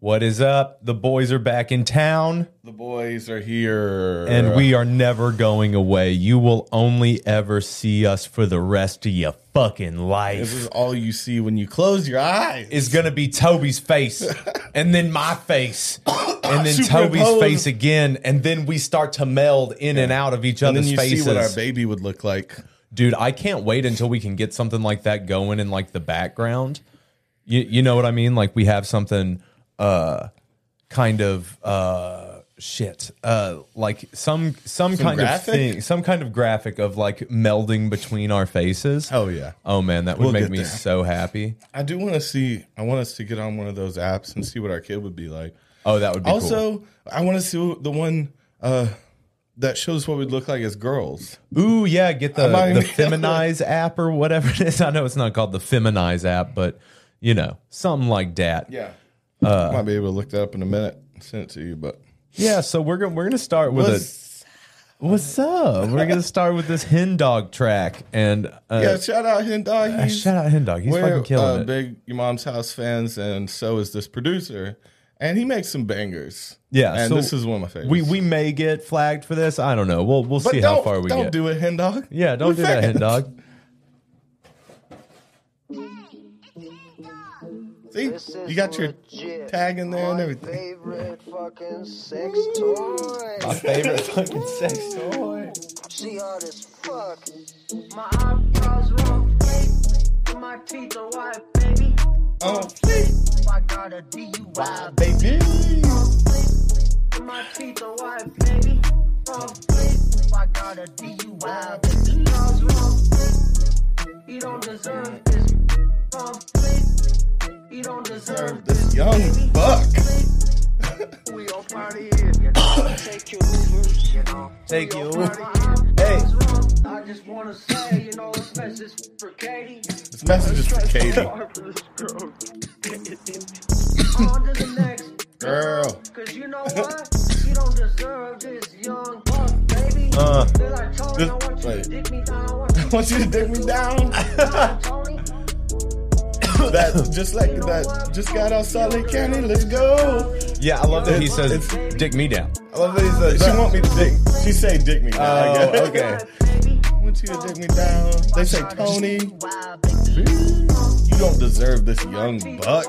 What is up? The boys are back in town The boys are here. and we are never going away. You will only ever see us for the rest of your fucking This life. is all you see when you close your eyes. It's going to be Toby's face and then my face and then Toby's Superimposed. face again. And then we start to meld in and out of each and other's then you faces. see what our baby would look like. Dude, I can't wait until we can get something like that going in like the background. You you know what I mean? Like we have something uh kind of uh shit. Uh like some some, kind graphic? of thing, some kind of graphic of like melding between our faces. Oh yeah. Oh, man, that would We'll make get me there. so happy. I do want to see. I want us to get on one of those apps and see what our kid would be like. Oh, that would be also, I want to see the one uh, that shows what we'd look like as girls. cool. Ooh, yeah, get the I might the be- Feminize app or whatever it is. I know it's not called the Feminize app, but you know, something like that. Yeah. Uh, I might be able to look that up in a minute. and Send it to you, but Yeah, so we're gonna we're gonna start with Let's- a what's up? We're gonna start with this Hen Dog track and uh, yeah, shout out Hendai. uh, He's- shout out Hen Dog, he's We're fucking killing uh, it. big Your Mom's House fans, and so is this producer. And he makes some bangers. Yeah, and so this is one of my favorites. we we may get flagged for this. I don't know. We'll we'll but see don't, how far we don't get. do it, hen dog. yeah, don't We're do that, fans. Hen Dog. See, you got your tag in there and everything. Favorite fucking sex toy. favorite fucking sex toy. She hard as fuck. My eyebrows won't fake. My teeth are white, baby. Oh, please, I got a DUI. baby. My teeth are white, baby. Oh, I got a DUI. Baby, eyebrows won't fake. You don't deserve this. Oh, you don't deserve this. This young buck. We all party here. You know? Take your Ubers. You know? Take you. Hey. I just wanna say, you know, this message for Katie. This message is for Katie. On to the next, Girl. cause you know what? You don't deserve this young buck, baby. Uh, Then I told you, I want you to wait. dig me down. I want you I want you to dig me down. to Tony. that just like that. Just got outside Lake County. Let's go. Yeah, I love that he It's- says it's- dick me down. I love that he said she want me to dig. She say dig me down. I Oh, guess. okay. I want you to dig me down. They say Tony. You don't deserve this young buck.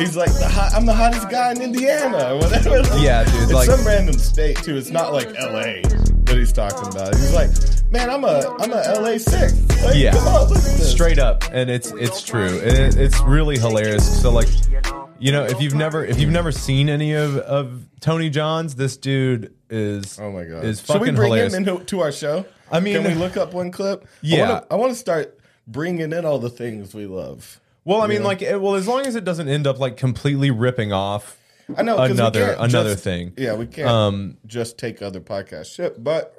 He's like the hot, I'm the hottest guy in Indiana or whatever. Yeah, dude, It's like- some random state too. It's not like L.A. that he's talking about. He's like, man, I'm a I'm a L.A. six. Like, Yeah. come on, look at this. Straight up, and it's it's true, and it, it's really hilarious. So like, You know? You know, if you've never if you've never seen any of, of Tony John's, this dude is Oh my god, is Should we fucking bring hilarious. him into to our show? I mean- can we look up one clip? Yeah. I want to start bringing in all the things we love. well, I mean, Yeah. like, it- well, as long as it doesn't end up like completely ripping off. I know 'cause we Another- can't another just- thing. Yeah, we can't Um, just take other podcast shit, but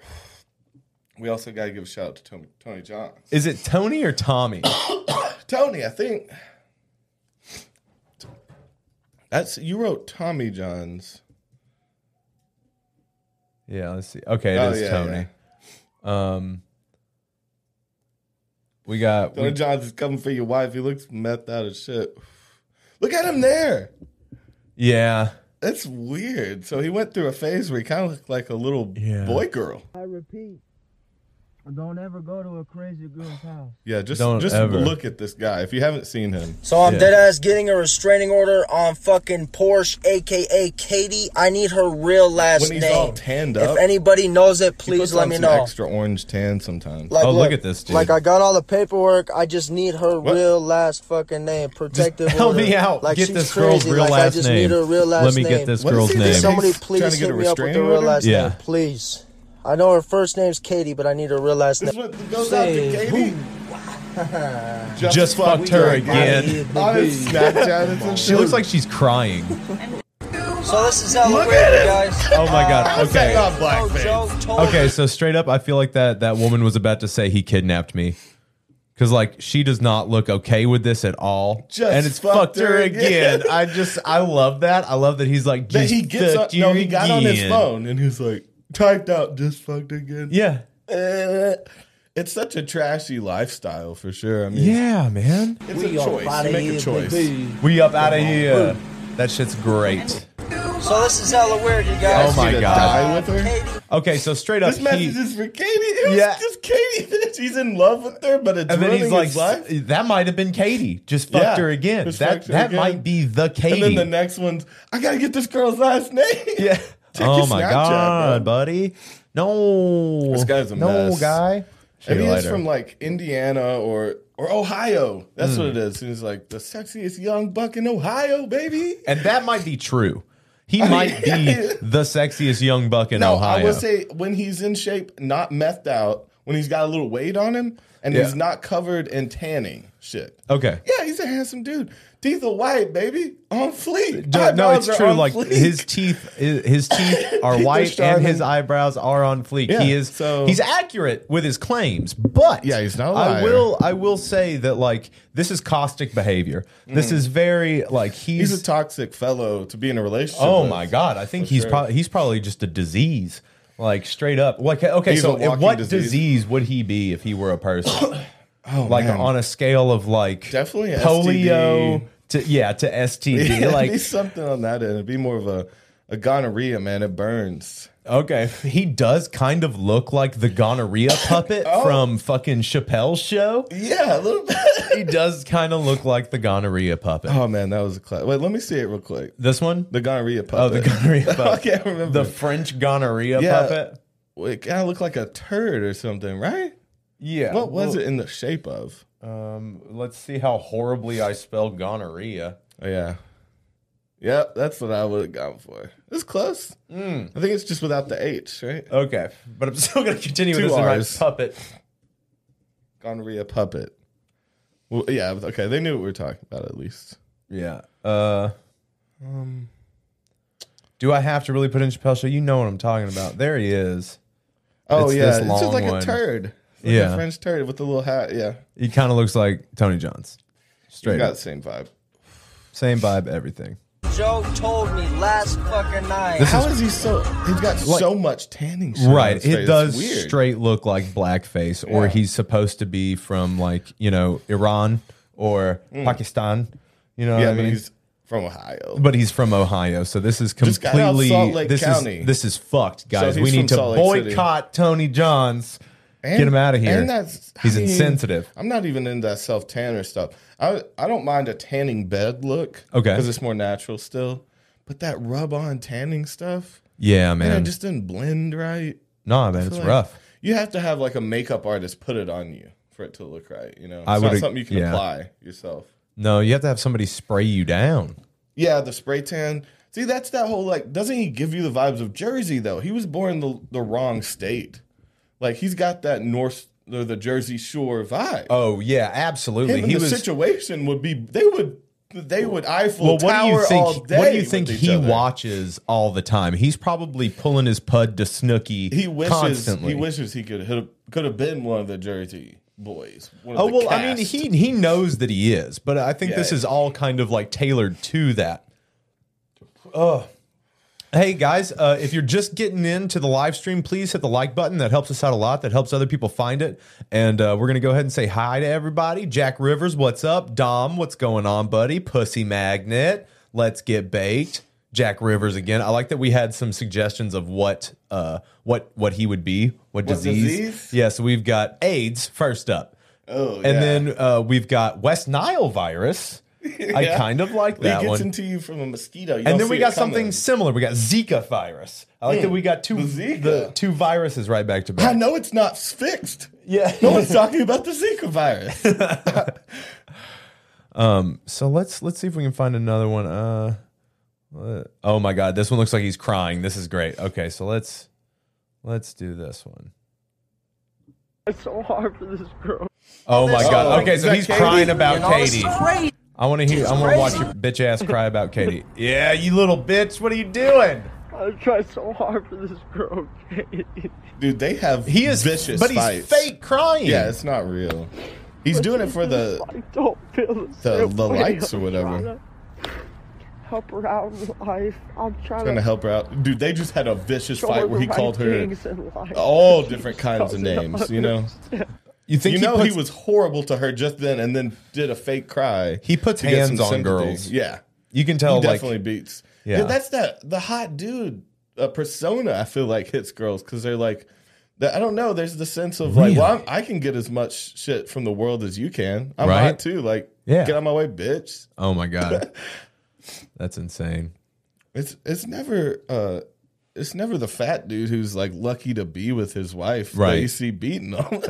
we also got to give a shout out to Tony, Tony John. Is it Tony or Tommy? Tony, I think that's you wrote Tommy John's. yeah, let's see. Okay, it is Oh, yeah, Tony. Um, we got Tony we, John's is coming for your wife. He looks methed out as shit. Look at him there. yeah, That's weird. So he went through a phase where he kind of looked like a little Yeah. boy girl. I repeat, don't ever go to a crazy girl's house. Yeah, just Don't just ever. look at this guy. If you haven't seen him, So I'm Yeah. dead ass getting a restraining order on fucking Porsche, aka Katie. I need her real last when he's name. all tanned if up, anybody knows it, he puts please let on me some know. Extra orange tan sometimes. Like, Oh, look at this dude. Like I got all the paperwork. I just need her real last fucking name. Protective help order. me out. Like Get she's this girl's crazy. real like, I last just name. need her real last Let me name. get this What is girl's he name. doing? Somebody He's trying please to get hit a me up with her restraining real order? last Yeah. name, please. I know her first name's Katie, but I need her real last This name. one goes out to Say Katie. Just fucked her her again. on his Snapchat. It's in She looks like she's crying. So this is hella Look weird, at him. guys. Oh my god. Okay. okay. on blackface. Okay, so straight up, I feel like that that woman was about to say he kidnapped me, because like she does not look okay with this at all, Just and it's fucked fucked her her again. again. I just I love that. I love that he's like That just he gets fucked on, no, you he got on his again." phone and he's like typed out just fucked again. Yeah, Eh. It's such a trashy lifestyle for sure. I mean, yeah, man. it's a choice. You make a choice. We up out of here. That shit's great. So this is hella weird, you guys. Oh my Shoulda God. died with her. Katie, Okay, so straight up, This message he, is for Katie. It was Yeah. just Katie. bitch. He's in love with her, but it's and then ruining he's like, his life. "That might have been Katie. Just fucked Yeah, her again. just That fucked her that again. might be the Katie." And then the next one's, I gotta get this girl's last name. yeah. Check Oh your my Snapchat, god, bro. buddy. No, This guy's a no mess. guy. See And you he is later. from like Indiana or or Ohio. That's Hmm. what it is. And he's like the sexiest young buck in Ohio, baby. and that might be true. He might be the sexiest young buck in No, Ohio. I will say when he's in shape, not methed out, when he's got a little weight on him, and Yeah. he's not covered in tanning shit. okay. Yeah, he's a handsome dude. Teeth are white, baby. On fleek. No, no, Eyebrows it's are true. on Like fleek. his teeth, his, his teeth are Teeth are white, and shining. his eyebrows are on fleek. Yeah, he is so- he's accurate with his claims, but Yeah, he's not a I liar. will I will say that like this is caustic behavior. This is very like he's, Mm. he's a toxic fellow to be in a relationship. oh with. my god. I think For he's sure. probably he's probably just a disease. Like straight up, like okay, He's a so if- walking what disease. disease. would he be if he were a person? Oh, like man. on a scale of like Definitely polio STD. to yeah to STD. Yeah, like be something on that end. It'd be more of a, a gonorrhea, man. It burns. Okay. He does kind of look like the gonorrhea puppet Oh. from fucking Chappelle's show. Yeah, a little bit. He does kind of look like the gonorrhea puppet. oh man, that was a class. Wait, let me see it real quick. This one? The gonorrhea puppet. oh, the gonorrhea I puppet. can't remember. The French gonorrhea Yeah. puppet. it kind of looked like a turd or something, right? Yeah. What was it in the shape of? Um, let's see how horribly I spelled gonorrhea. Oh, yeah. Yep, that's what I would have gone for. It's close. I think it's just without the H, right? Okay. But I'm still going to continue Two with this and write Rs. puppet. Gonorrhea puppet. Well, yeah, okay. They knew what we were talking about at least. Yeah. Uh, um, do I have to really put in Chappelle's show? You know what I'm talking about. There he is. Oh It's yeah, this it's long just like one. a turd. It's like Yeah. a French turd with a little hat. Yeah, He kind of looks like Tony Johns. you Straight got up. the same vibe. Same vibe, everything. Joe told me last fucking night. How is he so? He's got Like- so much tanning. shit on Right. his face. It It's does weird. straight look like blackface, or Yeah. he's supposed to be from like, you know, Iran or Pakistan. You know Mm. Yeah, what I but mean? he's from Ohio. but he's from Ohio, so this is Just got out of completely Salt Lake this County. is this is fucked, guys. he's we need from to Salt Lake City. boycott Tony Johns. And- Get him out of here. And that's he's I mean, insensitive. I'm not even into that self tanner stuff. I I don't mind a tanning bed look. Okay. because it's more natural still. But that rub on tanning stuff, Yeah, man. man, it just didn't blend right. nah, man, it's like- rough. You have to have like a makeup artist put it on you for it to look right. You know, it's I not would- something you can yeah. apply yourself. No, you have to have somebody spray you down. Yeah, the spray tan. See, that's that whole like. Doesn't he give you the vibes of Jersey though? He was born the the wrong state. Like he's got that North or the Jersey Shore vibe. Oh yeah, Him absolutely. and he the was situation would be they would they would Eiffel well, what do Tower you all think? day. What do you think with each he other. watches all the time? He's probably pulling his pud to Snooki. He wishes constantly. he wishes he could have could have been one of the Jersey boys. one of oh the well, I mean, cast. he he knows that he is, but I think Yeah, this yeah. is all kind of like tailored to that. Oh. Hey guys, uh, if you're just getting into the live stream, please hit the like button. That helps us out a lot. That helps other people find it. And uh, we're going to go ahead and say hi to everybody. Jack Rivers, what's up? Dom, what's going on, buddy? Pussy Magnet, let's get baked. Jack Rivers again. I like that we had some suggestions of what uh, what what he would be, what, disease. disease? Yeah, so we've got AIDS first up. Oh, yeah. And then uh, we've got West Nile virus. I Yeah. kind of like He that gets one. into you from a mosquito. You don't and then we see got it coming. Hmm. something similar. We got Zika virus. I like that we got two the Zika. the two viruses right back to I back. know it's not fixed. Yeah. No one's talking about the Zika virus. So let's let's see if we can find another one. Uh, uh, oh my God, this one looks like he's crying. This is great. Okay, so let's let's do this one. It's so hard for this girl. Oh my Oh, God. Okay, is so that he's Katie? crying you about know, this is Katie. crazy. I want to hear. I want to crazy. watch your bitch ass cry about Katie. Yeah, you little bitch. What are you doing? I tried so hard for this girl, Katie. Dude, they have He is vicious but he's fights. fake crying. Yeah, it's not real. He's doing it for the I don't feel the the, same the way. likes or I'm trying whatever. to Help her out in life. I'm trying Trying to to help her out. Dude, they just had a vicious show her fight where the he right called her things in life. all different kinds of doesn't names, you know? understand. You think You he know puts, he was horrible to her just then and then did a fake cry. He puts to get hands some on girls. Yeah. You can tell he like definitely beats. Yeah. Yeah. that's that the hot dude uh, persona. I feel like hits girls because they're like, that, I don't know. There's the sense of like, well, I'm, I can get as much shit from the world as you can. I'm Right. hot too. Like, Yeah. get out of my way, bitch. oh my god, that's insane. It's it's never uh, it's never the fat dude who's like lucky to be with his wife that Right. you see beating him.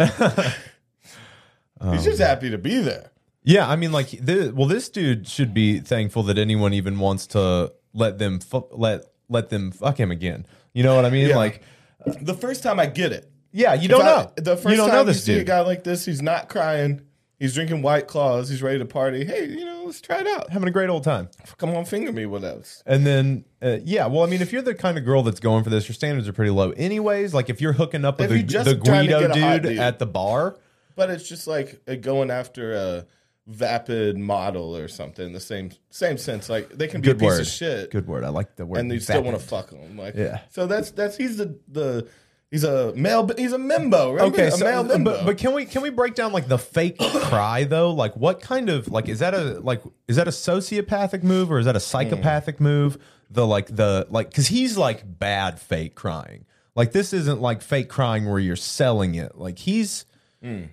Oh, He's just happy to be there. Yeah, I mean, like, th- well, this dude should be thankful that anyone even wants to let them fu- let let them fuck him again. You know what I mean? Yeah. Like, The first time I get it. yeah, you don't If I- know. The first you don't time know this you see a dude. guy like this, he's not crying. He's drinking White Claws. He's ready to party. Hey, you know, let's try it out. Having a great old time. Come on, finger me, what else? And then, uh, yeah, well, I mean, if you're the kind of girl that's going for this, your standards are pretty low, anyways. Like, if you're hooking up with If the, you're just the trying to Guido get a hot dude, dude. at the bar, But it's just like uh, going after a vapid model or something. The same same sense. Like they can be good a piece word. of shit, Good word. I like the word. and they still want to vapid. fuck them. Like Yeah. So that's that's he's the the he's a male. He's a membo. Remember? Okay, a so, male membo. but, but can we can we break down like the fake cry though? Like what kind of like is that a like is that a sociopathic move or is that a psychopathic Mm. move? The like the like because he's like bad fake crying. Like this isn't like fake crying where you're selling it. Like he's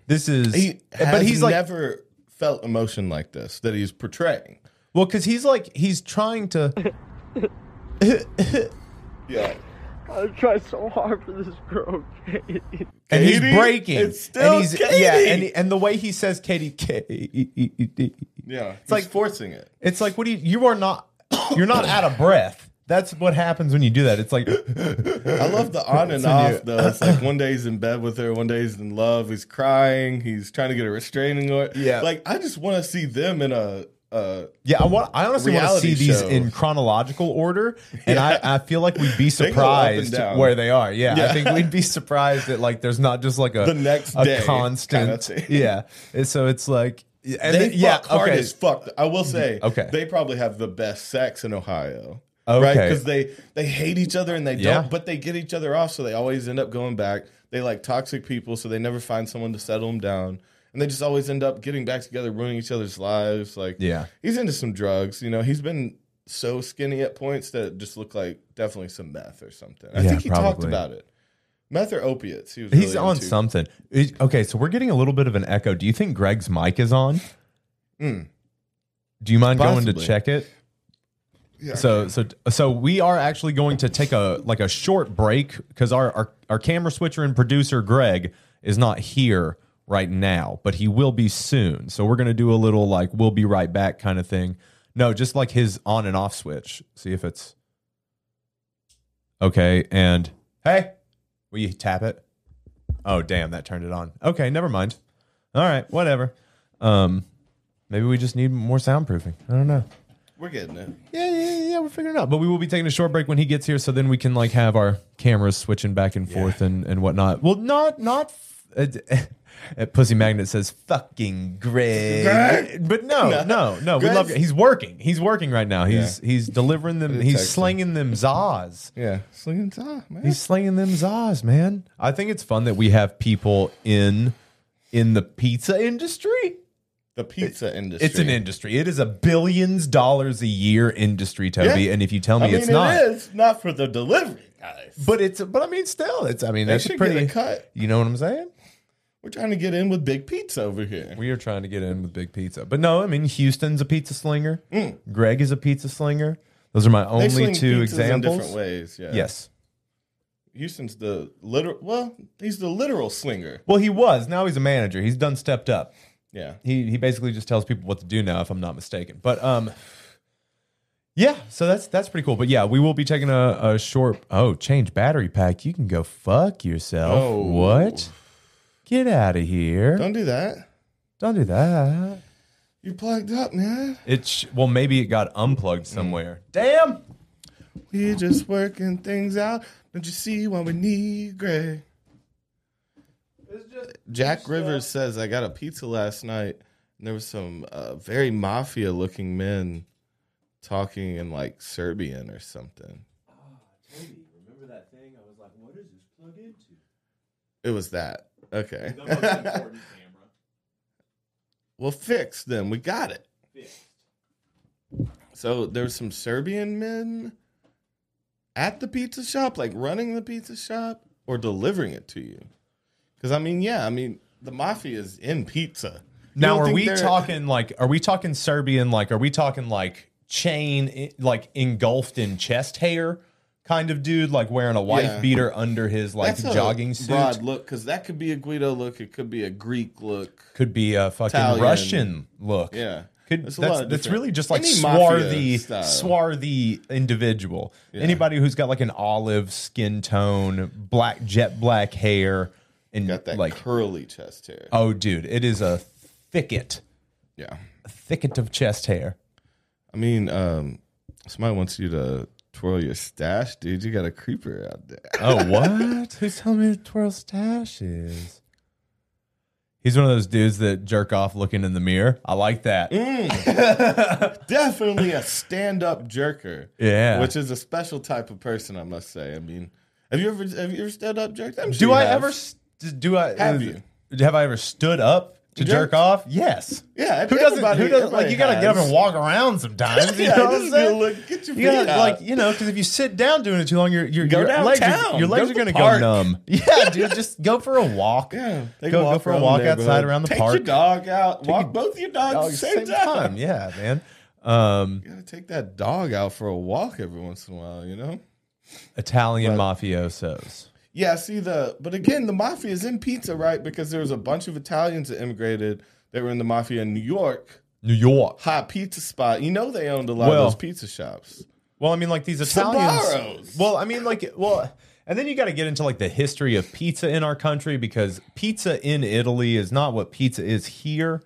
this is Mm. eh, he has but he's like never felt emotion like this that he's portraying. well because he's like he's trying to Yeah. I tried so hard for this girl, Katie. and he's Katie? breaking. It's still and he's, Yeah, Katie. and and the way he says Katie, E Katie Yeah. It's like- like forcing it. It's like what do you you are not you're not out of breath. That's what happens when you do that. It's like I love the on and in off you. though. It's like one day he's in bed with her, one day he's in love, he's crying, he's trying to get a restraining order. Yeah. Like I just want to see them in a uh yeah, I want I honestly want to Reality see these show. in chronological order and I, I feel like we'd be They go up and surprised down. where they are. Yeah, I Yeah. think we'd be surprised that like there's not just like a The next a day constant kinda thing. yeah. And so it's like and they then- yeah, fuck hard okay. Mm-hmm. as fuck. I will say Okay. they probably have the best sex in Ohio. Okay. Right? Because they they hate each other and they Yeah. don't but they get each other off, so they always end up going back. They like toxic people, so they never find someone to settle them down. And they just always end up getting back together, ruining each other's lives. Like Yeah. he's into some drugs. You know, he's been so skinny at points that it just looked like definitely some meth or something. I Yeah, think he talked probably. about it. Meth or opiates. He was He's really on into. something. Is- Okay, so we're getting a little bit of an echo. Do you think Greg's mic is on? Do you mind going Possibly. to check it? so so so we are actually going to take a like a short break because our, our our camera switcher and producer Greg is not here right now, but he will be soon. So we're gonna do a little like we'll be right back kind of thing. No, just like his on and off switch. See if it's okay. And hey, will you tap it? Oh damn, that turned it on. Okay, never mind. All right, whatever. Um, maybe we just need more soundproofing. I don't know. We're getting it. Yeah, yeah, yeah, yeah. We're figuring it out. But we will be taking a short break when he gets here, so then we can like have our cameras switching back and forth and and whatnot. Well, not not. f- Uh, d- uh, Pussy Magnet says "fucking Greg," Greg? but no, no, No. no. we Greg's- love. He's working. He's working right now. He's he's delivering them. He's text him. slinging them zas. Yeah. Slinging time, man. He's slinging them zas, man. I think it's fun that we have people in in the pizza industry. the pizza industry. It's an industry. It is a billions dollars a year industry, Toby. Yeah. And if you tell me I mean, it's not, it is not for the delivery, guys. But it's but I mean still it's I mean They that's a should pretty get a cut. You know what I'm saying? We're trying to get in with big pizza over here. We are trying to get in with big pizza, but no, I mean Houston's a pizza slinger. Greg is a pizza slinger. Those are my Mm. They only sling two pizzas examples. In different ways. Yeah. Yes. Houston's the literal. Well, he's the literal slinger. Well, he was. Now he's a manager. He's done stepped up. Yeah. He he basically just tells people what to do now, if I'm not mistaken. But um, yeah. So that's that's pretty cool. But yeah, we will be taking a, a short. Oh, change battery pack. You can go fuck yourself. Oh. What? Get out of here! Don't do that. don't do that. You're plugged up, man. It sh- well, maybe it got unplugged Mm. somewhere. Damn. We're just working things out. Don't you see why we need Greg? Jack Rivers says, I got a pizza last night, and there was some uh, very mafia looking men talking in like Serbian or something. It was that. Okay. well, fix them. We got it. So there's some Serbian men at the pizza shop, like running the pizza shop or delivering it to you. Because I mean, yeah, I mean the mafia is in pizza. You Now, don't are think we they're- talking like, are we talking Serbian? Like, are we talking like chain, i- like engulfed in chest hair kind of dude, like wearing a wife Yeah. beater under his like That's a jogging suit? broad look? Because that could be a Guido look. It could be a Greek look. Could be a fucking Italian. Russian look. Yeah, Could, There's that's a lot that's, of different- really just like Any mafia swarthy, style. swarthy individual. Anybody who's got like an olive skin tone, black jet black hair, and Got that like curly chest hair. oh, dude, it is a thicket, Yeah. a thicket of chest hair. I mean, um, somebody wants you to twirl your stash, dude. You got a creeper out there. Oh, what? Who's telling me to twirl stash is? He's one of those dudes that jerk off looking in the mirror. I like that. Definitely a stand-up jerker. Yeah. which is a special type of person, I must say. I mean, have you ever have you ever stood up jerked? I'm sure do you I have. ever? s- Do I? Have you? Have I ever stood up to Jerk? jerk off? Yes. Yeah, Who doesn't? everybody- Who doesn't? Like everybody you gotta get up has. and walk around sometimes. You Yeah, know what I'm just do a saying? look- get your You gotta, feet out. like you know, because if you sit down doing it too long, your your, Go your legs downtown. are, your Go legs to are gonna the park. go numb. Yeah, dude, just go for a walk. Yeah, go take go for a around walk the neighborhood. outside around the take park. Oh, Take your dog out. walk your both your dogs Dog at the same, time. Yeah, man. Um, You gotta take that dog out for a walk every once in a while. You know. Italian mafiosos. Yeah, see the but again the mafia is in pizza, right? Because there was a bunch of Italians that immigrated that were in the mafia in New York. New York. Hot pizza spot. You know they owned a lot Well- of those pizza shops. Well, I mean, like these Italians. Sbarro's. Well, I mean, like, well, and then you got to get into like the history of pizza in our country because pizza in Italy is not what pizza is here.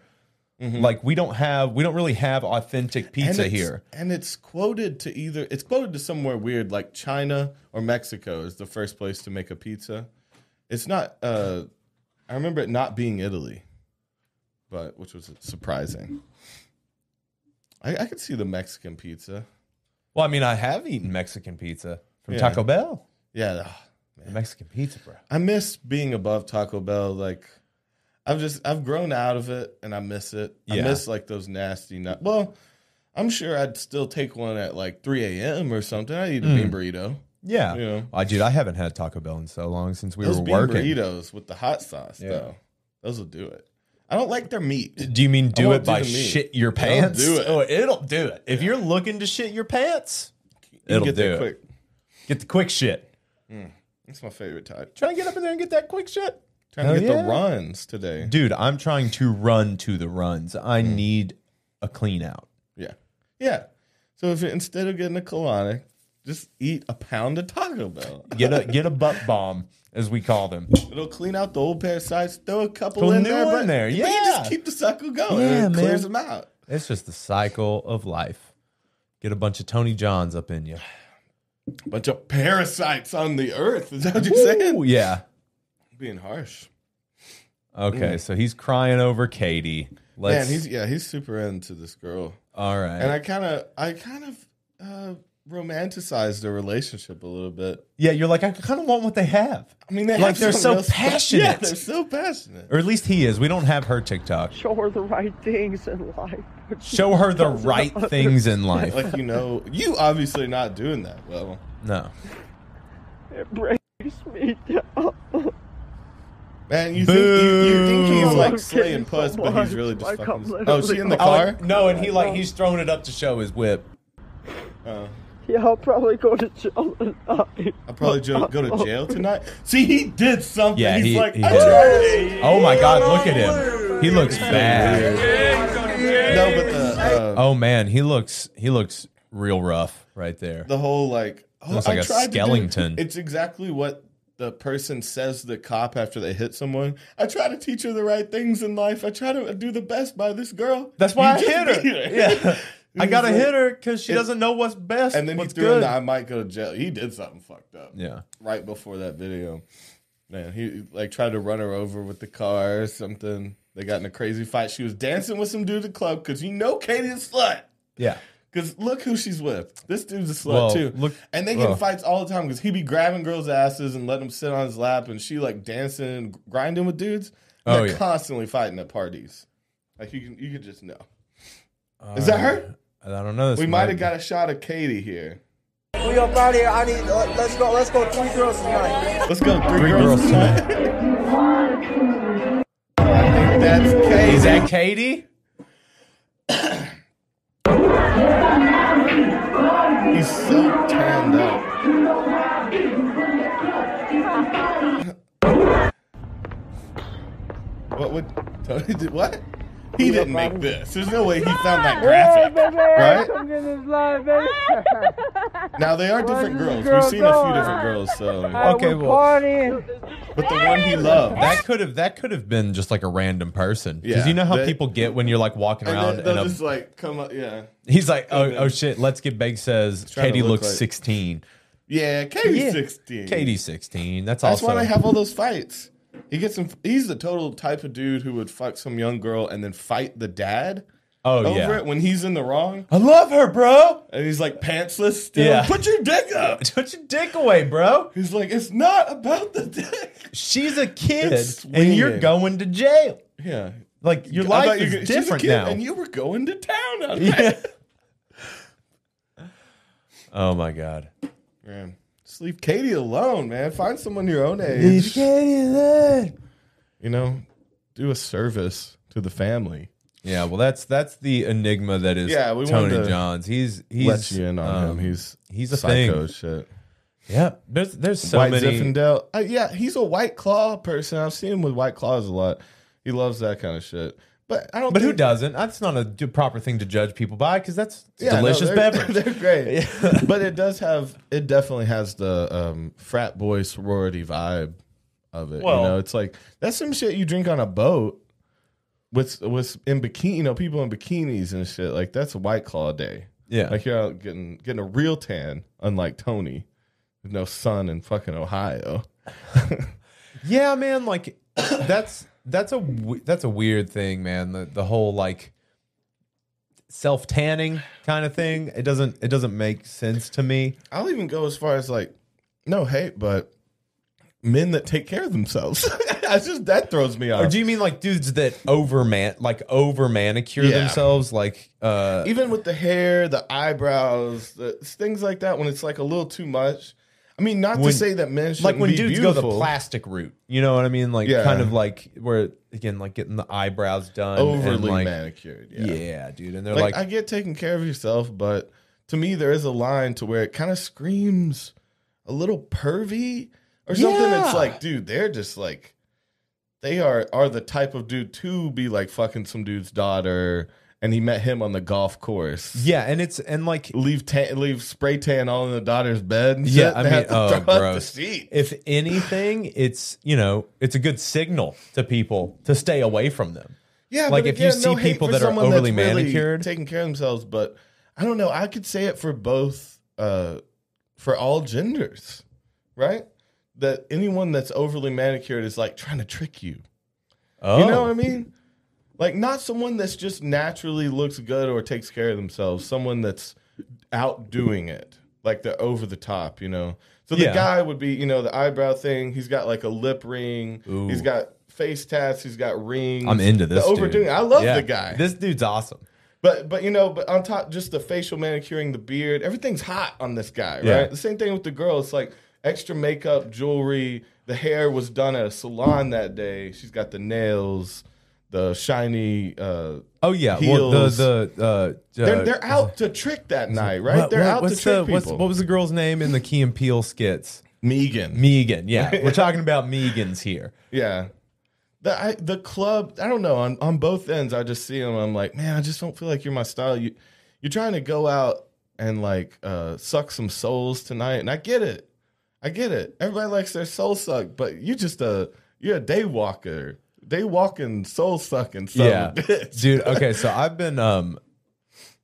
Like, we don't have, we don't really have authentic Mm-hmm. And pizza it's- here. And it's quoted to either it's quoted to somewhere weird like China or Mexico is the first place to make a pizza. It's not uh I remember it not being Italy. But which was surprising. I, I could see the Mexican pizza. Well, I mean, I have eaten Mexican pizza from Yeah. Taco Bell. Yeah. ugh. Mexican pizza, bro. I miss being above Taco Bell. Like, I've just I've grown out of it, and I miss it. I Yeah. miss like those nasty nut. Well, I'm sure I'd still take one at like 3 a.m. or something. I eat a Mm. bean burrito. Yeah. Yeah. Oh, dude, I haven't had Taco Bell in so long since we those were bean working. burritos with the hot sauce Yeah. though, those will do it. I don't like their meat. Do you mean do won't it do by the meat. shit your pants? do it. Oh, it'll do it. If you're looking to shit your pants, You it'll get do that it. quick. Get the quick shit. That's my favorite type. Trying to get up in there and get that quick shit. Trying Hell to get the yeah. runs today. Dude, I'm trying to run to the runs. I need a clean out. Yeah, yeah. So if instead of getting a colonic, just eat a pound of Taco Bell. Get a get a butt bomb, as we call them. It'll clean out the old parasites. Throw a couple Throw a in new there, one but in there, but you yeah. just keep the cycle going. Yeah, it man. clears them out. It's just the cycle of life. Get a bunch of Tony Johns up in you. Bunch of parasites on the earth. Is that what you're saying? Ooh, yeah. Being harsh. Okay, so he's crying over Katie. Let's, Man, he's yeah, he's super into this girl, all right. and I kind of, I kind of uh, romanticized their relationship a little bit. yeah, you're like, I kind of want what they have. I mean, they Like, have they're something so else- Yeah, passionate. they're so passionate. Or at least he is. We don't have her TikTok. Show her the right things in life. but she Show her the doesn't right things in life. Like you know, you obviously not doing that well. No. It breaks me down. Man, you think you, you think he's Boo. like slaying Thank you puss, so but he's much. really just Like, I'm fucking. Oh, literally is she in the like- car? no, and he like he's throwing it up to show his whip. Oh. Yeah, I'll probably go to jail tonight. I'll probably jo- go to jail tonight. See, he did something. Yeah, he's he- like, he I did. tried. Oh my god, look at him. He looks bad. No, but the uh, Oh man, he looks he looks real rough right there. the whole like, oh, Looks I like a tried to do- skeleton. it's exactly what the person says to the cop after they hit someone. I try to teach her the right things in life. I try to do the best by this girl. That's why You I just hit her. beat Yeah. I He's gotta like- hit her because she It- doesn't know what's best. And then what's he threw in good. the I might go to jail. He did something fucked up. yeah. Right before that video. Man, he like tried to run her over with the car or something. They got in a crazy fight. She was dancing with some dude at the club because you know Katie is slut. Yeah. Because look who she's with. This dude's a slut Well, too. look- and they well. get fights all the time because he be grabbing girls' asses and letting them sit on his lap, and she like dancing and grinding with dudes. And Oh, they're yeah. constantly fighting at parties. Like you can you can just know. Is that her? Uh, I don't know. This We might have got a shot of Katie here. We up out here. I need. let- Let's go. Let's go. Three girls tonight. Let's go, three, three girls. girls tonight. That's Katie. Is that Katie? He's so tanned up. what would Tony did? What? He didn't make this. There's no way he found that graphic, right? Now they are different girls. We've seen a few different girls, so Okay, well but the one he loved. that could have that could have been just like a random person. Because Yeah, you know how they- people get when you're like walking and around then they'll and a just like come up, yeah, He's like, oh, then- oh shit, let's get big says trying to Katie look looks like- 16. yeah. Katie's Yeah. sixteen. Katie's 16. That's, That's also why they have all those fights. He gets him. He's the total type of dude who would fuck some young girl and then fight the dad Oh over yeah. it when he's in the wrong. I love her, bro. And he's like pantsless still. Yeah. Put your dick up. Put your dick away, bro. He's like, it's not about the dick. She's a kid It's and you're swinging. going to jail. Yeah. Like your I thought life you is were- she's a different kid now. And you were going to town on yeah. that. Oh my god. Man, just leave Katie alone, man. Find someone your own age. Yeah, You know, do a service to the family. well that's that's the enigma that is Yeah, we wanted Tony to Johns. He's he's Let you in on um, him. He's he's a psycho thing. shit. Yeah. There's there's so White many Zinfandel. Uh, yeah, he's a White Claw person. I've seen him with White Claws a lot. He loves that kind of shit. But I don't. But who think- doesn't? That's not a d- proper thing to judge people by because that's it's a Yeah, no, delicious they're, beverage. They're great. but it does have it definitely has the um, frat boy sorority vibe of it. Well- you know, it's like that's some shit you drink on a boat with with in bikini, you know, people in bikinis and shit. Like that's a white claw day. Yeah. Like you're out getting getting a real tan, unlike Tony. with No sun in fucking Ohio. yeah, man. Like that's that's a w- that's a weird thing, man. The the whole like self tanning kind of thing. It doesn't it doesn't make sense to me. I'll even go as far as like, no hate, but men that take care of themselves. I just that throws me off. Or do you mean like dudes that over man like over manicure Yeah. themselves? Like uh even with the hair, the eyebrows, the, things like that, when it's like a little too much. I mean, not When- to say that men should like when be dudes beautiful. go the plastic route, you know what I mean? Like Yeah. kind of like where again, like getting the eyebrows done, and, overly like, manicured. Yeah. Yeah, dude. And they're like, Like, I get taking care of yourself, but to me, there is a line to where it kind of screams a little pervy or something. Yeah. It's like, dude, they're just like they are are the type of dude to be like fucking some dude's daughter, and he met him on the golf course. yeah, and it's and like Leave tan, leave spray tan all in the daughter's bed. And Yeah, shit. I They mean, have to oh, throw out the gross. sheet. if anything, it's you know, it's a good signal to people to stay away from them. Yeah, Like, but if you again, no see hate people for that are someone overly that's really manicured. taking care of themselves, but I don't know. I could say it for both, uh, for all genders, right? That anyone that's overly manicured is like trying to trick you. Oh, You know what I mean? Like not someone that's just naturally looks good or takes care of themselves. Someone that's outdoing it, like they're over the top. You know. So the Yeah. guy would be, you know, the eyebrow thing. He's got like a lip ring. Ooh. He's got face tats. He's got rings. I'm into this. The overdoing. dude. I love Yeah. the guy. This dude's awesome. But but you know, but on top, just the facial manicuring, the beard, everything's hot on this guy, right? Yeah. The same thing with the girl. It's like extra makeup, jewelry. The hair was done at a salon that day. She's got the nails, the shiny. Uh, Oh yeah, well Heels. the the uh, they're uh, they're out to trick that night, right? what- they're what- out to what's trick the, what's- people. what was the girl's name in the Key and Peele skits? Megan? Megan. Yeah, we're talking about Megan's here. Yeah. The I, the club, I don't know. On on both ends, I just see them. I'm like, man, I just don't feel like you're my style. You you're trying to go out and like uh, suck some souls tonight, and I get it. I get it. Everybody likes their soul sucked, but you just a you're a day walker, day walking, soul sucking, son yeah, of a bitch. dude. Okay, so I've been um,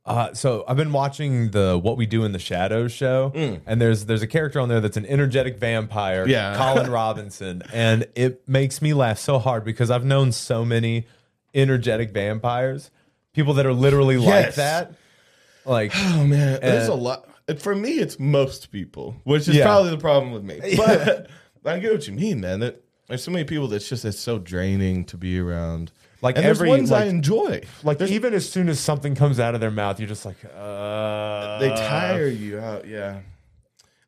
uh, so I've been watching the What We Do in the Shadows show, and there's there's a character on there that's an energetic vampire, Mm. Yeah. Colin Robinson, and it makes me laugh so hard because I've known so many energetic vampires, people that are literally like Yes. that, like Oh man, there's Uh, a lot. and For me, it's most people, which is Yeah. probably the problem with me. But I get what you mean, man. That there's so many people that's just it's so draining to be around. Like And every there's ones like, I enjoy. like even as soon as something comes out of their mouth, you're just like, uh, they tire you out. Yeah,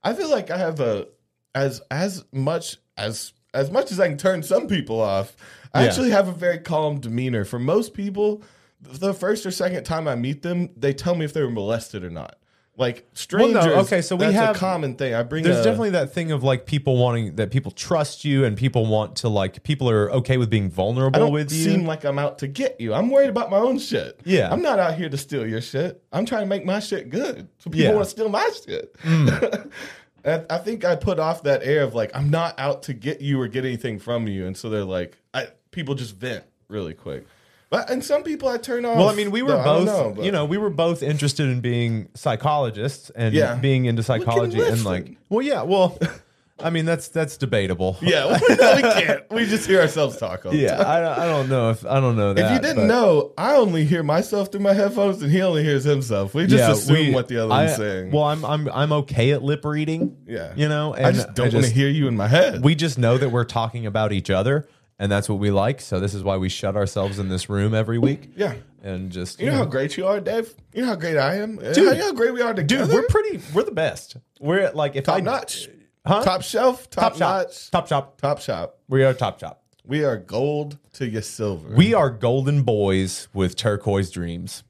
I feel like I have a as as much as as much as I can turn some people off. I Yeah. actually have a very calm demeanor. For most people, the first or second time I meet them, they tell me if they were molested or not. Like strangers. okay, so we that's have- a common thing. I bring. There's a- definitely that thing of like people wanting that people trust you and people want to like people are okay with being vulnerable I don't with you. seem like I'm out to get you. I'm worried about my own shit. Yeah. I'm not out here to steal your shit. I'm trying to make my shit good. So people Yeah. Mm. want to steal my shit. And I think I put off that air of like, I'm not out to get you or get anything from you. And so they're like, I, people just vent really quick. But, and some people I turn off. well, I mean, we were though. I don't both, but- you know, we were both interested in being psychologists and Yeah. being into psychology and listen. like, well, yeah, well, I mean, that's that's debatable. Yeah, we can't. We just hear ourselves talk all the yeah. time. I, don't- I don't know if I don't know that. If you didn't but- know, I only hear myself through my headphones and he only hears himself. We just assume we- what the other I- one's saying. Well, I'm I'm I'm okay at lip reading. Yeah. you know, and I just don't want to hear you in my head. We just know that we're talking about each other, and that's what we like. So this is why we shut ourselves in this room every week. Yeah. and just You know how great you are, Dave. You know how great I am. Dude, Dude. how, you know how great we are together. dude, we're pretty, we're the best. We're at like if top I notch, Huh? top shelf, top, top shop, notch, top shop, top shop. we are top shop. We are gold to your silver. We are golden boys with turquoise dreams.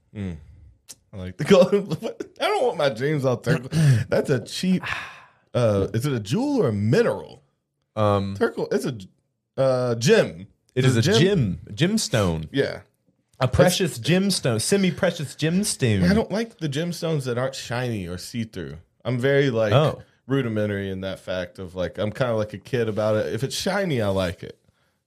I like the gold. I don't want my dreams all turquoise. That's a cheap. Uh, is it a jewel or a mineral? Um, Turquoise. It's a uh, gem. it is a gem, gemstone, Yeah. a precious gemstone, semi-precious gemstone. I don't like the gemstones that aren't shiny or see through. I'm very like Oh. rudimentary in that fact of like I'm kind of like a kid about it. If it's shiny, I like it.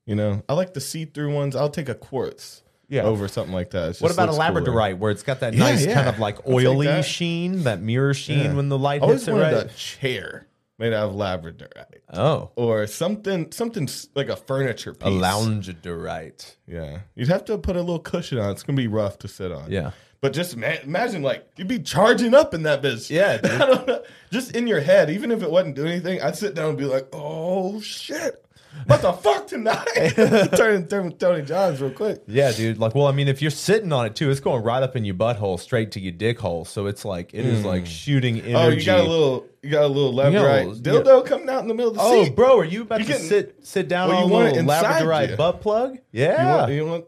You know, I like the see through ones. I'll take a quartz Yeah. over something like that. It What just about a looks cooler. labradorite where it's got that Yeah, nice yeah. kind of like I'll take oily that. sheen, that mirror sheen Yeah. when the I light always hits it wanted right? a chair made out of labradorite Oh, or something, something s- like a furniture piece. a loungedorite. Yeah, you'd have to put a little cushion on. it. It's gonna be rough to sit on. Yeah. But just ima- imagine, like you'd be charging up in that bitch. Yeah, dude. I don't know. Just in your head, even if it wasn't doing anything, I'd sit down and be like, "Oh shit, what the fuck tonight?" Turning turn Tony Johns real quick. Yeah, dude. Like, well, I mean, if you're sitting on it too, it's going right up in your butthole, straight to your dick hole. So it's like it is like shooting energy. Oh, you got a little, you got a little left, You got a right, little- dildo coming out in the middle of the Oh, seat. bro, are you about You to getting- sit sit down Well, you on a want it little inside labradorite you. butt plug? You Yeah. want, you want?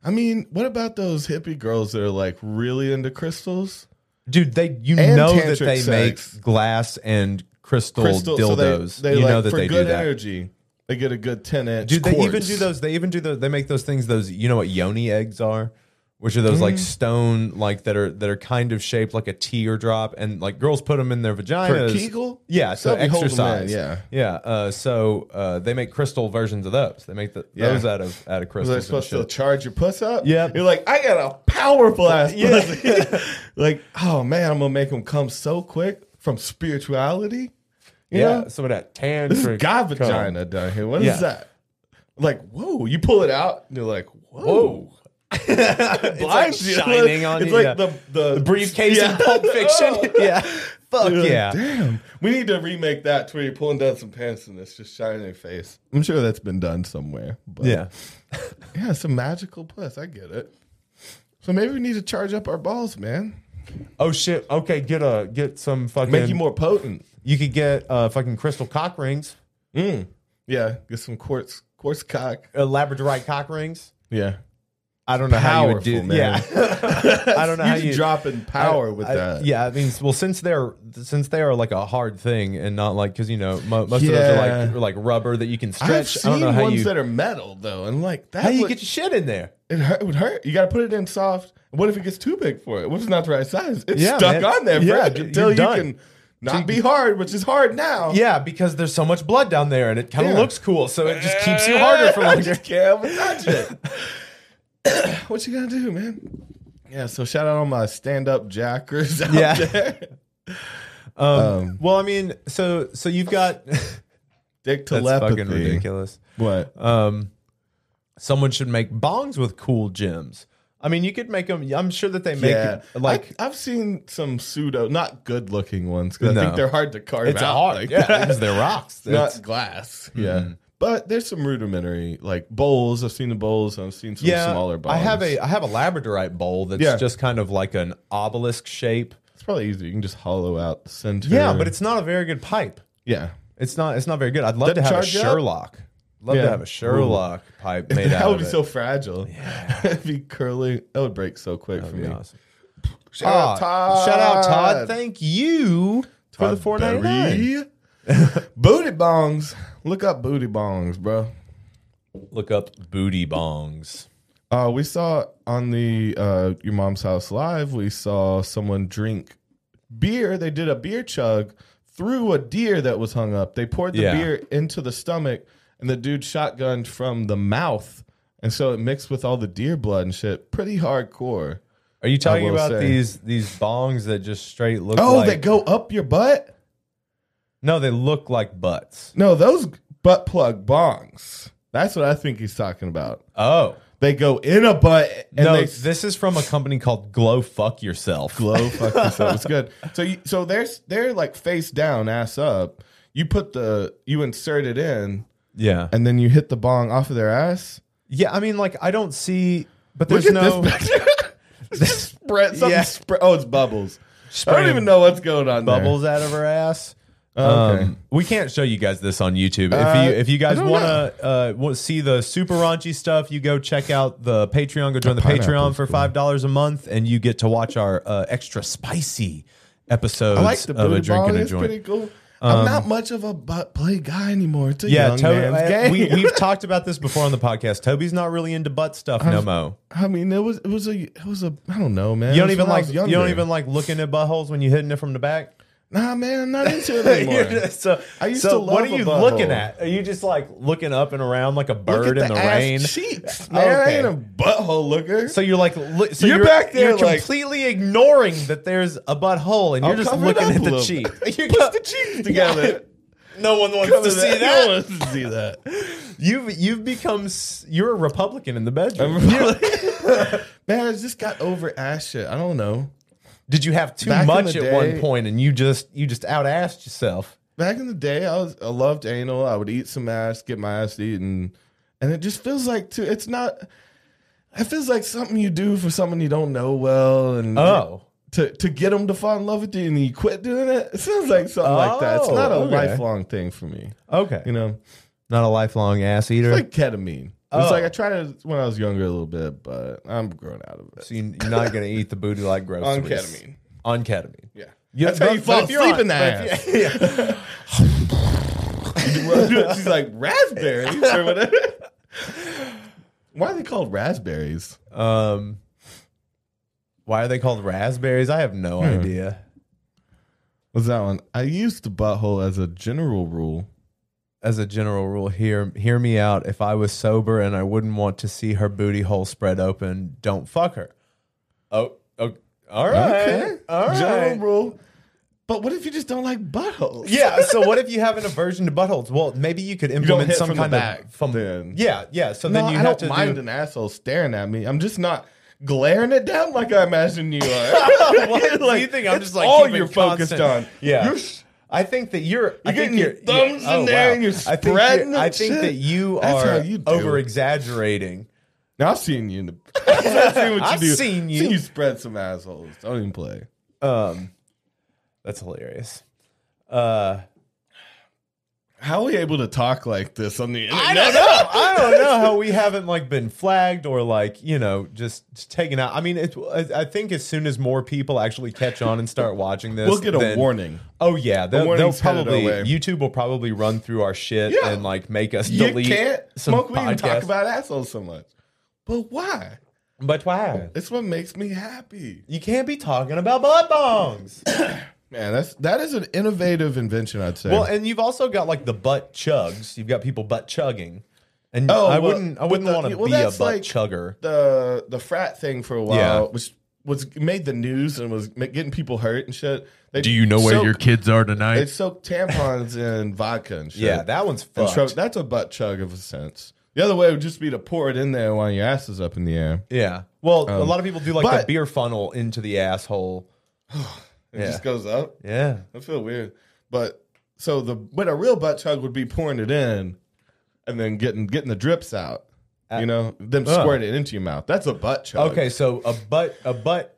I mean, what about those hippie girls that are like really into crystals? dude, they you And know that tantric they sex. make glass and crystal, so they- dildos. they, you like, know that for they good do that. energy. They get a good ten inch. Dude, they even quartz. do those. They even do those. They make those things. Those you know what yoni eggs are, which are those Mm-hmm. like stone like that are that are kind of shaped like a teardrop, and like girls put them in their vaginas. Kegel? yeah, So so we hold 'em exercise. in, yeah. yeah. Uh, so uh, they make crystal versions of those. They make the, Yeah. those out of out of So They're crystals. and supposed to shit. charge your puss up. Yep. you're like, I got a power blast. pussy." like, oh man, I'm gonna make them come so quick from spirituality. You yeah, know, some of that tantric. this is God cum. vagina down here. What is Yeah. that? Like, whoa! You pull it out, and you're like, whoa. Whoa. It It's like blinds you. shining on It's you, like yeah. the, the the briefcase Yeah. Oh. in Pulp Fiction. yeah, fuck You're like, yeah. Damn. We need to remake that to where you're pulling down some pants and it's just shining in your face. I'm sure that's been done somewhere. But Yeah, Yeah, it's a magical puss. I get it. So maybe we need to charge up our balls, man. Oh shit. Okay, get a get some fucking. Make you more potent. You could get uh fucking crystal cock rings, Yeah. Get some quartz quartz cock. uh, labradorite cock rings. Yeah. I don't know how you would do. Powerful, man. Yeah, I don't know You how just you dropping power I- with I- that. Yeah, I mean, well, since they're since they are like a hard thing and not like because you know mo- most of those are like Yeah. are like rubber that you can I've stretch. seen I don't know how ones you that are metal though, and like that. how you would- get your shit in there. it, hurt, it would hurt. You got to put it in soft. What if it gets too big for it? What if it's not the right size? It's Yeah, stuck man. on there Yeah, forever d- until you're you done. can not be hard, which is hard now. Yeah, because there's so much blood down there and it kind of Yeah. looks cool, so it just keeps you harder for I longer. just can't without it. what you gonna do, man? Yeah. So shout out on my stand-up jackers out Yeah. Um, there. Well, I mean, so so you've got that's Dick telepathy. fucking ridiculous. What? um, someone should make bongs with cool gems. I mean, you could make them. I'm sure that they make yeah, uh, like I, have seen some pseudo, not good-looking ones because No. I think they're hard to carve it's a out. hard. like yeah, that. because they're rocks. not It's- glass. Yeah. But there's some rudimentary like bowls. I've seen the bowls. I've seen some smaller bowls. I have a I have a labradorite bowl that's Yeah. just kind of like an obelisk shape. It's probably easy. You can just hollow out the center. Yeah, but it's not a very good pipe. yeah. It's not it's not very good. I'd love Doesn't to have a charge up? Sherlock. Love Yeah. to have a Sherlock pipe made that out would of be it. so fragile. Yeah. It'd be curling. That would break so quick for That'd be me. awesome. Shout out Ah, Todd. Shout out Todd. Thank you for the Todd four ninety nine. Berry. booty bongs. Look up booty bongs, bro. Look up booty bongs. Uh, we saw on the uh, your mom's house live. We saw someone drink beer. They did a beer chug through a deer that was hung up. They poured the Yeah. beer into the stomach, and the dude shotgunned from the mouth, and so it mixed with all the deer blood and shit. Pretty hardcore. Are you talking will about say. these these bongs that just straight look? Oh, like, they go up your butt. No, they look like butts. No, those butt plug bongs. That's what I think he's talking about. Oh They go in a butt and no, they this is from a company called Glow Fuck Yourself. glow fuck this up. It's good. So you, so they're they're like face down, ass up. You put the you insert it in, yeah, and then you hit the bong off of their ass. yeah. I mean, like I don't see, but Look there's at no this picture. This spread, something Yeah. spread- oh, it's bubbles. I Spraying don't even know what's going on. there. bubbles out of her ass. Okay. Um, we can't show you guys this on YouTube. If Uh, you if you guys I don't want to uh, wa- see the super raunchy stuff, you go check out the Patreon. Go join the pineapple's Patreon for cool. five dollars a month, and you get to watch our uh, extra spicy episodes I like the of a booty drink bong. and a It's joint. Um, pretty cool. I'm not much of a butt play guy anymore. It's a Yeah, young Toby, man's I- game. we, we've talked about this before on the podcast. Toby's not really into butt stuff no mo. I mean, it was it was a it was a I don't know, man. You don't It was even when I like was you don't younger. even like looking at buttholes when you're hitting it from the back. nah, man. I'm not into it anymore. so I used so to love what are a you butthole. looking at? Are you just like looking up and around like a bird in the, ass rain? cheeks, man. Okay. I ain't a butthole looker. So you're like, li- so You're back there, You're like- completely ignoring that there's a butthole, and you're I'll just cover it looking up at a the little cheek. bit. You Push got- the cheeks together. No one wants Cover to see that. that. No one wants to see that. You've you've become s- you're a Republican in the bedroom. man, I just got over ass shit. I don't know. Did you have too Back in much the at one day- point, and you just you just out assed yourself? Back in the day, I was I loved anal. I would eat some ass, get my ass eaten, and it just feels like too. It's not. It feels like something you do for someone you don't know well, and Oh, to to get them to fall in love with you, and you quit doing it. It sounds like something like that. It's Oh, not a okay. lifelong thing for me. okay. You know, Not a lifelong ass eater. It's like ketamine. Oh. It's like I tried it when I was younger a little bit, but I'm grown out of it. so you- you're not gonna eat the booty like On groceries ketamine. On ketamine. Yeah. Yeah, That's how but- you but fall if you're asleep on- in that but ass. if you- yeah. She's like, raspberries or whatever. Why are they called raspberries? Um, why are they called raspberries? I have no Hmm. idea. What's that one? I used the butthole as a general rule. As a general rule, hear hear me out. If I was sober and I wouldn't want to see her booty hole spread open, don't fuck her. Oh, oh all right, all right. General rule. But what if you just don't like buttholes? yeah. So what if you have an aversion to buttholes? Well, maybe you could You don't implement hit some from kind the of back. from then. yeah, yeah. So No, then you I have don't to mind do, an asshole staring at me. I'm just not glaring it down like I imagine you are. what, do you think I'm it's just like all keeping you're focused constant- on. Yeah. You're s- I think that you're. I You're think getting your thumbs in there and you're I think, spreading I it, think shit. that you That's are how you do it. over exaggerating. Now I've seen you in the. I've seen what you I've do. seen you. Seen you spread some assholes. Don't even play. Um, that's hilarious. Uh, How are we able to talk like this on the internet? I don't know. I don't know how we haven't like been flagged or like you know just taken out. I mean, it, I I think as soon as more people actually catch on and start watching this, We'll get a then- warning. Oh yeah, they'll, they'll warning's headed probably our way. YouTube will probably run through our shit Yeah. and like make us You delete. can't some smoke weed and podcasts. talk about assholes so much. But why? But why? It's what makes me happy. You can't be talking about butt bongs. Man, that's that is an innovative invention, I'd say. Well, and you've also got like the butt chugs. You've got people butt chugging, and Oh, I well, wouldn't. I but wouldn't the- want to well, be a that's butt like- chugger. the the frat thing for a while, Yeah. which was made the news and was ma- getting people hurt and shit. They soaked- kids are They tonight? soaked tampons in vodka and shit. Yeah, that one's And fucked. tro- that's a butt chug of a sense. The other way would just be to pour it in there while your ass is up in the air. yeah. Well, a lot of people do like the Um, but- beer funnel into the asshole. It Yeah. just goes up. Yeah. I feel weird. But so the but a real butt chug would be pouring it in and then getting getting the drips out. Uh, You know, them uh. squirting it into your mouth. That's a butt chug. Okay, so a butt a butt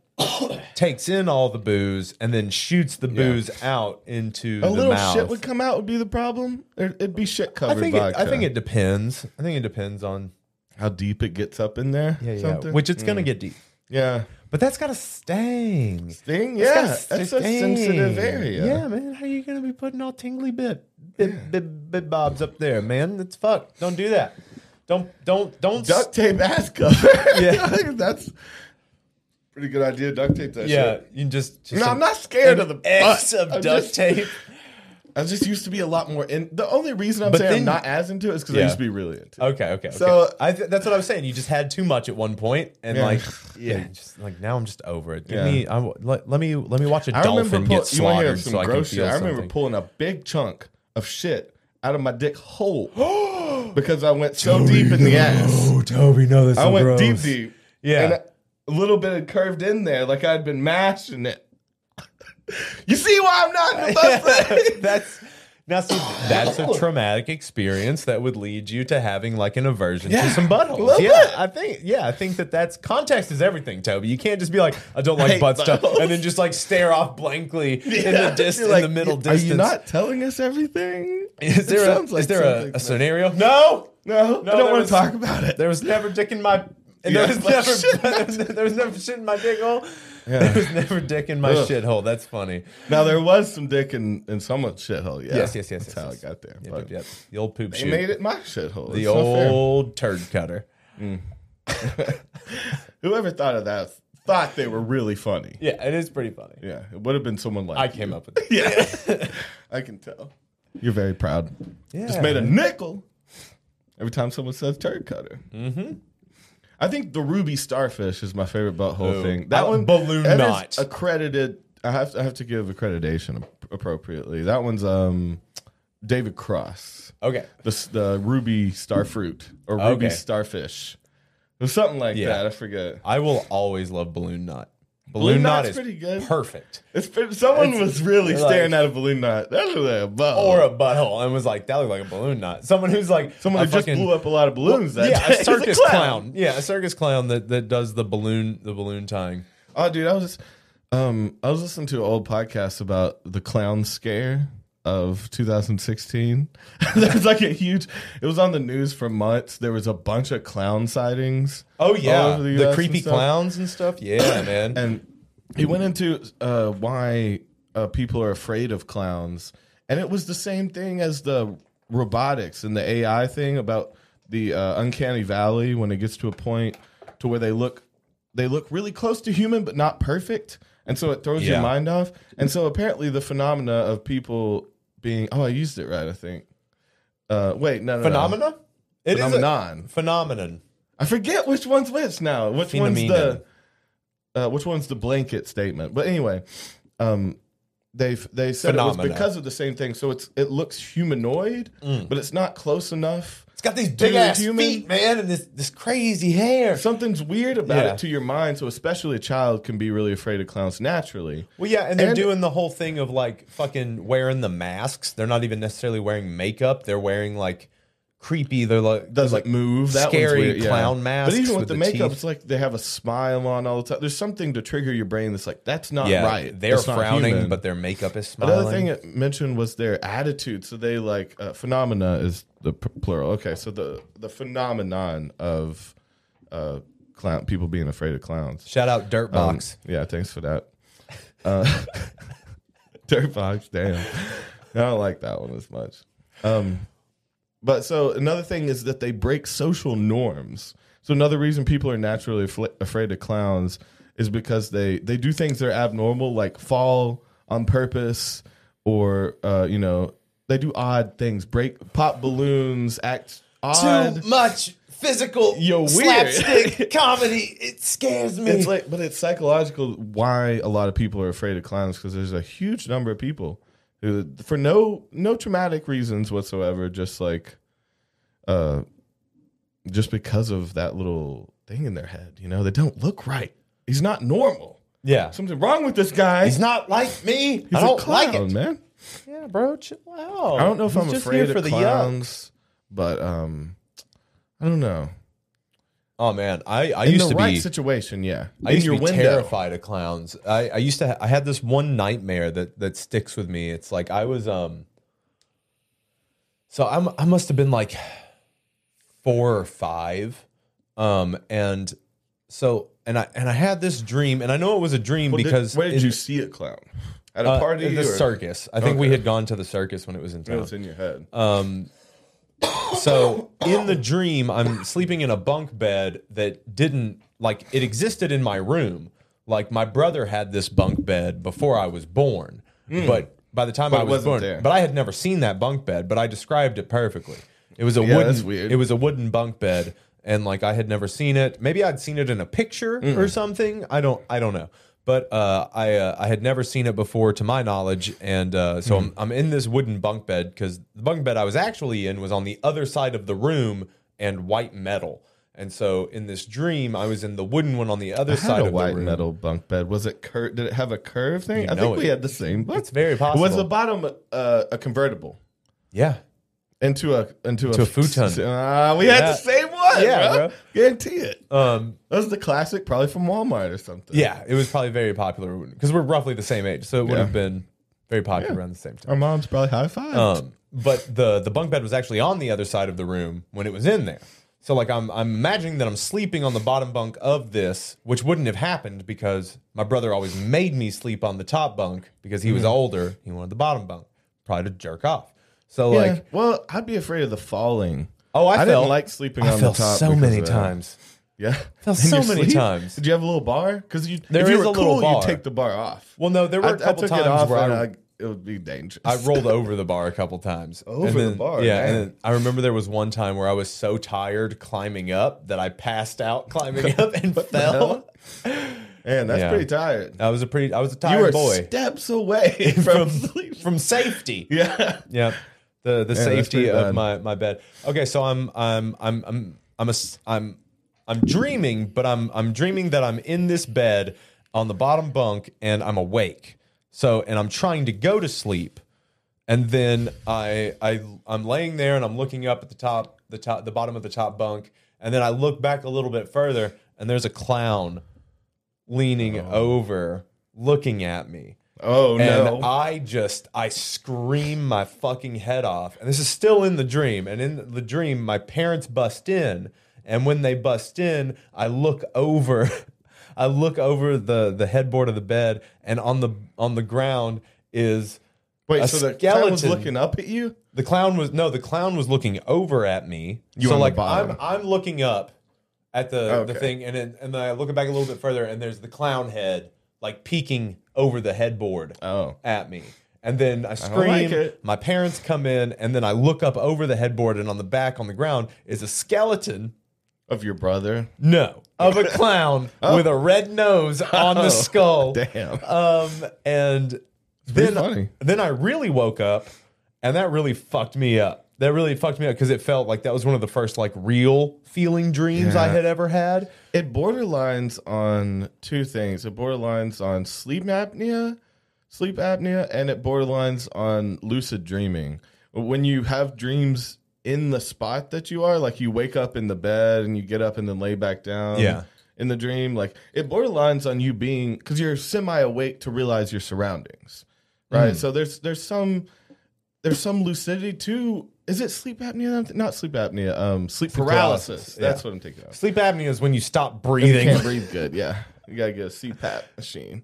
takes in all the booze and then shoots the booze out into a the little mouth. shit would come out would be the problem. There- It'd be shit I covered think it, vodka. I think it depends. I think it depends on how deep it gets up in there. yeah, yeah. something. Mm. which it's gonna get deep. yeah, But that's got a sting. thing. Yeah, got that's a sting. sensitive area. Yeah, man. How you gonna be putting all tingly bit bit bit, bit bobs up there, man? That's fucked. Don't do that. Don't don't don't duct tape ass cover. Yeah. that's pretty good idea. Duct tape that. yeah. shit. You just, just No, a- I'm not scared an of the X butt. of I'm duct just- tape. I just used to be a lot more in. The only reason I'm But saying then- I'm not as into it is because I Yeah. used to be really into. it. Okay, okay. So So- I th- that's what I was saying. You just had too much at one point, and Yeah. like, yeah, just like now I'm just over it. Give Yeah. me, I w- let, let me, let me watch a I dolphin remember pull, get you want to hear slaughtered some so I can gross shit. feel I remember something. pulling a big chunk of shit out of my dick hole because I went so deep in the ass. Oh, Toby, no, that's I went deep, deep. Yeah. and a little bit of curved in there, like I'd been mashing it. you see why I'm not in the buffet? that's now see, that's a traumatic experience that would lead you to having like an aversion to Yeah, some a buttholes. little Yeah, bit. I think yeah, I think that that's context is everything, Toby. You can't just be like I don't like hate butt stuff buttholes. and then just like stare off blankly in the Yeah, distance, you're like, in the middle Are distance. you not telling us everything? Is It there a, sounds like is there a- a, something- scenario? No, No, No, I there don't want was- to talk about it. there was never dick in my. and Yeah, there was my never shit. there was- there was never shit in my dick hole. Yeah. There was never dick in my Ugh. shithole. That's funny. Now there was some dick in, in someone's shithole. Yeah. Yes, yes, yes, That's yes, how yes. it got there. Yep, yep, but yep. The old poop They shoot. made it my shithole. the It's not fair. old turd cutter. Whoever thought of that thought they were really funny. Yeah, Yeah, it is pretty funny. it would have been someone like I you. came up with it. Yeah, I can tell. You're very proud. Yeah. Just made a nickel every time someone says turd cutter. Mm-hmm. I think the ruby starfish is my favorite butthole Ooh. thing. That I- one balloon that is knot. accredited. I have to, I have to give accreditation ap- appropriately. That one's um David Cross. Okay. The s- the ruby starfruit or ruby Okay. starfish. It was something like Yeah. that. I forget. I will always love balloon knot. Balloon, knot knot's is pretty good. perfect. It's been, someone It's was really like- staring at a balloon knot. That looked like a butthole. Or a butthole and was like, that looked like a balloon knot. Someone who's like Someone I who just fucking- blew up a lot of balloons. that Yeah, day. a He's a circus clown. Yeah, a circus clown that, that does the balloon the balloon tying. Oh, dude, I was just, um, I was listening to an old podcast about the clown scare of 2016. there was like a huge. It was on the news for months. There was a bunch of clown sightings. Oh all yeah, over the, US and creepy stuff. clowns and stuff. Yeah, man. and uh, he went into uh, why uh, people are afraid of clowns, and it was the same thing as the robotics and the AI thing about the uh, uncanny valley when it gets to a point to where they look they look really close to human but not perfect, and so it throws Yeah. your mind off. And so apparently the phenomena of people being oh I used it right I think uh, wait no no no. phenomena. It is a- Phenomenon. phenomenon. I forget which one's which now. Which Phenomena. one's the uh, which one's the blanket statement? But anyway, um, they they said it Phenomena. was because of the same thing. So it's it looks humanoid, Mm. but it's not close enough. It's got these Dude, big ass human- feet, man, and this this crazy hair. Something's weird about Yeah. it to your mind. So especially a child can be really afraid of clowns naturally. Well, yeah, and they're And- doing the whole thing of like fucking wearing the masks. They're not even necessarily wearing makeup. They're wearing like creepy. They're like Doesn't like move. That scary one's weird, yeah. clown masks. But even with, with the, makeup, teeth. it's like they have a smile on all the time. There's something to trigger your brain that's like that's not yeah, right. They're That's not frowning, human. but their makeup is smiling. Another thing it mentioned was their attitude. So they like uh, phenomena is the p- plural. Okay, so the the phenomenon of uh, clown people being afraid of clowns. Shout out Dirtbox. Um, box. yeah, thanks for that. Uh, dirt box, damn. I don't like that one as much. Um, but so another thing is that they break social norms. So another reason people are naturally affl- afraid of clowns is because they they do things that are abnormal, like fall on purpose, or uh, you know they do odd things, break pop balloons, act odd. much physical You're Um, weird. slapstick comedy. It scares me. It's like, but it's psychological why a lot of people are afraid of clowns because there's a huge number of people who, for no no traumatic reasons whatsoever, just like, uh, just because of that little thing in their head, you know, they don't look right. He's not normal. yeah. Something wrong with this guy. He's not like me. He's I don't a clown, like it. man. Yeah, bro, chill out. I don't know if He's I'm just afraid here for of the yuck. clowns But um, I don't know. Oh man, I I In used the to right be situation, yeah. I In used to your be window. terrified of clowns. I, I used to ha- I had this one nightmare that that sticks with me. It's like I was um so I'm I must have been like four or five. Um and so and I and I had this dream and I know it was a dream Well, did- because where did in- you see it, clown? At a uh, party? in the or- circus. I think we Okay. had gone to the circus when it was in It town. was in your head. Uh, So in the dream, I'm sleeping in a bunk bed that didn't like it existed in my room. Like my brother had this bunk bed before I was born, but by the time Hmm. But I it was wasn't born, there. but I had never seen that bunk bed. But I described it perfectly. It was a Yeah, wooden. that's weird. It was a wooden bunk bed, and like I had never seen it. Maybe I'd seen it in a picture or something. I don't. I don't know. But uh, I uh, I had never seen it before, to my knowledge, and uh, Mm. so I'm I'm in this wooden bunk bed because the bunk bed I was actually in was on the other side of the room and white metal, and so in this dream I was in the wooden one on the other I side had a of the white room. metal bunk bed. Was it cur- Did it have a curve thing? You I know think it- we had the same. Bunk. It's very possible. Was the bottom uh, a convertible Yeah, into a into To a futon. Uh, we had Yeah. the same one. Yeah, Yeah, bro. guarantee it. um, That was the classic, probably from Walmart or something. yeah, it was probably very popular because we're roughly the same age, so it would Yeah. have been very popular around the same time. our mom's probably high five. Um, but the the bunk bed was actually on the other side of the room when it was in there. So like I'm I'm imagining that I'm sleeping on the bottom bunk of this, which wouldn't have happened because my brother always made me sleep on the top bunk because he was Mm-hmm. older. He wanted the bottom bunk, probably to jerk off. So like, well, I'd be afraid of the falling. oh, I, didn't fell. like sleeping I on fell the top so because many of that. times. Yeah, Fell In so your many times. Did you have a little bar? Because you, There if you is were a little cool, bar. You take the bar off. Well, no, there were I- a couple I took times it off where and I- it would be dangerous. I rolled over the bar a couple times. Over And the then- bar, Yeah, man. and then I remember there was one time where I was so tired climbing up that I passed out climbing up and fell. Man, that's Yeah. pretty tired. I was a pretty. I was a You tired were boy steps away from from, from, sleep. safety. yeah. Yep. The the that's safety pretty of bad. my my bed. Okay, so I'm I'm I'm I'm I'm a s- I'm I'm dreaming, but I'm I'm dreaming that I'm in this bed on the bottom bunk and I'm awake. So and I'm trying to go to sleep, and then I I I'm laying there and I'm looking up at the top the top the bottom of the top bunk, and then I look back a little bit further and there's a clown leaning over looking at me. Oh And no. I just I scream my fucking head off. And this is still in the dream. And in the dream, my parents bust in. And when they bust in, I look over, I look over the the headboard of the bed, and on the on the ground is Wait, a so the clown was skeleton. looking up at you? the clown was no, the clown was looking over at me. You so on the like bottom. I'm I'm looking up at the, the Okay. thing and then and then I look back a little bit further and there's the clown head like peeking over the headboard Oh. at me. And then I don't like scream, it. my parents come in, and then I look up over the headboard and on the back on the ground is a skeleton. Of your brother. No, of a clown with a red nose on the Oh, skull. damn. Um, and then, pretty funny. then I really woke up, and that really fucked me up. That really fucked me up because it felt like that was one of the first like real feeling dreams I Yeah. had ever had. It borderlines on two things. It borderlines on sleep apnea, sleep apnea, and it borderlines on lucid dreaming. When you have dreams in the spot that you are, like you wake up in the bed and you get up and then lay back down. Yeah. In the dream, like it borderlines on you being because you're semi awake to realize your surroundings, Mm-hmm. right? So there's there's some there's some lucidity to is it sleep apnea? Not sleep apnea. Um, sleep paralysis. paralysis, yeah. That's what I'm thinking of. Sleep apnea is when you stop You breathing. can't breathe good. Yeah, you gotta get a CPAP machine.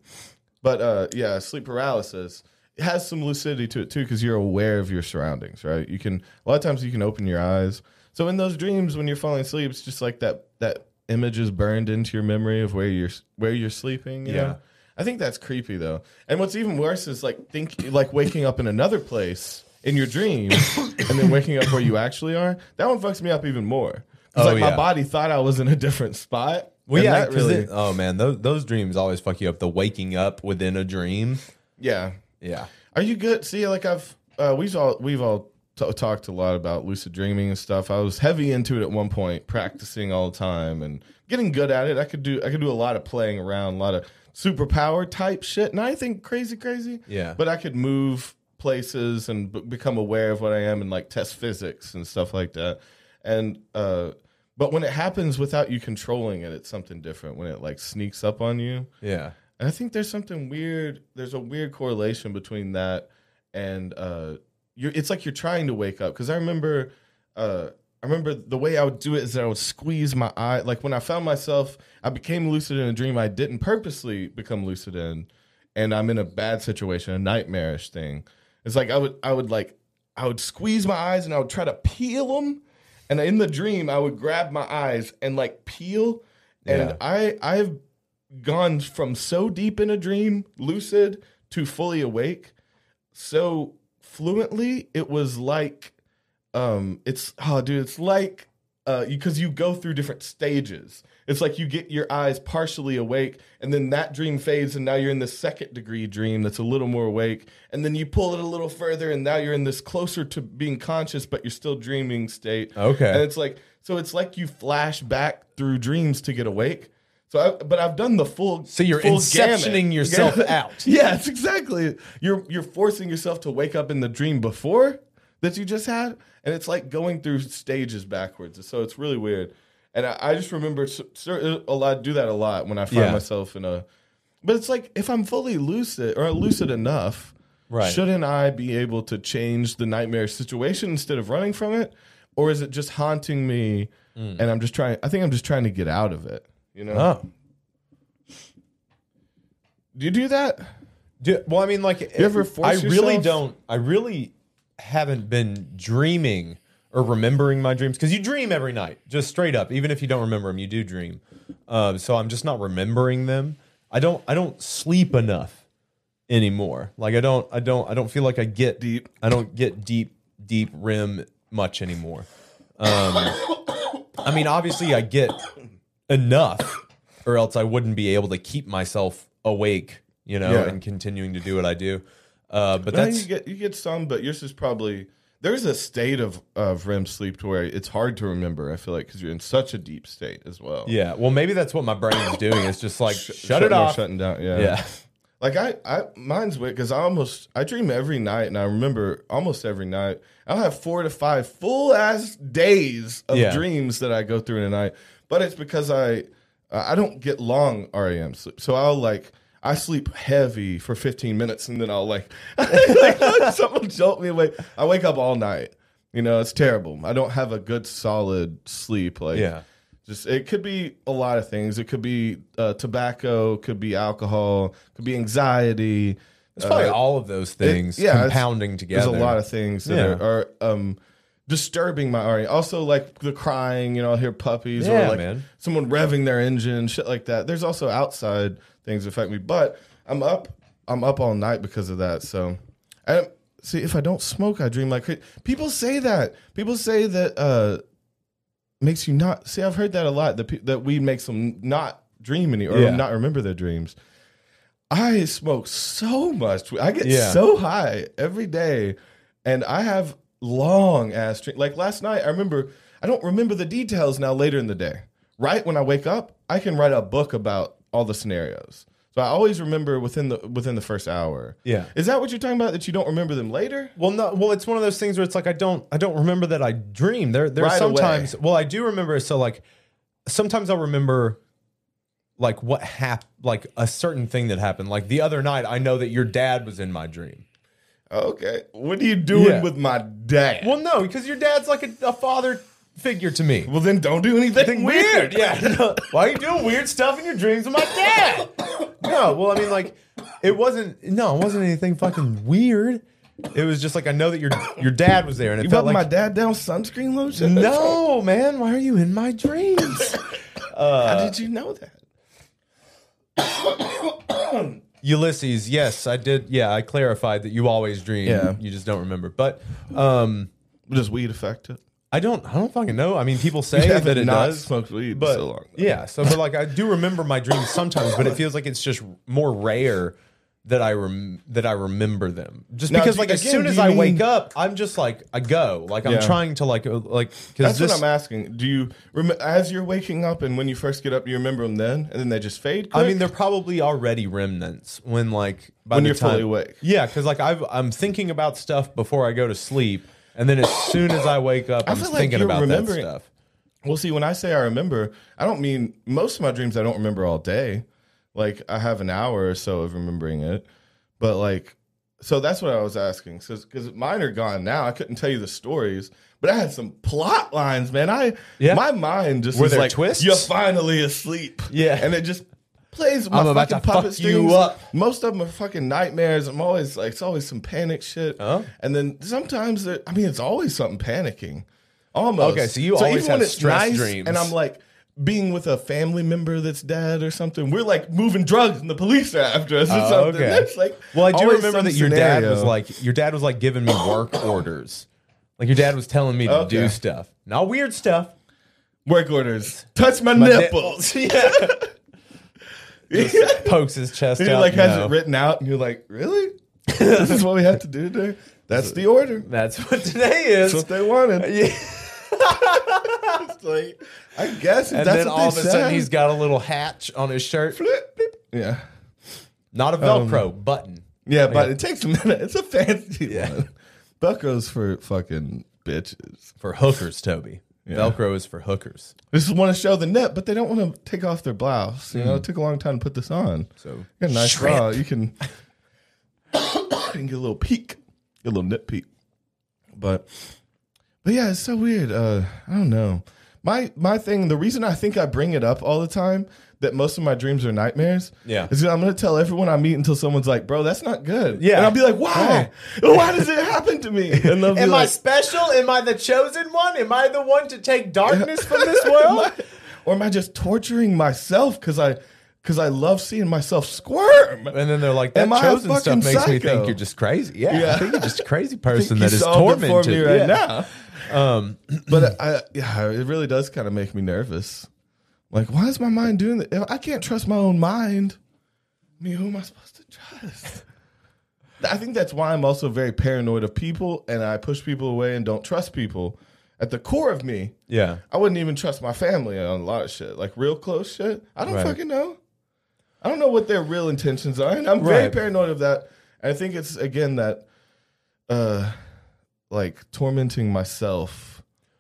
But uh, yeah, sleep paralysis it has some lucidity to it too because you're aware of your surroundings, right? You can a lot of times you can open your eyes. So in those dreams, when you're falling asleep, it's just like that that image is burned into your memory of where you're where you're sleeping. yeah, Yeah. I think that's creepy though. And what's even worse is like think like waking up in another place in your dream and then waking up where you actually are. That one fucks me up even more. 'Cause, Oh, like yeah. my body thought I was in a different spot. Well, And yeah, that 'cause really, it- oh man, those those dreams always fuck you up. The waking up within a dream. yeah. Yeah. Are you good? See, like I've uh, we've all we've all t- talked a lot about lucid dreaming and stuff. I was heavy into it at one point, practicing all the time and getting good at it. I could do I could do a lot of playing around, a lot of superpower type shit, and I think crazy, crazy. Yeah. but I could move places and b- become aware of what I am and like test physics and stuff like that. And uh, but when it happens without you controlling it, it's something different. When it like sneaks up on you, Yeah. and I think there's something weird. There's a weird correlation between that and uh, you're. It's like you're trying to wake up because I remember, uh, I remember the way I would do it is that I would squeeze my eye. Like when I found myself, I became lucid in a dream. I didn't purposely become lucid in, and I'm in a bad situation, a nightmarish thing. It's like I would, I would like, I would squeeze my eyes and I would try to peel them, and in the dream I would grab my eyes and like peel, and Yeah. I, I've gone from so deep in a dream, lucid, to fully awake so fluently. It was like, um, it's oh, dude, it's like, uh, because you go through different stages. It's like you get your eyes partially awake, and then that dream fades, and now you're in the second degree dream that's a little more awake, and then you pull it a little further, and now you're in this closer to being conscious, but you're still dreaming state. Okay. And it's like so it's like you flash back through dreams to get awake. So I, but I've done the full So you're full inceptioning gamut. yourself Yeah. out. Yes, exactly. You're you're forcing yourself to wake up in the dream before that you just had, and it's like going through stages backwards. So it's really weird. And I, I just remember s- cer- a lot do that a lot when I find Yeah. myself in a. But it's like if I'm fully lucid or lucid enough, Right. Shouldn't I be able to change the nightmare situation instead of running from it, or is it just haunting me? Mm. And I'm just trying. I think I'm just trying to get out of it. You know? Oh. Do you do that? Do, well, I mean, like, ever force I really yourself? don't. I really haven't been dreaming or remembering my dreams because you dream every night, just straight up. Even if you don't remember them, you do dream. Um, so I'm just not remembering them. I don't. I don't sleep enough anymore. Like I don't. I don't. I don't feel like I get Deep. I don't get deep, deep rim much anymore. Um, I mean, obviously, I get enough, or else I wouldn't be able to keep myself awake, you know, Yeah. and continuing to do what I do. Uh, but No, that's you get you get some, but yours is probably there's a state of of REM sleep to where it's hard to remember. I feel like because you're in such a deep state as well. yeah. Well, maybe that's what my brain's doing. It's just like Sh- shut, shutting it or off. shutting down. Yeah, yeah, Like I, I mine's weird because I almost I dream every night and I remember almost every night. I'll have four to five full ass days of Yeah. dreams that I go through in a night, but it's because I I don't get long REM sleep, so I'll like. I sleep heavy for 15 minutes and then I'll like, like someone jolt me awake. I wake up all night. You know, it's terrible. I don't have a good solid sleep. Like, yeah, just it could be a lot of things. It could be uh, tobacco, could be alcohol, could be anxiety. it's probably Uh, all of those things yeah, it's- compounding together. There's a lot of things that Yeah. are, are um, disturbing my RE. Also, like the crying, you know, I'll hear puppies Yeah, or like man. someone revving their engine, shit like that. There's also outside things that affect me, but I'm up. I'm up all night because of that. So, I see if I don't smoke, I dream like cra- people say that. People say that uh, makes you not see. I've heard that a lot. That pe- that weed makes them not dream any or Yeah. not remember their dreams. I smoke so much. weed. I get Yeah. so high Oh, every day, and I have long ass dreams. Like last night, I remember. I don't remember the details now. Later in the day, right when I wake up, I can write a book about all the scenarios. So I always remember within the within the first hour. Yeah. is that what you're talking about? That you don't remember them later? Well, no. Well, it's one of those things where it's like I don't, I don't remember that I dream. There, there. are Right away. sometimes, well, I do remember. So, like, sometimes I'll remember, like what happened, like a certain thing that happened. Like the other night, I know that your dad was in my dream. Okay, what are you doing Yeah. with my dad? Well, no, because your dad's like a, a father figure to me. Well, then don't do anything, weird. Yeah. Why are you doing weird stuff in your dreams with my dad? No. Well, I mean, like, it wasn't. No, it wasn't anything fucking weird. It was just like I know that your your dad was there, and it You felt rubbing like my dad down with sunscreen lotion? No, man. Why are you in my dreams? How did you know that? Ulysses. Yes, I did. Yeah, I clarified that you always dream. Yeah. You just don't remember. But um, Does weed affect it? I don't. I don't fucking know. I mean, people say haven't that it not does. smoked weed in but so long. yeah. So, but like, I do remember my dreams sometimes, but it feels like it's just more rare that I rem- that I remember them. Just Now, because do- like as again, soon do as you I mean- wake up, I'm just like I go. Like I'm Yeah. trying to like uh, like because That's this what I'm asking. Do you rem- as you're waking up and when you first get up, you remember them then, and then they just fade? I quick? mean, they're probably already remnants when like by When the you're fully time- awake. Yeah, because like I've, I'm thinking about stuff before I go to sleep, and then as soon as I wake up, I I'm feel like thinking you're about that remembering- stuff. Well, see, when I say I remember, I don't mean most of my dreams I don't remember all day. Like I have an hour or so of remembering it. But like so that's what I was asking. So cuz mine are gone now. I couldn't tell you the stories, but I had some plot lines, man. I Yeah. my mind just Were was there like twists? You're finally asleep. Yeah. And it just plays my I'm about fucking to puppet fuck you strings. up. Most of them are fucking nightmares. I'm always like it's always some panic shit. Oh. And then sometimes it- I mean it's always something panicking. Almost. Okay, so you always even have when it's stress dreams. And I'm like being with a family member that's dead or something. We're like moving drugs and the police are after us or Oh, something. okay. That's like Well, I do always remember some that your dad was scenario. like your dad was like giving me work orders. Like your dad was telling me to Okay. do stuff, not weird stuff. work orders. Touch my, ni- nipples. yeah. He Pokes his chest out. like has no. it written out and you're like, Really? this is what we have to do today? That's the order. That's what today is. That's what they wanted. Yeah. It's like, I guess if and that's then what all of they a sudden said. he's got a little hatch on his shirt. Yeah. Not a Um, Velcro button. Yeah, but yeah. it takes a minute. It's a fancy one. Bucko's for fucking bitches. For hookers, Toby. Velcro is for hookers. They just want to show the nip, but they don't want to take off their blouse. You know, it took a long time to put this on. So you got a nice bra. You can, you can get a little peek, get a little nip peek. But but yeah, it's so weird. Uh, I don't know. My my thing, the reason I think I bring it up all the time that most of my dreams are nightmares. Yeah. Is that I'm gonna tell everyone I meet until someone's like, bro, that's not good. Yeah. And I'll be like, why? Why does it happen to me? And they'll be Am I like, special? Am I the chosen one? Am I the one to take darkness from this world? or am I just torturing myself because I because I love seeing myself squirm? and then they're like, that Am I a chosen stuff fucking makes me psycho? think you're just crazy. Yeah, I Yeah. think you're just a crazy person He that is solved tormented it for me right Yeah. Um, now. but I, yeah, it really does kind of make me nervous. Like, why is my mind doing that? If I can't trust my own mind, I mean, who am I supposed to trust? I think that's why I'm also very paranoid of people, and I push people away and don't trust people. At the core of me, Yeah, I wouldn't even trust my family on a lot of shit, like real close shit. I don't Right. fucking know. I don't know what their real intentions are, and I'm very Right. paranoid of that. And I think it's again that, uh, like tormenting myself.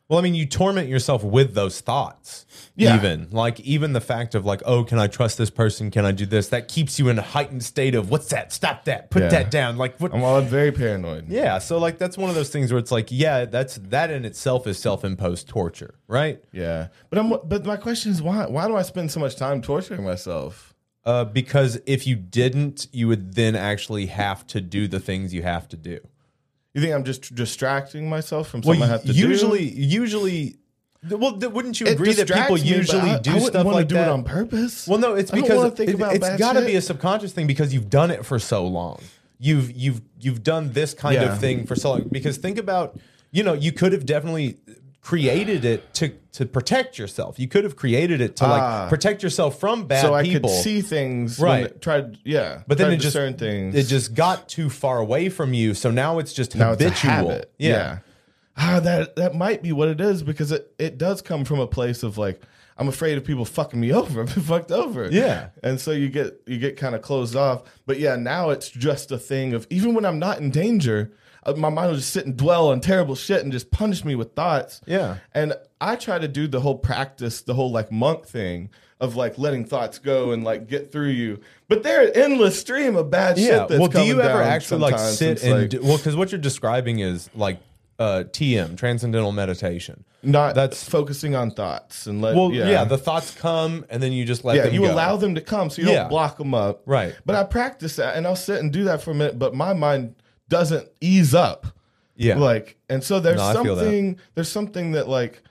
Well, I mean, you torment yourself with those thoughts. Yeah. Even like even the fact of like, oh, can I trust this person? Can I do this? That keeps you in a heightened state of what's that? Stop that! Put Yeah. that down! Like what? I'm all very paranoid. yeah. So like that's one of those things where it's like, yeah, that's that in itself is self-imposed torture, right? yeah. But I'm. But my question is why? Why do I spend so much time torturing myself? Uh, because if you didn't, you would then actually have to do the things you have to do. You think I'm just distracting myself from Well, something I have to do? usually, usually, well, th- wouldn't you It agree that distracts people me, but usually I- do I wouldn't stuff wanna like do that it on purpose. Well, no, it's I don't because wanna think it, about has bad got to shit. be a subconscious thing because you've done it for so long. You've you've you've done this kind Yeah. of thing for so long. Because think about, you know, you could have definitely created it to to protect yourself. You could have created it to Ah. like protect yourself from bad so I people. could see things. Right. Tried. Yeah. but then try it to just discern things. it just got too far away from you. So now it's just now habitual. it's a habit. Yeah. Ah, that that might be what it is because it, it does come from a place of like I'm afraid of people fucking me over. I've been fucked over. Yeah. And so you get you get kind of closed off. But yeah, now it's just a thing of even when I'm not in danger, uh, my mind will just sit and dwell on terrible shit and just punish me with thoughts. Yeah. And I try to do the whole practice, the whole like monk thing of like letting thoughts go and like get through you. But they're an endless stream of bad Yeah. shit that's Well, do you coming ever down actually like sometimes. sit It's and like- do, well, because what you're describing is like uh, TM, transcendental meditation. not That's- that's focusing on thoughts and let Well, yeah. yeah, the thoughts come and then you just let yeah them you go. allow them to come so you Yeah. don't block them up Right. but i practice that and i'll sit and do that for a minute but my mind doesn't ease up yeah. like and so there's No, I feel that. something there's something that like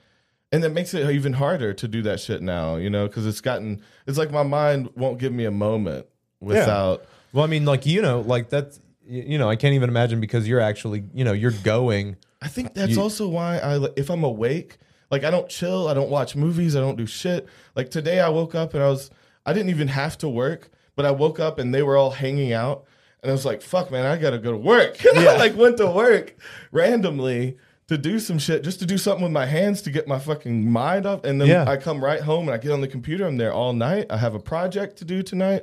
and that makes it even harder to do that shit now you know because it's gotten it's like my mind won't give me a moment without well, I mean, like you know, like that's y- you know, I can't even imagine because you're actually you know you're going. I think that's You- also why I li- if I'm awake, like I don't chill, I don't watch movies, I don't do shit. Like today I woke up and I was I didn't even have to work, but I woke up and they were all hanging out And I was like, fuck, man, I gotta go to work. And I like went to work randomly to do some shit, just to do something with my hands to get my fucking mind up. And then Yeah. I come right home and I get on the computer. I'm there all night. I have a project to do tonight.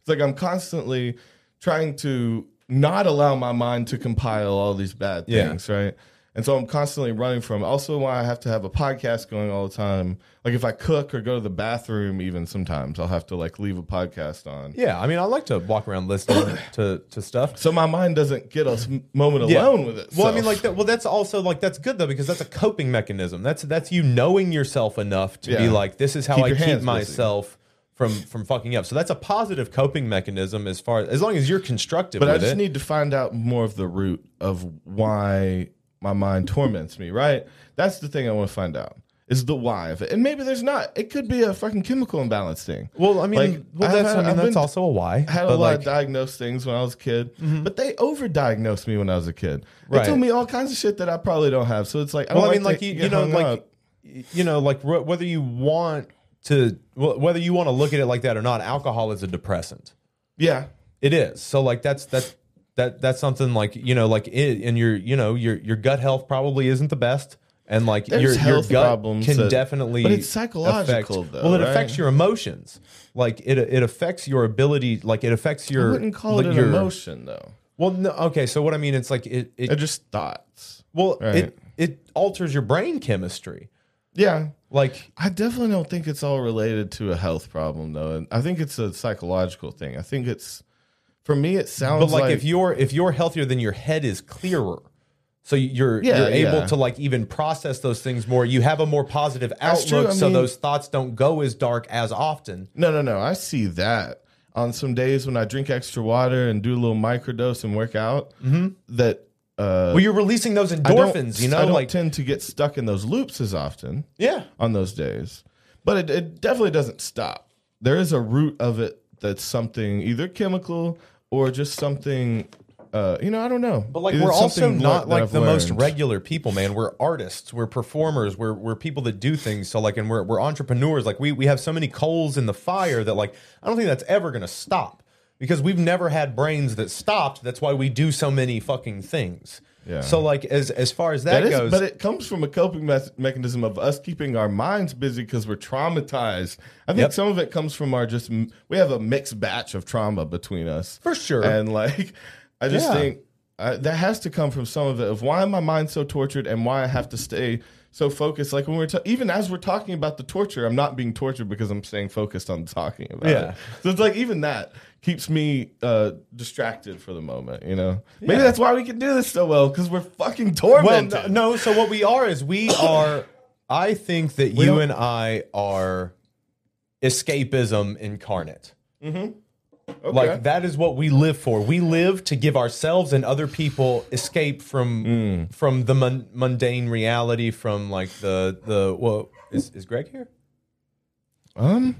It's like I'm constantly trying to not allow my mind to compile all these bad Yeah. things, right? And so I'm constantly running from. Also, why I have to have a podcast going all the time. Like if I cook or go to the bathroom, even sometimes I'll have to like leave a podcast on. Yeah, I mean, I like to walk around listening to to stuff. So my mind doesn't get a s- moment Yeah. alone with it. Well, I so- mean, like that. Well, that's also like that's good though because that's a coping mechanism. That's that's you knowing yourself enough to be Yeah. like, this is how Keep I your hands keep busy. myself from from fucking up. So that's a positive coping mechanism as far as long as you're constructive. But I with just it. need to find out more of the root of why my mind torments me, right? That's the thing I want to find out is the why of it. And maybe there's not. It could be a fucking chemical imbalance thing. Well, I mean, Like, well, I've that's had- I mean I've that's been- also a why. I had a but, lot like, Mm-hmm. of diagnosed things when I was a kid, but they overdiagnosed me when I was a kid. They Right. told me all kinds of shit that I probably don't have. So it's like, I don't well, I mean, to like you, get you know, hung like up. y- you know, like wh- whether you want to wh- whether you want to look at it like that or not, alcohol is a depressant. yeah, It is. So like that's that's that that's something like you know like it and your you know your your gut health probably isn't the best and like There's your your health gut problems can that- definitely but it's psychological, affect- though, Well, it right? affects your emotions. Like it it affects your ability. Like it affects your. I wouldn't call it an your- emotion though. Well, no, okay. So what I mean, it's like it. They're it just thoughts. well, Right. it it alters your brain chemistry. Yeah, Like I definitely don't think it's all related to a health problem though. And I think it's a psychological thing. I think it's for me it sounds but like, if you're if you're healthier then your head is clearer so you're Yeah, you're able yeah. to like even process those things more you have a more positive That's true, outlook I so mean- those thoughts don't go as dark as often No, no, no. I see that. On some days when I drink extra water and do a little microdose and work out, Mm-hmm. that uh well you're releasing those I don't- endorphins you I know don't like tend to get stuck in those loops as often yeah on those days. But it, it definitely doesn't stop. There is a root of it that's something either chemical or just something uh, you know, I don't know. but like Either we're also something not that like I've the most learned. regular people man we're artists we're performers we're we're people that do things so like and we're we're entrepreneurs like we we have so many coals in the fire that like i don't think that's ever going to stop because we've never had brains that stopped that's why we do so many fucking things Yeah. so like as as far as that, That is, goes but it comes from a coping me- mechanism of us keeping our minds busy because we're traumatized. I think Yep. some of it comes from our just m- we have a mixed batch of trauma between us For sure. and like I just Yeah. think uh, that has to come from some of it of why my mind's so tortured and why I have to stay so focused. Like when we're ta- even as we're talking about the torture, I'm not being tortured because I'm staying focused on talking about Yeah. it. So it's like even that keeps me uh, distracted for the moment. You know, maybe Yeah. that's why we can do this so well because we're fucking tormented. well no, no so what we are is we are i think that you don't- and i are escapism incarnate Okay. Like that is what we live for. We live to give ourselves and other people escape from Mm. from the mun- mundane reality, from like the the. Well, is is Greg here? Um.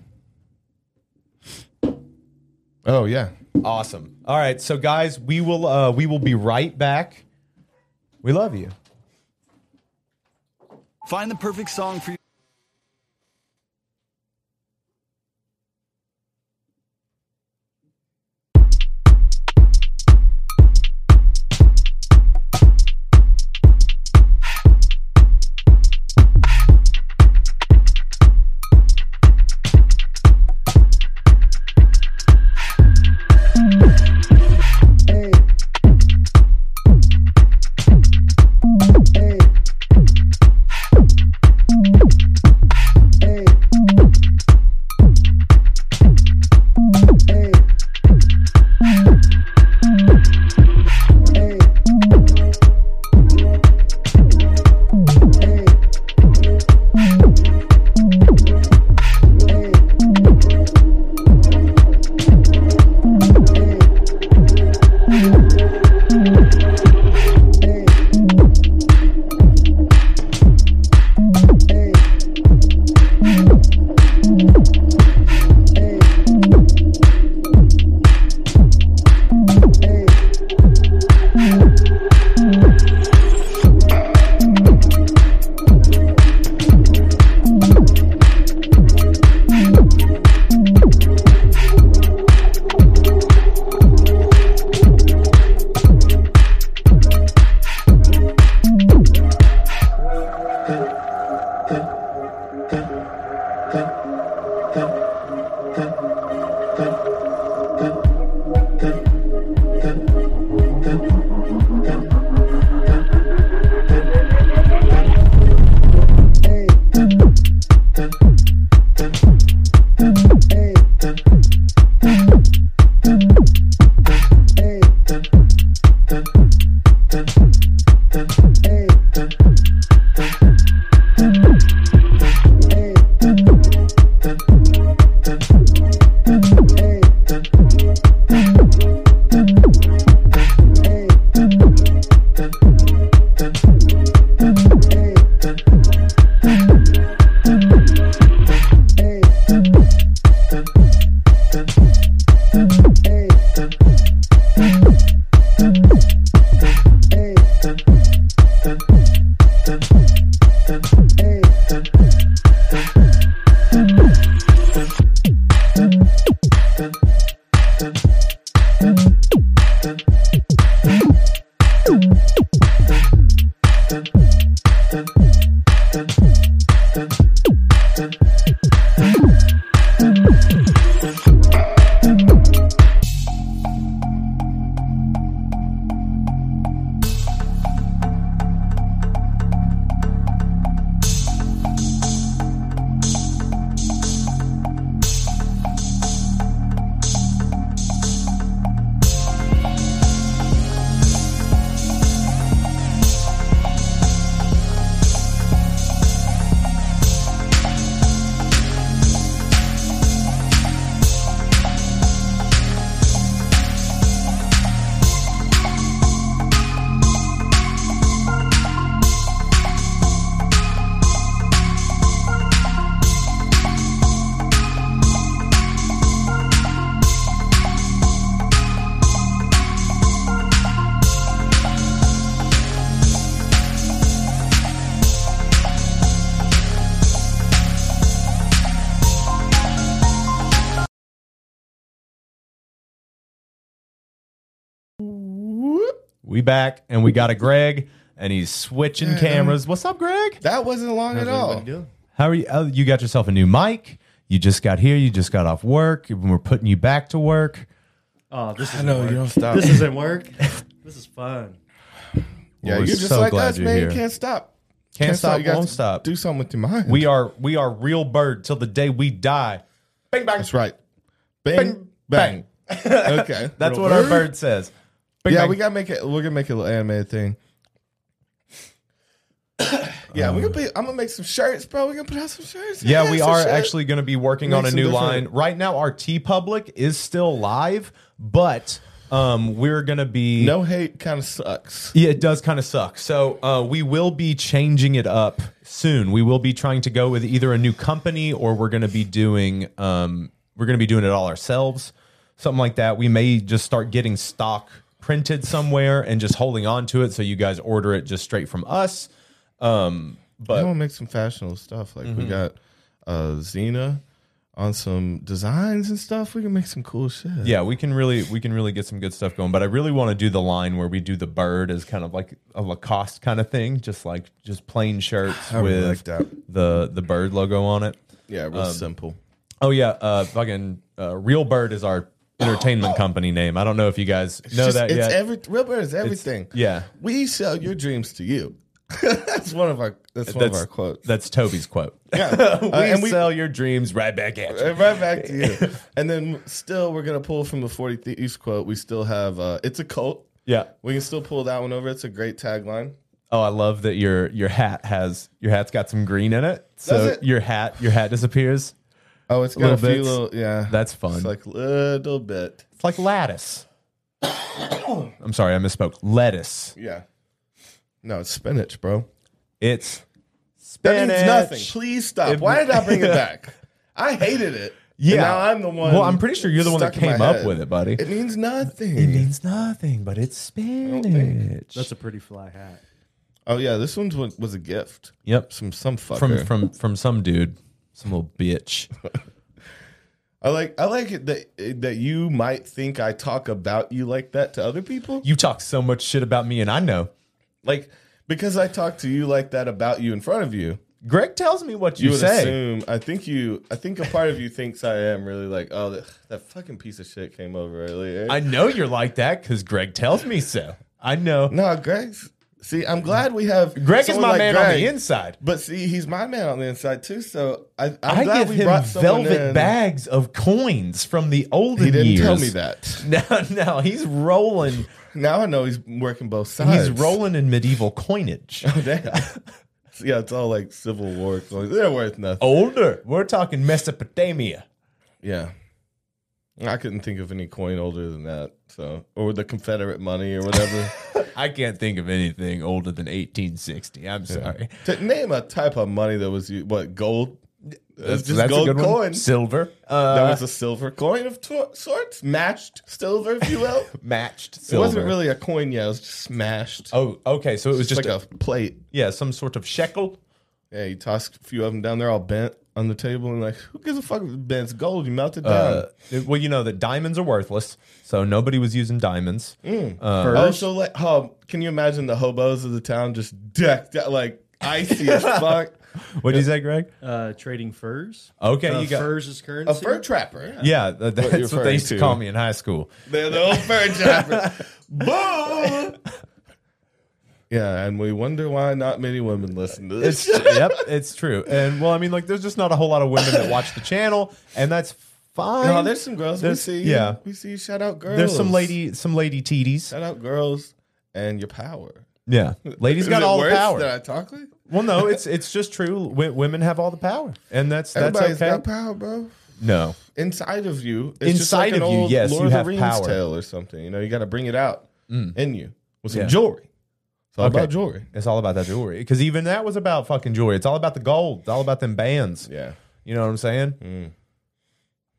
Oh yeah. Awesome. All right, so guys, we will uh we will be right back. We love you. Find the perfect song for you. Hey. We back and we got a Greg, and he's switching Mm-hmm. cameras. What's up, Greg? That wasn't long at all. How are you? Oh, you got yourself a new mic. You just got here. You just got off work. We're putting you back to work. Oh, this is I know you don't stop. This isn't work. this is fun. yeah, We're you're just so like glad us, you're man. You here. can't stop. Can't, stop, You got won't to stop. Do something with your mind. We are we are real bird till the day we die. Bing bang. That's right. Bang bang. Bang. okay. That's what our bird says. Bing, Yeah, bang. we gotta make it. We're gonna make it a little animated thing. yeah, we're gonna be. I'm gonna make some shirts, bro. We're gonna put out some shirts. Um, Yeah, we some are shit. actually going to be working Make on a some new different- line. Right now, our T Public is still live, but um, we're going to be. No hate kind of sucks. Yeah, it does kind of suck. So uh, we will be changing it up soon. We will be trying to go with either a new company or we're going to be doing um, we're going to be doing it all ourselves, something like that. We may just start getting stock printed somewhere and just holding on to it so you guys order it just straight from us. Um, I but Mm-hmm. want to make some fashionable stuff. Like we got uh Xena on some designs and stuff. We can make some cool shit. yeah, we can really we can really get some good stuff going. But I really want to do the line where we do the bird as kind of like a Lacoste kind of thing, just like just plain shirts I really with like that. the the bird logo on it. Yeah, real simple. Oh yeah, uh, fucking uh, Real Bird is our entertainment company name. I don't know if you guys know Just- that it's yet. every real bird is everything. yeah. we sell your dreams to you. that's one of our. That's, one of That's- our quotes. That's Toby's quote. yeah, we Uh, and we sell your dreams right back at you. And right back to you. And then still, we're gonna pull from the Forty Thieves quote. We still have uh, it's a cult. Yeah. We can still pull that one over. It's a great tagline. Oh, I love that your your hat has your hat's got some green in it. So Does it? your hat your hat disappears. Oh, it's got Little a few bits. little yeah. That's fun. It's It's like, like little bit. lattice. I'm sorry, I misspoke. Lettuce. Yeah. No, it's spinach, bro. It's That spinach. means nothing. Please stop. It- Why did I bring it back? I hated it. Yeah. And now I'm the one. Well, I'm pretty sure you're the one that stuck in came my up head. with it, buddy. It means nothing. It means nothing, but it's spinach. That's a pretty fly hat. oh yeah, this one was, was a gift. yep. Some some fucker. From from from some dude, some little bitch. I like I like it that that you might think I talk about you like that to other people. You talk so much shit about me, and I know. Like because I talk to you like that about you in front of you, Greg tells me what you you, would say. assume. I think you. I think a part of you thinks I am really like, oh, that, that fucking piece of shit came over earlier. I know you're like that because Greg tells me so. I know. no, Greg's. See, I'm glad we have Greg is someone my like man on Greg. the inside. But see, he's my man on the inside too. So I, I'm i glad give we him brought someone velvet in. bags of coins from the olden He didn't years. tell me that. No, no, he's rolling. Now I know he's working both sides. He's rolling in medieval coinage. Damn. yeah, it's all like Civil War coins. They're worth nothing. Oh. Older. We're talking Mesopotamia. Yeah. I couldn't think of any coin older than that. So, or the Confederate money or whatever. I can't think of anything older than 1860. I'm sorry. to name a type of money that was u- what gold. It's just a gold good one. coins. Silver. Uh, that was a silver coin of to- sorts, matched silver, if you will. matched it silver. wasn't really a coin yet; it was just smashed. Oh, okay. So it was It's just like a, plate. yeah, some sort of shekel. Yeah, you tossed a few of them down there, all bent on the table, and like, who gives a fuck? if it's bent? It's gold. You melt it down. Uh, it- well, you know that diamonds are worthless, so nobody was using diamonds. Uh, Oh, so like, oh, can you imagine the hobos of the town just decked out like icy as fuck? What'd you say, Greg? Uh, trading furs. Okay, Uh, you got- furs as currency. A fur trapper. Yeah, th- you're that's what referring they used to to. call me in high school. They're the old fur trapper. Boom. Yeah, and we wonder why not many women listen to It's this. yep, it's true. And well, I mean, like, there's just not a whole lot of women that watch the channel, and that's fine. no, there's some girls There's- we see. yeah. we see. Shout out girls. There's some lady, some lady titties. Shout out girls and your power. Yeah, ladies Is got it all the worse power. That I talk like Well, no, it's it's just true. W- women have all the power, and that's that's everybody's okay. got power, bro. No, Inside of you, it's just Inside like an of you, old yes, Lord you of have the Rings power. Mm. tale or something. You know, you got to bring it out in you with some Yeah. jewelry. It's all Okay. about jewelry. it's all about that jewelry. Because even that was about fucking jewelry. It's all about the gold. It's all about them bands. Yeah, You know what I'm saying?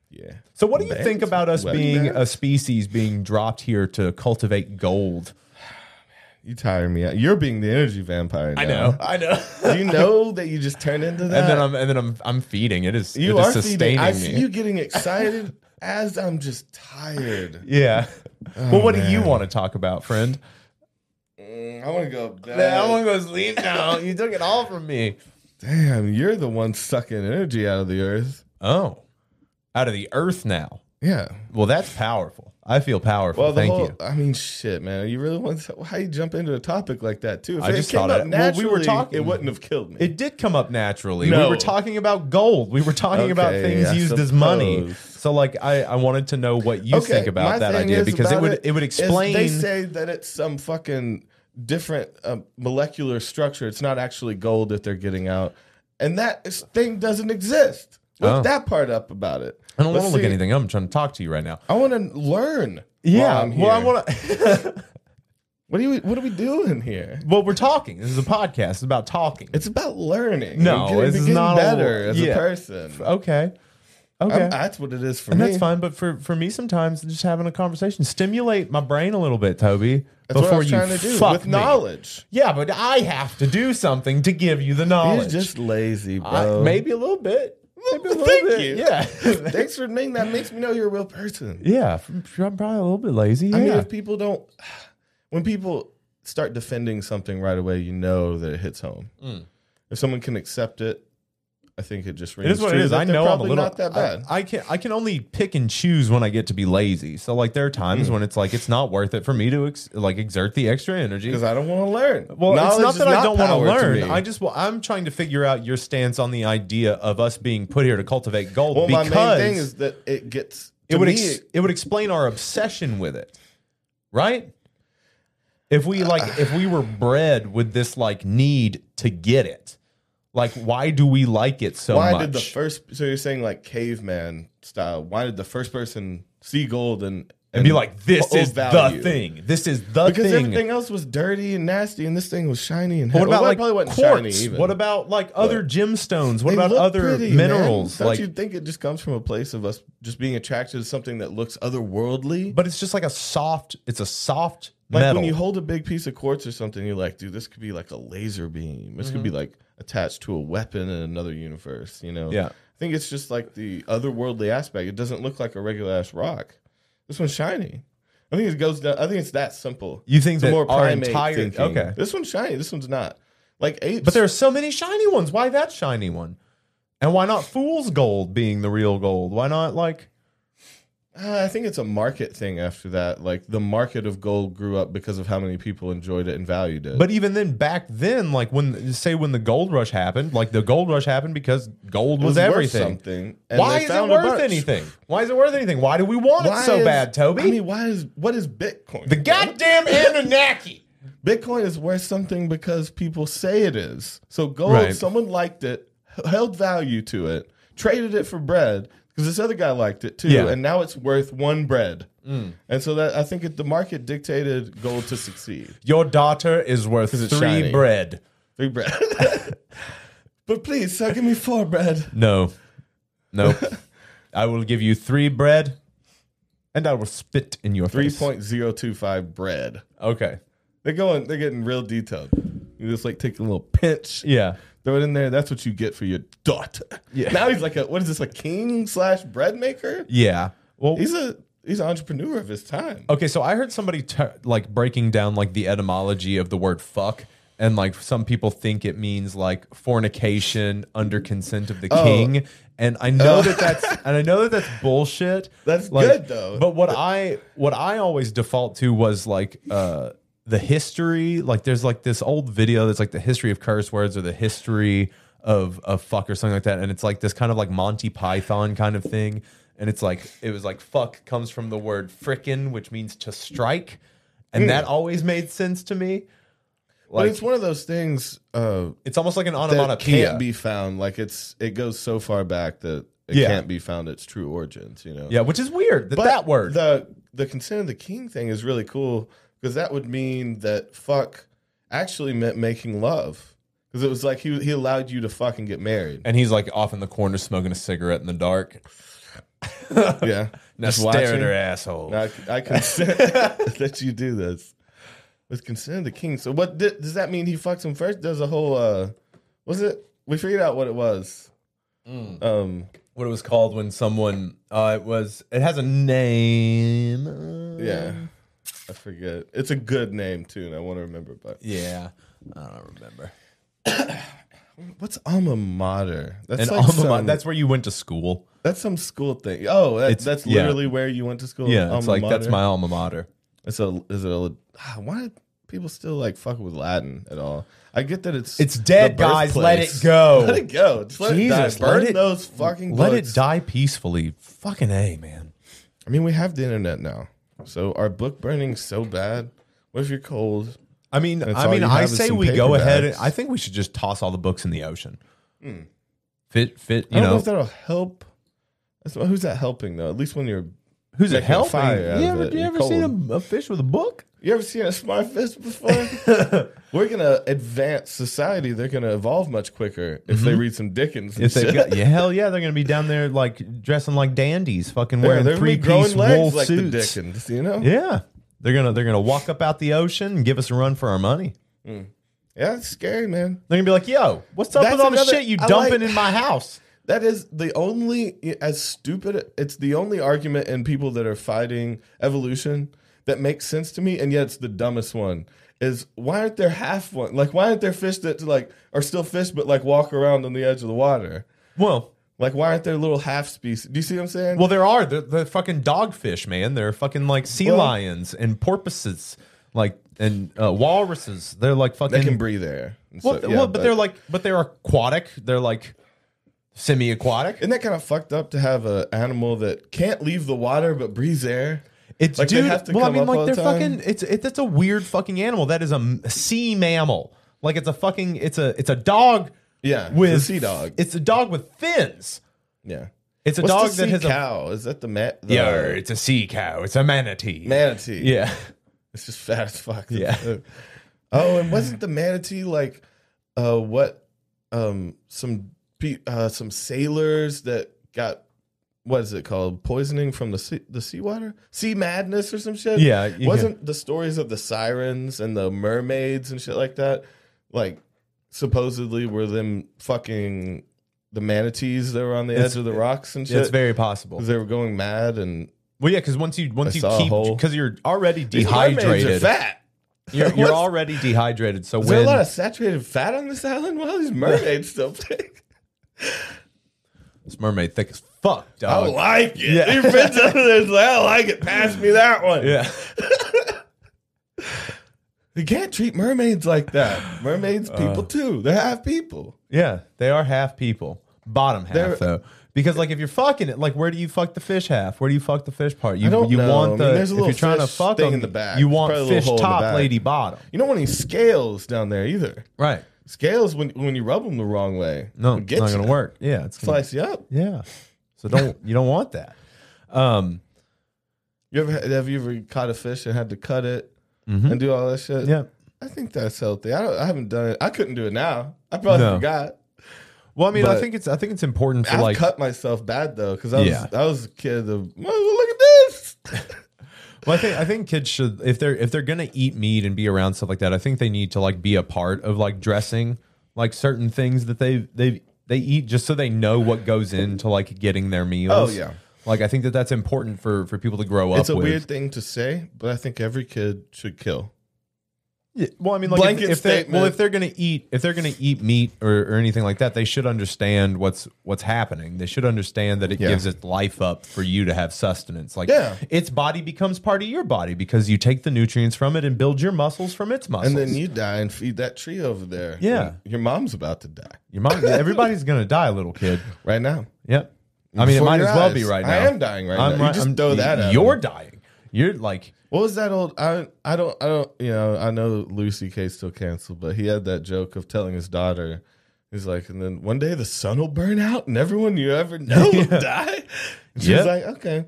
yeah. So, what do you Mm. Bands? think about us Wedding being bands? a species being dropped here to cultivate gold? You tire me out. You're being the energy vampire. Now. I know. Do you know that you just turned into that? and then I'm and then I'm I'm feeding. It is you it is are sustaining feeding. I me. see you getting excited as I'm just tired. Yeah. well, what do you Oh, man. want to talk about, friend? Mm, I want to go back. That one goes lean now. You took it all from me. Damn, you're the one sucking energy out of the earth. Oh, out of the earth now. Yeah. Well, that's powerful. I feel powerful. Well, the Thank whole, you. I mean, shit, man. You really want to, how you jump into a topic like that, too? If I it just came thought up it- well, naturally, we were talking. It wouldn't have killed me. It did come up naturally. We No. were talking about gold. We were talking about Okay, things I used as money. suppose. So, like, I, I wanted to know what you think my about that thing idea is because it about would it, would is explain. They say that it's some fucking different uh, molecular structure. It's not actually gold that they're getting out, and that is, thing doesn't exist. Look Oh. that part up about it. I don't Let's want to look see. anything. up. I'm trying to talk to you right now. I want to learn. while Yeah. I'm Well, I here. want to. What are you? What are we doing here? well, we're talking. This is a podcast. It's about talking. It's about learning. No, and getting, this is getting not a- better as yeah. a person. okay. I'm- Okay. that's what it is for and me. that's fine. But for for me, sometimes just having a conversation stimulate my brain a little bit, Toby. That's what I before was you trying to do fuck with me. knowledge. Yeah, but I have to do something to give you the knowledge. You're just lazy, bro. I- maybe a little bit. Maybe a little Thank bit. you. Yeah. Thanks for being that makes me know you're a real person. yeah. I'm sure I'm probably a little bit lazy. Yeah. I mean, if people don't, when people start defending something right away, you know that it hits home. If someone can accept it, I think it just rings Mm. it is what it true is. that I they're know I'm a probably little not that bad. I, I can I can only pick and choose when I get to be lazy. So like there are times Hmm. when it's like it's not worth it for me to ex, like exert the extra energy. because I, don't want to learn. Well, it's not that I don't want to learn. I just just well, I'm trying to figure out your stance on the idea of us being put here to cultivate gold well, my because main thing is that it gets. it to would me, ex- it would explain our obsession with it, right? If we like, if we were bred with this like need to get it, like why do we like it so why much? did the first? So you're saying like caveman style? Why did the first person see gold and and be like, this hold is value? the thing. This is the Because thing. everything else was dirty and nasty, and this thing was shiny and. But what Well, about it like probably wasn't quartz? shiny even. What about like other gemstones? What They about look other pretty, man. minerals? Don't Like you think it just comes from a place of us just being attracted to something that looks otherworldly? but it's just like a soft it's a soft like metal when you hold a big piece of quartz or something, you're like, dude, this could be like a laser beam. This could be like attached to a weapon in another universe. You know? Yeah. I think it's just like the otherworldly aspect. It doesn't look like a regular ass rock. This one's shiny. I think it goes down. I think it's that simple. You think It's that our primate entire- okay. This one's shiny. This one's not. Like apes. but there are so many shiny ones why that shiny one and why not fool's gold being the real gold why not like Uh, I think it's a market thing after that. Like the market of gold grew up because of how many people enjoyed it and valued it. but even then back then like when say when the gold rush happened like the gold rush happened because gold it was, worth everything something. and why they is it found a worth bunch. anything why is it worth anything why do we want Why it so is- bad toby I mean, why is what is Bitcoin? the goddamn anunnaki Bitcoin is worth something because people say it is. So gold, Right. someone liked it, h- held value to it, traded it for bread because this other guy liked it too, Yeah. Mm. and now it's worth one bread. And so that I think it, the market dictated gold to succeed. your daughter is worth three it's shiny. bread Three bread. but please, sir, give me four bread. No. Nope. I will give you three bread and I will spit in your Three face. point zero two five bread. Okay. They're going. They're getting real detailed. You just like take a little pinch, Yeah. throw it in there. That's what you get for your daughter. Yeah. Now he's like a what is this a king slash bread maker? Yeah. Well, He's a he's an entrepreneur of his time. okay. So I heard somebody t- like breaking down like the etymology of the word fuck. And like some people think it means like fornication under consent of the Oh. king, and I know that that's and I know that that's bullshit. That's Like, good, though. But what I what I always default to was like uh the history. Like there's like this old video that's like the history of curse words or the history of of fuck or something like that. And it's like this kind of like Monty Python kind of thing. And it's like it was like fuck comes from the word frickin', which means to strike. And that always made sense to me. Hmm. But Like it's it's, one of those things uh, almost like an that onomatopoeia. can't be found. Like it's it goes so far back that it Yeah. can't be found its true origins. You know. yeah, which is weird that that word. The the consent of the king thing is really cool because that would mean that fuck actually meant making love because it was like he he allowed you to fuck and get married. and he's like off in the corner smoking a cigarette in the dark. yeah, Now stare at her asshole. Now, I, I consent that you do this with consent of the king. So what di- does that mean? He fucks him first. There's a whole uh, was it? We figured out what it was. Mm. Um. what it was called when someone uh it was it has a name uh, Yeah. I forget. It's a good name too, and I want to remember. But Yeah, I don't remember. what's alma mater? That's And like alma some- mater, that's where you went to school. that's some school thing. Oh, that, It's- that's yeah. literally where you went to school. Yeah, it's Oh, Alma like that's mater? my alma mater. It's a is it a ah, why do people still like fuck with Latin at all? I get that it's It's dead, the guys. Let birthplace. it go. Let it go. Just let Jesus, it die. Burn let it- those fucking Let books. it die peacefully. Fucking a man. I mean, we have the internet now, so our book burning so bad. What if you're cold? I mean, That's I all mean, you I have is say some we go paperbacks. ahead. and- I think we should just toss all the books in the ocean. Fit, fit. Hmm. I You don't know, know, if that'll help. That's, who's that helping though? At least when you're who's it making a helping? fire out you of ever, it. you You're ever cold. seen a, a fish with a book? you ever seen a smart fish before? We're gonna advance society. They're gonna evolve much quicker if they read some Dickens. Mm-hmm. And If they shit. got, yeah, hell yeah, they're gonna be down there like dressing like dandies, fucking Yeah, wearing they're gonna three be piece growing wool legs like the suits. Dickens. You know? yeah, they're gonna they're gonna walk up out the ocean and give us a run for our money. Yeah, it's scary, man. They're gonna be like, "Yo, what's up That's with all the another- shit you I dumping like- in my house?" That is the only as stupid. It's the only argument in people that are fighting evolution that makes sense to me, and yet it's the dumbest one. Is why aren't there half one? Like why aren't there fish that like are still fish but like walk around on the edge of the water? Well, Like why aren't there little half species? Do you see what I'm saying? well, there are the the fucking dogfish, man. There are fucking like sea Well- lions and porpoises, like and uh, walruses. They're like fucking. they can breathe air. and well, stuff, th- yeah, well, but, they're like, but they're aquatic. They're like semi-aquatic. Isn't that kind of fucked up to have an animal that can't leave the water but breathes air? It's Like, they dude. have to well, I come mean, up like all the they're time? fucking. It's it, that's a weird fucking animal. That is a m- sea mammal. Like it's a fucking. It's a it's a dog Yeah, it's a with sea dog. It's a dog with fins. Yeah, It's a What's dog the that sea has a cow. Is that the mat? The Yeah, it's a sea cow. It's a manatee. manatee. yeah. It's just fat as fuck. Yeah. Oh, and wasn't the manatee like uh what um some pe- uh some sailors that got what is it called? Poisoning from the sea the seawater? Sea madness or some shit? Yeah, you can- Wasn't the stories of the sirens and the mermaids and shit like that like supposedly were them fucking the manatees that were on the It's- edge of the rocks and shit? It's very possible. 'Cause they were going mad and Well, yeah, because once you once I you saw a keep hole. because you're already These mermaids are dehydrated. fat. You're, you're What's- already dehydrated. So Is there a when lot of saturated fat on this island? Why are these mermaids still big? this mermaid thick as fuck, I dog. Oh, like it. Yeah. Your friends over there's like, I like it. Pass me that one. yeah. You can't treat mermaids like that. Mermaids, people too. They have people. Yeah. They are half people. Bottom half They're- though. Because like if you're fucking it, like where do you fuck the fish half? Where do you fuck the fish part? You don't you know. I want mean, the there's a if you're little trying to fish fuck thing them, in the back. you There's want probably a little fish hole in the top, back. lady bottom. You don't want any scales down there either. Right. Scales when when you rub them the wrong way. No, will it's get not you. gonna work. Yeah, it's gonna, Slice you up. yeah. So don't you don't want that. Um, You ever have you ever caught a fish and had to cut it and do all that shit? yeah. I think that's healthy. I don't, I haven't done it. I couldn't do it now. I probably No. forgot. Well, I mean, I But- think it's I think it's important for I've like cut myself bad though, because I was Yeah. I was a kid. Of, "Oh, look at this. Well, I think I think kids should if they're if they're gonna eat meat and be around stuff like that, I think they need to like be a part of like dressing like certain things that they they they eat just so they know what goes into like getting their meals. Oh, yeah. like I think that that's important for for people to grow up. it's a with. weird thing to say, but I think every kid should kill. Yeah, well, I mean, like if- Blanket if, they well statement. if they're gonna eat if they're gonna eat meat or, or anything like that, they should understand what's what's happening. They should understand that it Yeah. gives its life up for you to have sustenance. Like Yeah. its body becomes part of your body because you take the nutrients from it and build your muscles from its muscles. And then you die and feed that tree over there. Yeah. Your mom's about to die your mom, everybody's gonna die, little kid. right now. Yep. I mean, it Before might as your well eyes. be right now. I am dying right now. You just throw that at You're me. dying. You're like What was that old? I I don't I don't you know I know Lucy K still canceled, but he had that joke of telling his daughter, he's like, and then one day the sun will burn out and everyone you ever know will die. And She Yep. was like, okay,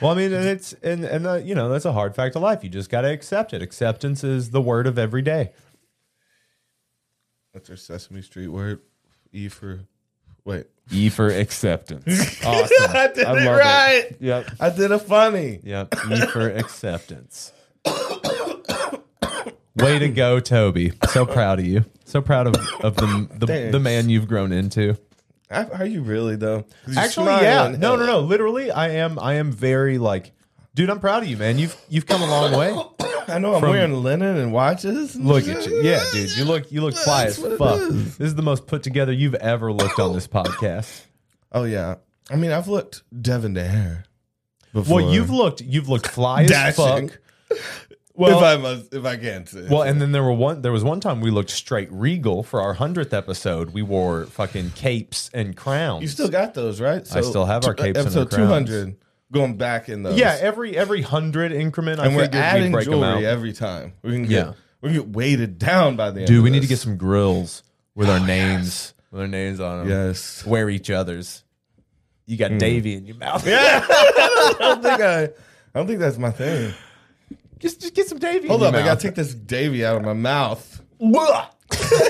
Well, I mean, and it's and and uh, you know that's a hard fact of life. You just got to accept it. Acceptance is the word of every day. that's her Sesame Street word. E for wait. E for acceptance. Awesome. I did I love it it. right. Yep. I did a funny. Yep, E for acceptance. Way to go, Toby! So proud of you. So proud of of the the, the Thanks. man you've grown into. I, are you really though? 'Cause you're Actually, yeah, smiling. no, no, no. Literally, I am. I am very like. Dude, I'm proud of you, man. You've you've come a long way. I know I'm From- wearing linen and watches. and Look shit. at you. Yeah, dude. You look you look fly as That's what it fuck. is. This is the most put together you've ever looked on this podcast. Oh yeah. I mean, I've looked Devin to hair before. Well, you've looked you've looked fly as dashing. fuck. Well, if I must, if I can say. Well, and then there were one. There was one time we looked straight regal for our hundredth episode. We wore fucking capes and crowns. you still got those, right? I still have our two- capes and our Episode two crowns. hundred, going back in those. yeah. Every every hundred increment, and I we're figured we'd adding break them out. jewelry every time. We can get Yeah. we can get weighted down by the end. Dude, of we need to this. get Oh, some grills with our names, with our names on them. Yes. wear each other's. You got Davy in your mouth. Hmm. Yeah. I don't think I. I don't think that's my thing. just just get some Davy. Hold in up, your I mouth. gotta take this Davy out of my mouth. Blah!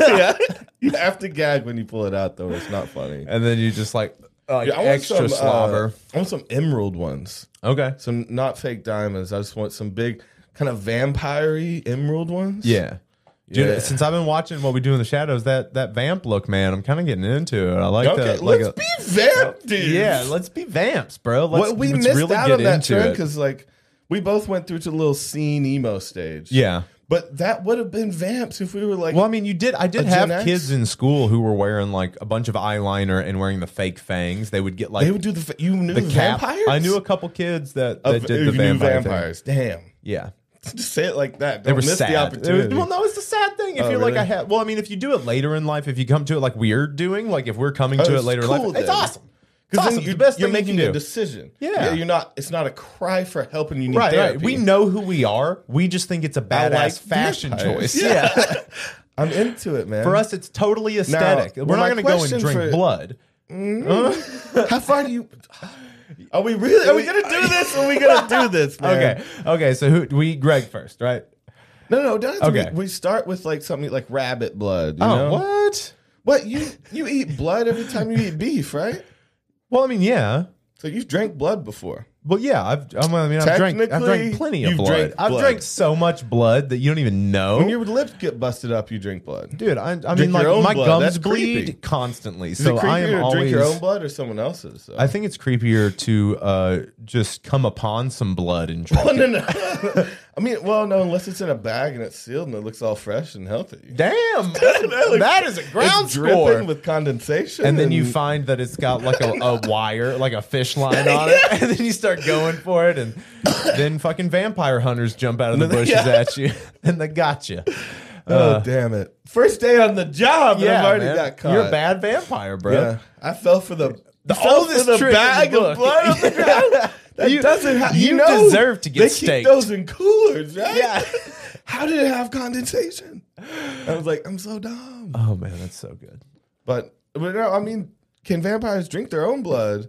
yeah. You have to gag when you pull it out, though. It's not funny. and then you just like, like Yeah, I want extra some, uh, slobber. I want some emerald ones. okay. Some not fake diamonds. I just want some big, kind of vampire-y emerald ones. Yeah. Dude, Yeah. since I've been watching what we do in the shadows, that that vamp look, man, I'm kind of getting into it. I like Okay, that. Like let's a- be vamp, dude. yeah, let's be vamps, bro. Let's, what we let's missed really out get on that into trend it. because like we both went through to the little scene emo stage. yeah. but that would have been vamps if we were like, Well, I mean, you did. I did A have Gen X? kids in school who were wearing like a bunch of eyeliner and wearing the fake fangs. They would get like they would do the fa- you knew the cap. vampires. I knew a couple kids that, Of- that did the you knew vampire thing. vampires. Damn, Yeah, just say it like that. they Don't were miss sad. the They were- opportunity. well, no, it's the sad thing. If Oh, you're like, really? I have. Well, I mean, if you do it later in life, if you come to it like we're doing, like if we're coming Oh, to it it's later in cool life, it's then. awesome. It's Because awesome. then It's you're, the best you're thing you making can a do. decision. Yeah. you're not. It's not a cry for help, and you need Right, therapy. right. We know who we are. We just think it's a I badass like fashion vampires. choice. Yeah. I'm into it, man. For us, it's totally aesthetic. well, We're not my going to go and question drink for- blood. how far do you? Are we really? Are we gonna do this? Are we gonna do this? Man? Okay. Okay. So who we eat Greg first, right? No, no. Don't Okay. okay. We, we start with like something like rabbit blood. You Oh, know? what? What you you eat blood every time you eat beef, right? Well, I mean, yeah. So you've drank blood before. Well, yeah. I've, I'm- I mean, I've drank, I've Technically, drank plenty of you've blood. drank I've blood. drank so much blood that you don't even know. When your lips get busted up, you drink blood. Dude, I, I mean, your like own my blood. gums That's bleed creepy. constantly, Is so it creepier I am to always. drink your own blood or someone else's? though? I think it's creepier to uh, just come upon some blood and drink. Oh, it. no, no. I mean, well, no, unless it's in a bag and it's sealed and it looks all fresh and healthy. Damn, that is a ground It's dripping score. with condensation, and then you find that it's got like a, a wire, like a fish line on it, and then you start going for it, and then fucking vampire hunters jump out of the bushes Yeah. at you, and they got you. oh damn it! First day on the job, and I've already uh, man. got caught. You're a bad vampire, bro. Yeah, I fell for the the all this the trick in bag the of book. blood on the ground. That You- doesn't ha- you know, deserve to get they staked. Keep those in coolers, right? Yeah. How did it have condensation? I was like, I'm so dumb. Oh man, that's so good. But but no, I mean, can vampires drink their own blood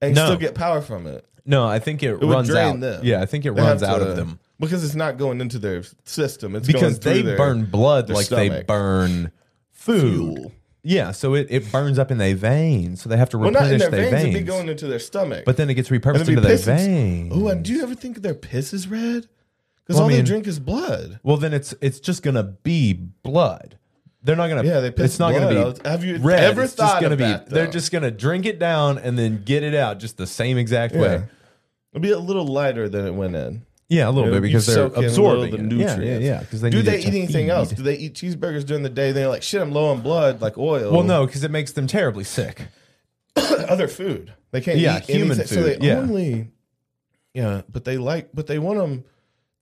and No. still get power from it? No, I think it, It would runs drain out. them. Yeah, I think it They runs have out to- of them because it's not going into their system. It's because going they through their burn blood their like they stomach. burn food. fuel. Yeah, so it, it burns up in their veins, so they have to Well, replenish not in their their, veins. veins. It'd be going into their stomach. but then it gets repurposed And into it'd be their piss and- veins. Oh, and do you ever think their piss is red? Because Well, I all they mean- drink is blood. Well, then it's it's just gonna be blood. They're not gonna. Yeah, they piss It's not gonna blood be. out. Have you red. ever it's just thought gonna of be. that, they're though? just gonna drink it down and then get it out just the same exact way. Yeah. It'll be a little lighter than it went in. Yeah, a little It'll bit because be they're soaking a absorbing little of it. Yeah, yeah, yeah. Because they do need they it eat to anything feed. else? Do they eat cheeseburgers during the day? They're like, shit, I'm low on blood, like oil. Well, no, because it makes them terribly sick. other food. They can't Yeah, eat human anything. So food, they yeah. only, yeah, but they like, but they want them,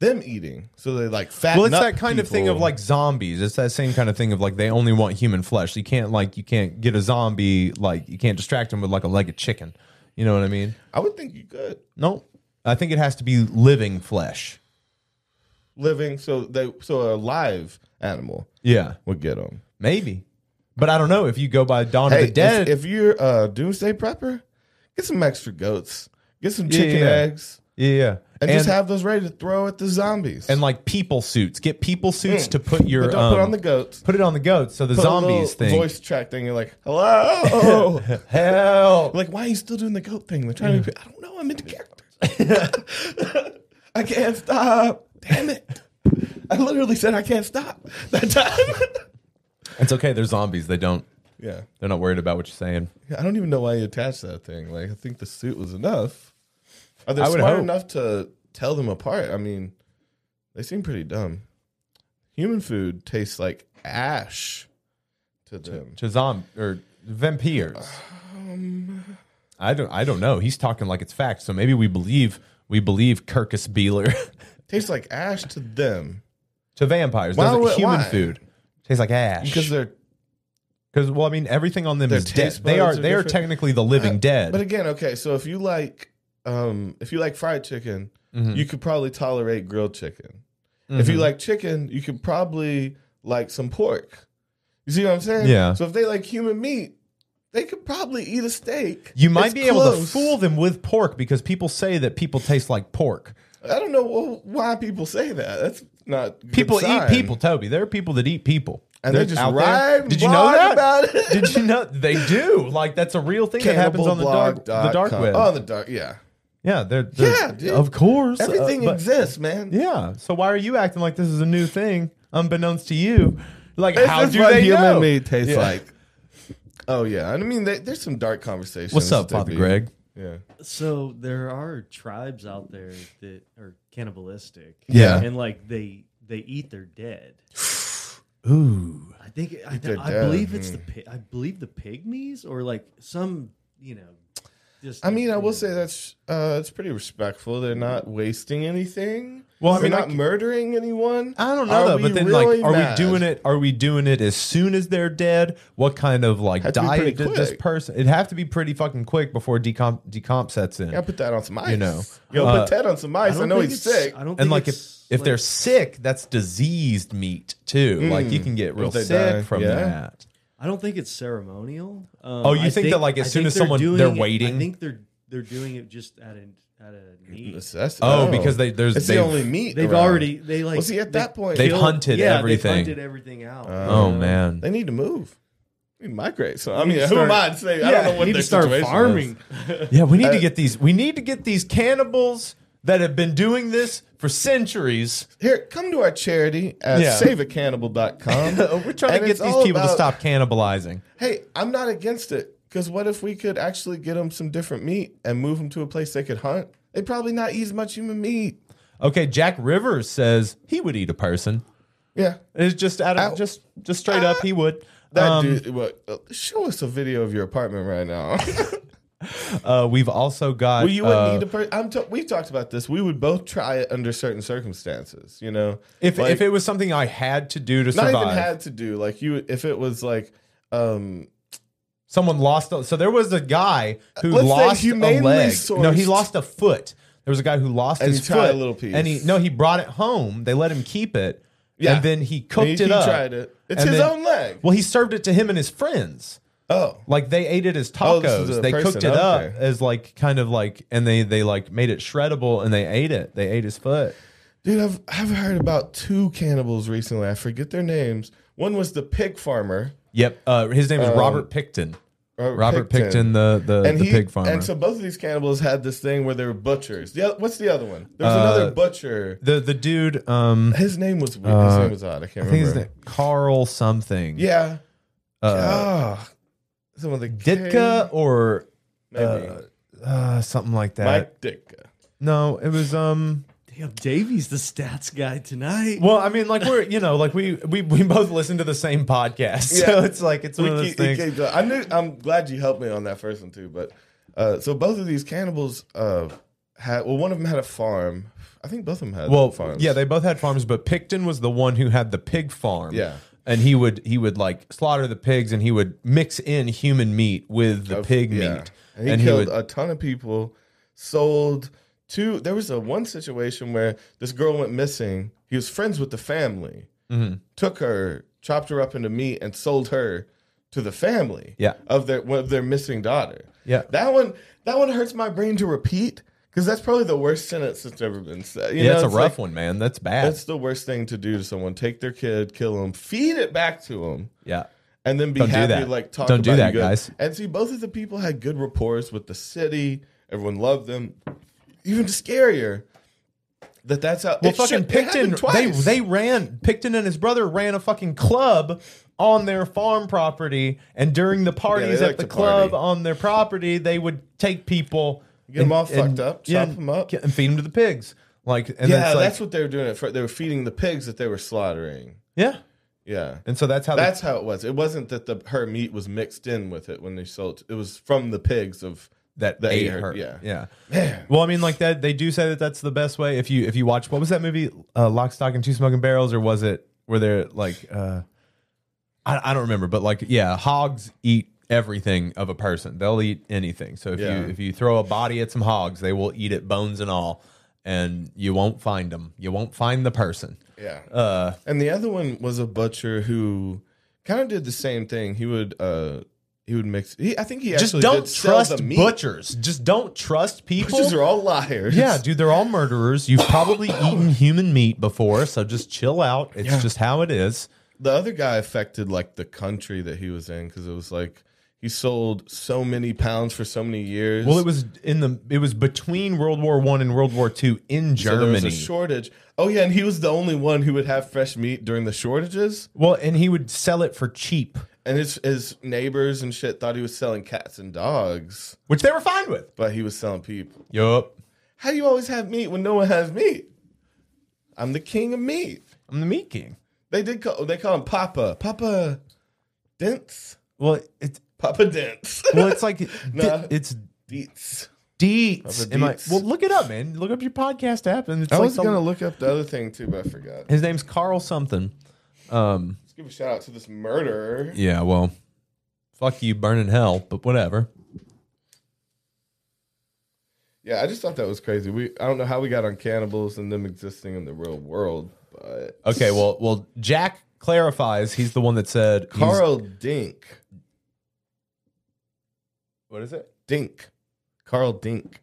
them eating. So they like fat. Well, it's that kind of thing of like zombies. It's that same kind of thing of like they only want human flesh. You can't like you can't get a zombie like you can't distract them with like a leg of chicken. You know what I mean? I would think you could No, I think it has to be living flesh. living. So they so a live animal Yeah, would get them. maybe, but I don't know if you go by Dawn Hey, of the Dead. If, if you're a doomsday prepper, get some extra goats, get some Yeah, chicken yeah. eggs, yeah, yeah. and, just have those ready to throw at the zombies. and like people suits. Get people suits to put your Mm. but don't put um, on the goats. put it on the goats. So the Put a zombies little thing. voice track thing. You're like, hello. Hell, like, why are you still doing the goat thing? They're trying to. Be, I don't know. I'm into characters. I can't stop. Damn it! I literally said I can't stop that time. it's okay. They're zombies. They don't. yeah. They're not worried about what you're saying. Yeah, I don't even know why you attached that thing. Like, I think the suit was enough. Are they I would smart hope. enough to tell them apart. I mean, they seem pretty dumb. Human food tastes like ash to them. to zom or vampires. Um. I don't. I don't know. He's talking like it's fact. So maybe we believe we believe Kirkus Beeler Tastes like ash to them to vampires. Why Doesn't would- human why? food tastes like ash because they're Because well, I mean, everything on them Their is dead. taste They are buds are they are different. Uh, technically the living dead. But again, okay, so if you like um if you like fried chicken, Mm-hmm. you could probably tolerate grilled chicken. If you like chicken, you could probably like some pork. You see what I'm saying? Yeah. So if they like human meat, they could probably eat a steak. you might It's be able to close. fool them with pork because people say that people taste like pork. I don't know wh- why people say that. That's not a good People eat sign. people, Toby. There are people that eat people. And they They're just out there. ride and Did you know blog that? about it. Did you know they do? Like that's a real thing that happens on the dark the dark Cannibalblog.com. web. Oh, the dark, yeah. yeah, they're, they're- Yeah, dude. of course. uh, Everything but- exists, man. Yeah. So why are you acting like this is a new thing, unbeknownst to you? Like how This is do what they human know? meat tastes Yeah. like? Oh yeah, I mean, they, there's some dark conversations. What's up, to Father be- Greg? Yeah, So there are tribes out there that are cannibalistic. Yeah. and like they they eat their dead. Ooh. Hmm. I think I, Eat their I dead, believe it's the the I believe the pygmies or like some you know. Just I mean, I will say that's uh, it's pretty respectful. They're not wasting anything. Well, I They're mean, I not c- murdering anyone. I don't Are know though, we but then really like, are mad? we doing it? Are we doing it as soon as they're dead? What kind of like Had to be pretty diet did this quick. person? It'd have to be pretty fucking quick before decomp decomp sets in. Yeah, put that on some ice. You know, yo, uh, put Ted on some ice. I, don't know think he's it's- sick. I don't and think like if it's, if they're like- sick, that's diseased meat too. like you can get real Mm. If they sick die, from yeah. that. I don't think it's ceremonial. Um, Oh, you I think that, like, as I soon think as someone- doing they're it- waiting? I think they're they're doing it just at a at a need. Necessity. Oh, because they there's it's the they've- only meat. They've around. already they like Well, see, at they that point, They've they, killed- hunted yeah, everything. They've hunted everything out. Oh Uh, you know? man, need to move. They need to migrate. So I mean, to who am I start- to say? Yeah, I don't know what need their to start situation is. farming. yeah, we need I- to get these. We need to get these cannibals that have been doing this for centuries. Here, come to our charity at Yeah. saveacannibal.com. We're trying And to get it's these all people to about- stop cannibalizing. Hey, I'm not against it because what if we could actually get them some different meat and move them to a place they could hunt? They'd probably not eat as much human meat. Okay, Jack Rivers says he would eat a person. Yeah. It's just out of Ow. Ah. just just straight up he would. That Um, dude, what, uh, show us a video of your apartment right now. uh, we've also got. well, you wouldn't uh, eat a person. I'm. T- we've talked about this. We would both try it under certain circumstances. You know, if Like- if it was something I had to do to not survive, even had to do like you. If it was like, um, someone lost. A, so there was a guy who Let's say lost a humanely leg. No, he sourced. lost a foot. There was a guy who lost And his he tried foot, a little piece. and he no, he brought it home. They let him keep it, Yeah. and then he cooked he, it he up. tried it. It's and his then- own leg. Well, he served it to him and his friends. oh, Like they ate it as tacos. Oh, this is a they person, cooked it up okay. as like kind of like, and they they like made it shreddable, and they ate it. They ate his foot. Dude, I've I've heard about two cannibals recently. I forget their names. One was the pig farmer, Yep. Uh, his name is Robert Picton. Robert Robert Um, Picton. Picton, the the, Oh, and the he pig farmer. and so both of these cannibals had this thing where they were butchers. The oth- what's the other one? There was Uh, another butcher. the the dude, um, His name was weird. his uh, name was odd. I can't I think his remember. name Carl something. yeah. Uh, Ah, some of the Ditka or maybe uh, something like that. Mike Ditka. No, it was um. Damn, Davey's the stats guy tonight. Well, I mean, like we're you know, like we we we both listen to the same podcast, so Yeah. it's like it's We one of those keep- we things. keep going. I knew. I'm glad you helped me on that first one too. But uh, so both of these cannibals uh, had. Well, one of them had a farm. I think both of them had well, farms. yeah, they both had farms, but Picton was the one who had the pig farm. Yeah. and he would he would like slaughter the pigs, and he would mix in human meat with the of- pig yeah. meat, And he killed a ton of people, sold two. There was a one situation where this girl went missing. He was friends with the family, Mm-hmm. took her, chopped her up into meat, and sold her to the family. Yeah. of their one of their missing daughter. Yeah. that one that one hurts my brain to repeat because that's probably the worst sentence that's ever been said. yeah, You know, that's a it's rough like, one, man. That's bad. That's the worst thing to do to someone. Take their kid, kill them, feed it back to them yeah. and then be Don't do happy that. like talk Don't do about that, you good- guys. and see both of the people had good rapports with the city everyone loved them even scarier that that's how Well, it fucking should- it Picton, happened they twice. they ran Picton and his brother ran a fucking club on their farm property, and during the parties like at the to club party. on their property, they would take people, Get 'em and- all fucked and- up, chop 'em up. and feed them to the pigs. Like, and then yeah, it's like, that's what they were doing. At first. They were feeding the pigs that they were slaughtering. yeah. Yeah, And so that's how they- that's how it was. It wasn't that the her meat was mixed in with it when they sold. It was from the pigs of that That ate ate her, her. yeah. yeah. Well, I mean, like that. They do say that that's the best way. If you if you watch what was that movie, uh, Lock, Stock, and Two Smoking Barrels, or was it were there like uh, I I don't remember, but like yeah, hogs eat everything of a person. They'll eat anything. So if Yeah. you if you throw a body at some hogs, they will eat it, bones and all, and you won't find them. You won't find the person. yeah. Uh, And the other one was a butcher who kind of did the same thing. He would uh he would mix. He, I think he just actually don't did sell trust the meat. butchers. Just don't trust people. Butchers are all liars. Yeah, dude, they're all murderers. You've probably eaten human meat before, so just chill out. It's just how it is. the other guy affected like the country that he was in because it was like he sold so many pounds for so many years. Well, it was in the it was between World War One and World War Two in So there was Germany. a shortage. Oh yeah, and he was the only one who would have fresh meat during the shortages. well, and he would sell it for cheap, And his his neighbors and shit thought he was selling cats and dogs, which they were fine with. but he was selling people. Yup, How do you always have meat when no one has meat? I'm the king of meat. I'm the meat king. They did call they call him Papa. Papa Dents. Well, it's Papa Dents. well, it's like Nah. it's Deets. Deets. Am I- Deets. well, look it up, man. Look up your podcast app, and it's I like was some- gonna look up the other thing too, but I forgot. His name's Carl something. Um, Let's give a shout out to this murderer. yeah, well, fuck you, burn in hell, but whatever. Yeah, I just thought that was crazy. We I don't know how we got on cannibals and them existing in the real world, but uh, Okay, well, well, Jack clarifies. He's the one that said he's- Carl Dink. What is it? Dink. Carl Dink.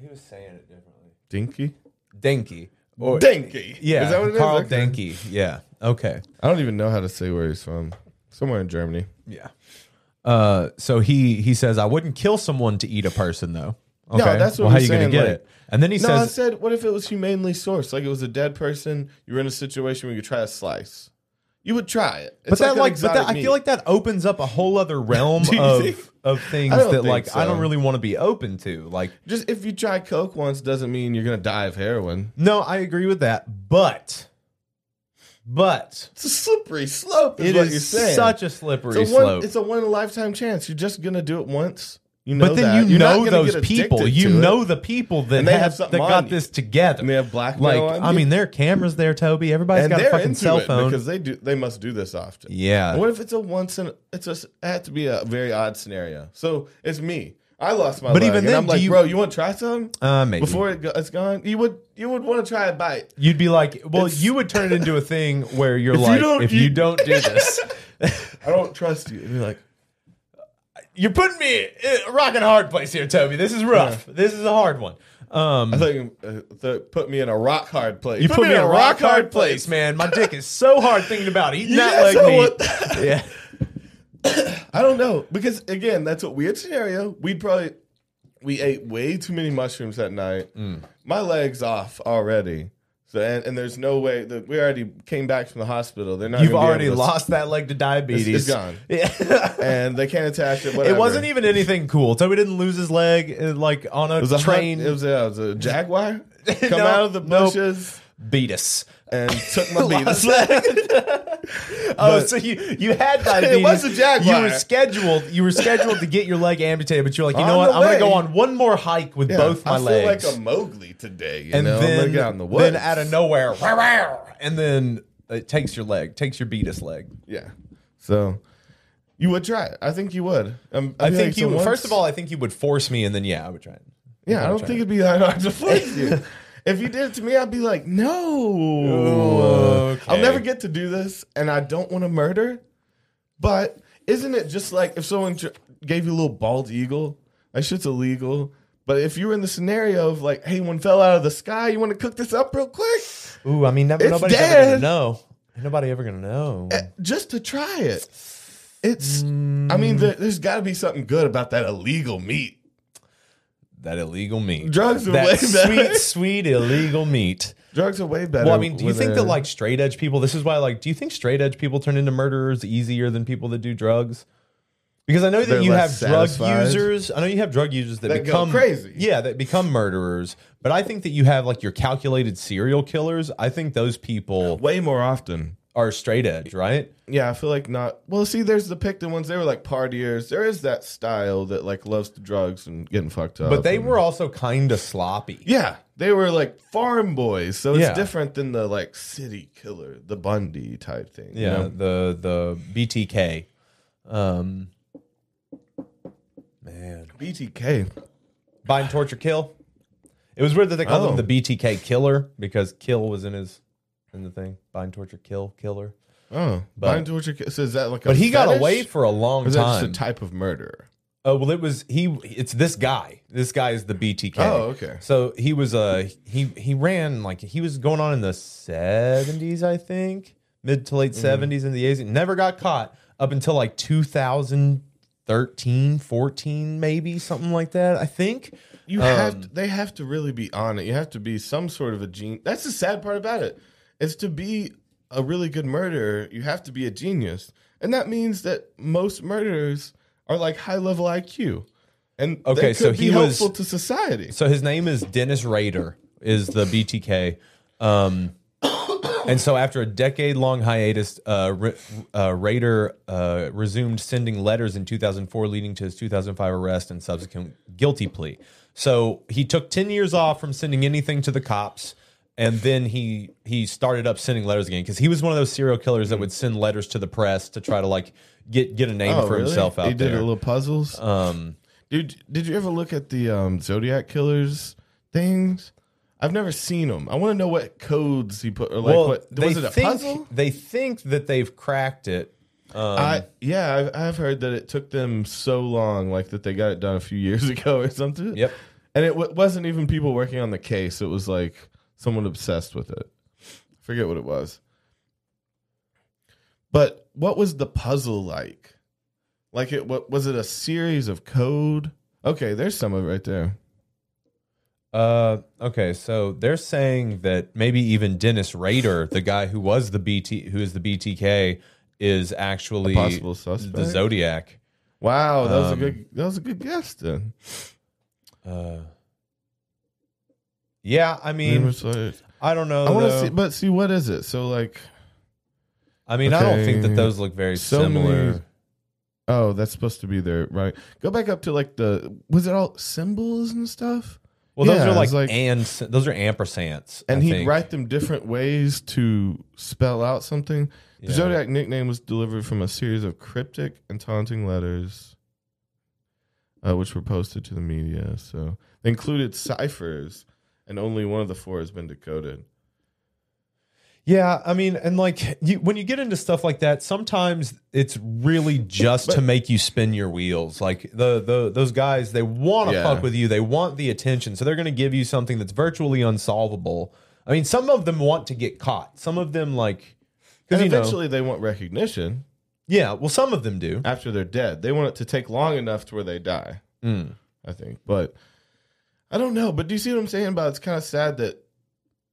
He was saying it differently. Dinky? Dinky. Or, Dinky. Yeah. Is that what it is? Carl Okay. Dinky. Yeah. Okay. I don't even know how to say where he's from. Somewhere in Germany. Yeah. Uh, so he he says, "I wouldn't kill someone to eat a person, though." Okay. that's what well, how I'm you saying, gonna get like- it? And then he no, I says, said, what if it was humanely sourced? Like it was a dead person. You were in a situation where you could try a slice. You would try it. "But It's that an like, but that exotic I meat. feel like that opens up a whole other realm Do you think? of of things I don't that think like I so. don't really want to be open to. Like, just if you try coke once doesn't mean you're gonna die of heroin. no, I agree with that, but but It's a slippery slope. Is it what is you're saying. such a slippery it's a one, slope. It's a one in a lifetime chance. You're just gonna do it once. You know But then that. you You're not know gonna those get people. addicted You to it. know the people that And they have have, something that on got you. this together. And they have blackmail Like on I you. mean, there are cameras there, Toby. Everybody's and got they're a fucking into cell it phone. because they do. They must do this often. yeah. What if it's a once in? It's a. It had to be a very odd scenario. So it's me. I lost my. But leg, even and then, I'm do like, you- bro, you want to try some? Uh, maybe. Before it go, it's gone, you would you would want to try a bite. You'd be like, well, It's- you would turn it into a thing where you're If you like, don't if you eat- don't do this, I don't trust you. And you're like, you're putting me in a rocking hard place here, Toby. This is rough. This is a hard one. Um, I thought you uh, th- put me in a rock hard place. you put, me in a rock hard place, man. My dick is so hard thinking about eating Yeah, that so leg what- meat. yeah. I don't know because again, that's a weird scenario. We'd probably we ate way too many mushrooms that night. My legs off already. So and, and there's no way that we already came back from the hospital. They're not. You've gonna be already able to- lost that leg to diabetes. gone. Yeah. and they can't attach it. Whatever. It wasn't even anything cool. Toby didn't lose his leg uh, like on a, It was a train. train. it, was a, it was a jaguar come No, out of the nope. bushes beat us. and took my Lost beat. that. oh, so you you had diabetes. was a jaguar. You were scheduled. You were scheduled to get your leg amputated, but you're like, you know what? On the I'm gonna way. go on one more hike with both my I legs. feel like a Mowgli today. You and know, I'm then, gonna get out in the woods. then out of nowhere, rah, rah, and then it takes your leg, takes your beatus leg. yeah. So you would try it. I think you would. Um, I feel think like you. so once- First of all, I think you would force me, and then yeah, I would try it. Yeah, I don't try think it. it'd be that hard to force you. if you did it to me, I'd be like, no. Ooh, I'll okay. never get to do this, and I don't want to murder. But isn't it just like if someone tr- gave you a little bald eagle? That shit's illegal. But if you were in the scenario of like, hey, one fell out of the sky, you want to cook this up real quick? Ooh, I mean, never, It's nobody's ever dead. Eh, gonna know. Ain't Nobody ever gonna know. Just to try it. It's, I Mm. mean, there, there's got to be something good about that illegal meat. That illegal meat. Drugs are that way better. sweet, sweet illegal meat. Drugs are way better. Well, I mean, do you when think that they're- like straight edge people? This is why, like, do you think straight edge people turn into murderers easier than people that do drugs? Because I know They're that you have less drug satisfied. users. I know you have drug users that, That go become crazy. Yeah, that become murderers. But I think that you have like your calculated serial killers. I think those people Way more often. are straight edge, right? Yeah, I feel like not. Well, see, there's the Picton ones. They were like partiers. There is that style that like loves the drugs and getting fucked up. But they and- were also kind of sloppy. Yeah, they were like farm boys. So it's Yeah. different than the like city killer, the Bundy type thing. you Yeah, know? the the BTK. Um, man, BTK. bind, torture, kill. It was weird that they called Oh. him the BTK killer because kill was in his in the thing. Bind, torture, kill, killer. Oh, But- but, torture. ca- So is that like? a But he got fetish? away for a long Or is that time. just a type of murderer? Oh well, it was he. It's this guy. This guy is the BTK. Oh, okay. So he was uh he he ran like he was going on in the seventies, I think, mid to Mm-hmm. late seventies and the eighties. Never got caught up until like 2013, 14, maybe something like that. I think. You have Um, to, they have to really be on it. You have to be some sort of a gene. That's the sad part about it. Is to be a really good murderer, you have to be a genius, and that means that most murderers are like high level IQ, and okay, Okay, could so be he was- helpful to society. So his name is Dennis Rader. Is the BTK. Um, and so after a decade long hiatus, uh, Ra- uh, Rader uh, resumed sending letters in 2004, leading to his 2005 arrest and subsequent guilty plea. So he took 10 years off from sending anything to the cops. And then he he started up sending letters again because he was one of those serial killers that would send letters to the press to try to like get get a name for himself out Oh, he there. did a little puzzles. um, Dude, did you ever look at the um, Zodiac killers things? I've never seen them. I want to know what codes he put, or like what was it a think, puzzle? They think that they've cracked it. Um, I yeah, I've, I've heard that it took them so long, like that they got it done a few years ago or something. yep. And it w- wasn't even people working on the case. It was like someone obsessed with it. I forget what it was. But what was the puzzle like? Like it what was it a series of code? Okay, there's some of it right there. Uh, okay, so they're saying that maybe even Dennis Rader, the guy who was the BT, who is the BTK, is actually A possible the suspect. Zodiac. wow, Oh, that Um, was a good that was a good guess then. Uh, yeah, I I, mean, mean, it's like- "Oh, I don't know. I want to though. see, but see what is it? So like, I mean, I don't think that Okay. those look very So many- similar. oh, that's supposed to be there, right? Go back up to like the was it all symbols and stuff? well, those Yeah, are it's like, like- and those are ampersands, I and he'd think. write them different ways to spell out something. Yeah. The Zodiac nickname was delivered from a series of cryptic and taunting letters, uh, which were posted to the media. So they included ciphers, and only one of the four has been decoded. Yeah, I mean, and like you, when you get into stuff like that, sometimes it's really just to But- make you spin your wheels. Like the the those guys, they want to Yeah. fuck with you. They want the attention, so they're going to give you something that's virtually unsolvable. I mean, some of them want to get caught. Some of them like And because you know, eventually, they want recognition yeah. Well, some of them do. after they're dead. They want it to take long enough to where they die. Mm. I think. But I don't know. But do you see what I'm saying about it's kind of sad that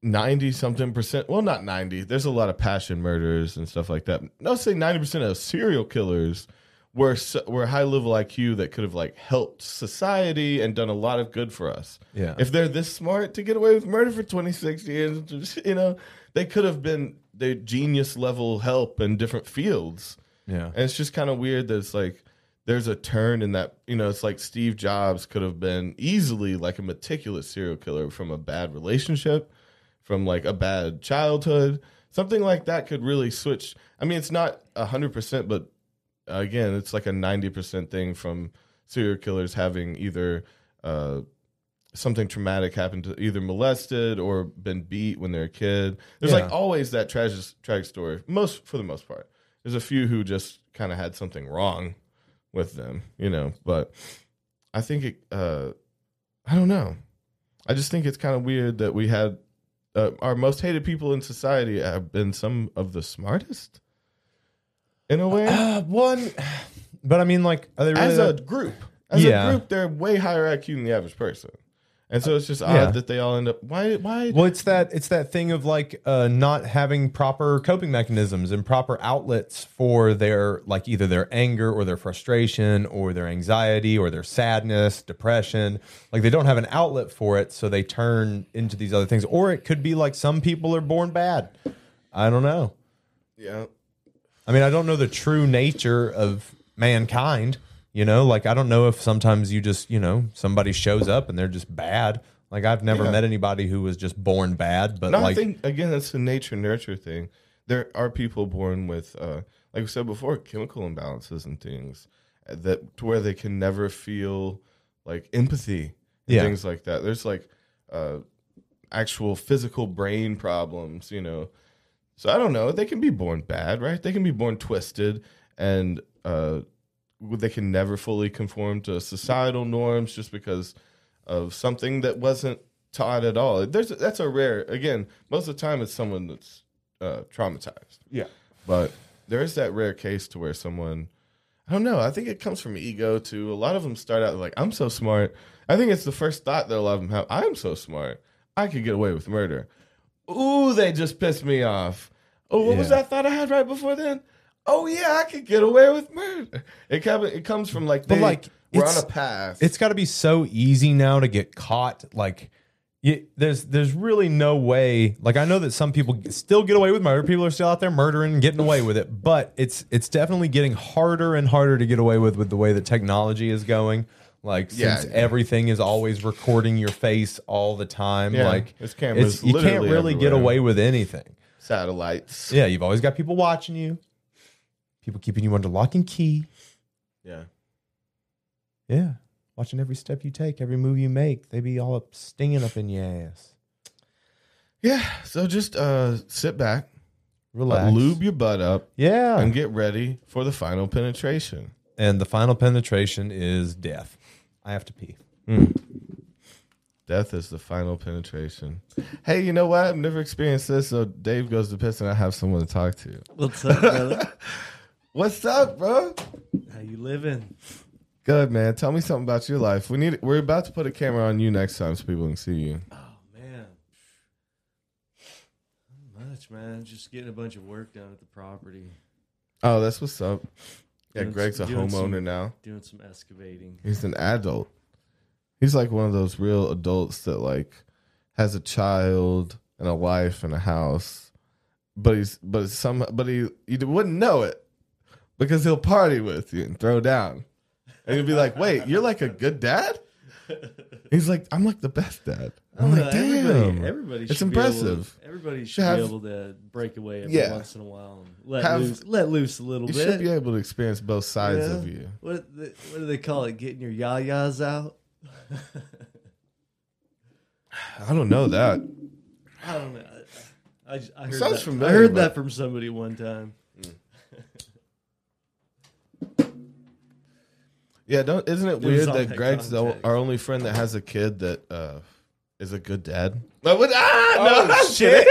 90 something percent, well, not 90, there's a lot of passion murders and stuff like that. No, say 90% of serial killers were so, were high level IQ that could have like helped society and done a lot of good for us. Yeah. If they're this smart to get away with murder for 26 years, you know, they could have been their genius level help in different fields. yeah. And it's just kind of weird that it's like there's a turn in that, you know, it's like Steve Jobs could have been easily like a meticulous serial killer from a bad relationship, from like a bad childhood. Something like that could really switch. I mean, it's not 100%, but again, it's like a 90% thing from serial killers having either uh, something traumatic happen to either molested or been beat when they're a kid. There's Yeah. like always that tragic, tragic story, most for the most part. There's a few who just kind of had something wrong with them, you know, but I think it, uh, I don't know. I just think it's kind of weird that we had uh, our most hated people in society have been some of the smartest in a way Uh, one, but I mean, like, are they really as that- a group. As Yeah. a group, they're way higher IQ than the average person. And so it's just odd Yeah. that they all end up. Why? Why? Well, it's that it's that thing of like uh, not having proper coping mechanisms and proper outlets for their like either their anger or their frustration or their anxiety or their sadness, depression. Like they don't have an outlet for it, so they turn into these other things. Or it could be like some people are born bad. I don't know. Yeah. I mean, I don't know the true nature of mankind. You know, like I don't know if sometimes you just, you know, somebody shows up and they're just bad. Like I've never Yeah. met anybody who was just born bad, but No, like I think again that's a nature nurture thing. There are people born with, uh, like we said before, chemical imbalances and things uh, that to where they can never feel like empathy and Yeah. things like that. There's like uh, actual physical brain problems, you know. So I don't know. They can be born bad, right? They can be born twisted and uh, they can never fully conform to societal norms just because of something that wasn't taught at all. There's that's a rare. Again, most of the time it's someone that's uh, traumatized. Yeah. but there is that rare case to where someone. I don't know. I think it comes from ego too. A lot of them start out like, "I'm so smart." I think it's the first thought that a lot of them have. I am so smart. I could get away with murder. Ooh, they just pissed me off. Oh, what was Yeah. that thought I had right before then? Oh yeah, I could get away with murder. It come, it comes from like But, they like, we're on it's- a path. it's got to be so easy now to get caught like you, there's there's really no way like i know that some people g- still get away with murder people are still out there murdering and getting away with it but it's it's definitely getting harder and harder to get away with with the way that technology is going like Yeah, since yeah. everything is always recording your face all the time Yeah, like there's cameras you can't literally really get everywhere. away with anything satellites. yeah you've always got people watching you people keeping you under lock and key Yeah. Yeah. Watching every step you take, every move you make, they be all up stinging up in your ass. Yeah. So just uh, sit back, Relax. lube your butt up, Yeah. and get ready for the final penetration. And the final penetration is death. I have to pee. Death is the final penetration. Hey, you know what? I've never experienced this. So Dave goes to piss, and I have someone to talk to. What's up, brother? What's up, bro? How you living? Good man. Tell me something about your life. We need. We're about to put a camera on you next time, so people can see you. Oh man, not much man. Just getting a bunch of work done at the property, Oh, that's what's up. Yeah, Doing- Greg's a doing some- homeowner now. doing some excavating. He's an adult. He's like one of those real adults that like has a child and a wife and a house, but he's but some but he you wouldn't know it because he'll party with you and throw down, and you'll be like, "Wait, you're like a good dad." He's like, "I'm like the best dad." I'm Uh, like, "Damn, Everybody, everybody it's should be able to- impressive." everybody should, have- be able to break away every Yeah. once in a while and let Have- loose, let loose a little you bit. should be able to experience both sides Yeah. of you." What the, what do they call it? Getting your yayas out? I don't know that. I don't know. I, I, I heard Sounds that. familiar, I heard but- that from somebody one time. Yeah, don't isn't it was weird all that that Greg's the, context. our only friend that has a kid that uh, is a good dad? Like, what? Ah, no, shit!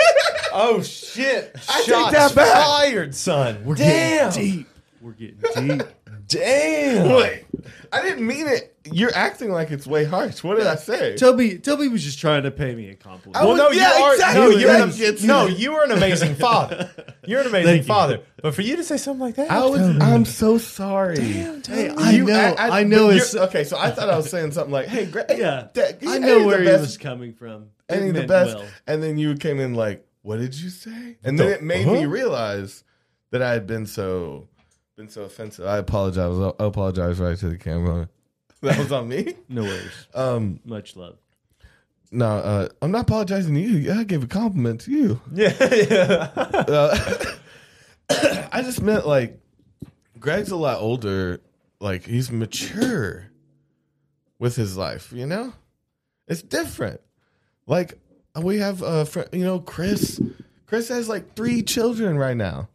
Oh shit. I Shots that back. fired, son. We're Damn! We're getting deep. Damn. Wait, I didn't mean it. You're acting like it's way harsh. What did I say? Toby, Toby was just trying to pay me a compliment. Well, was- no, you yeah, are. exactly. No, you're That an, gets no, me. you are an amazing father. You're an amazing Thank you. father. But for you to say something like that, I was. Tony, I'm so sorry. Hey, I know, I, but know you're- it's okay. So I thought I was saying something like, "Hey, Greg, yeah. Dad, I ain't know the where he best- was coming from. It ain't he the meant best?" well. And then you came in like, "What did you say?" And then The it made me fuck? realize that I had been so been so offensive. I apologize. I apologize right to the camera. That was on me. No worries. Um, Much love. no, uh, I'm not apologizing to you. I gave a compliment to you. yeah, yeah. Uh, I just meant like Greg's a lot older. Like he's mature with his life. You know, it's different. Like we have a friend. You know, Chris. Chris has like three children right now,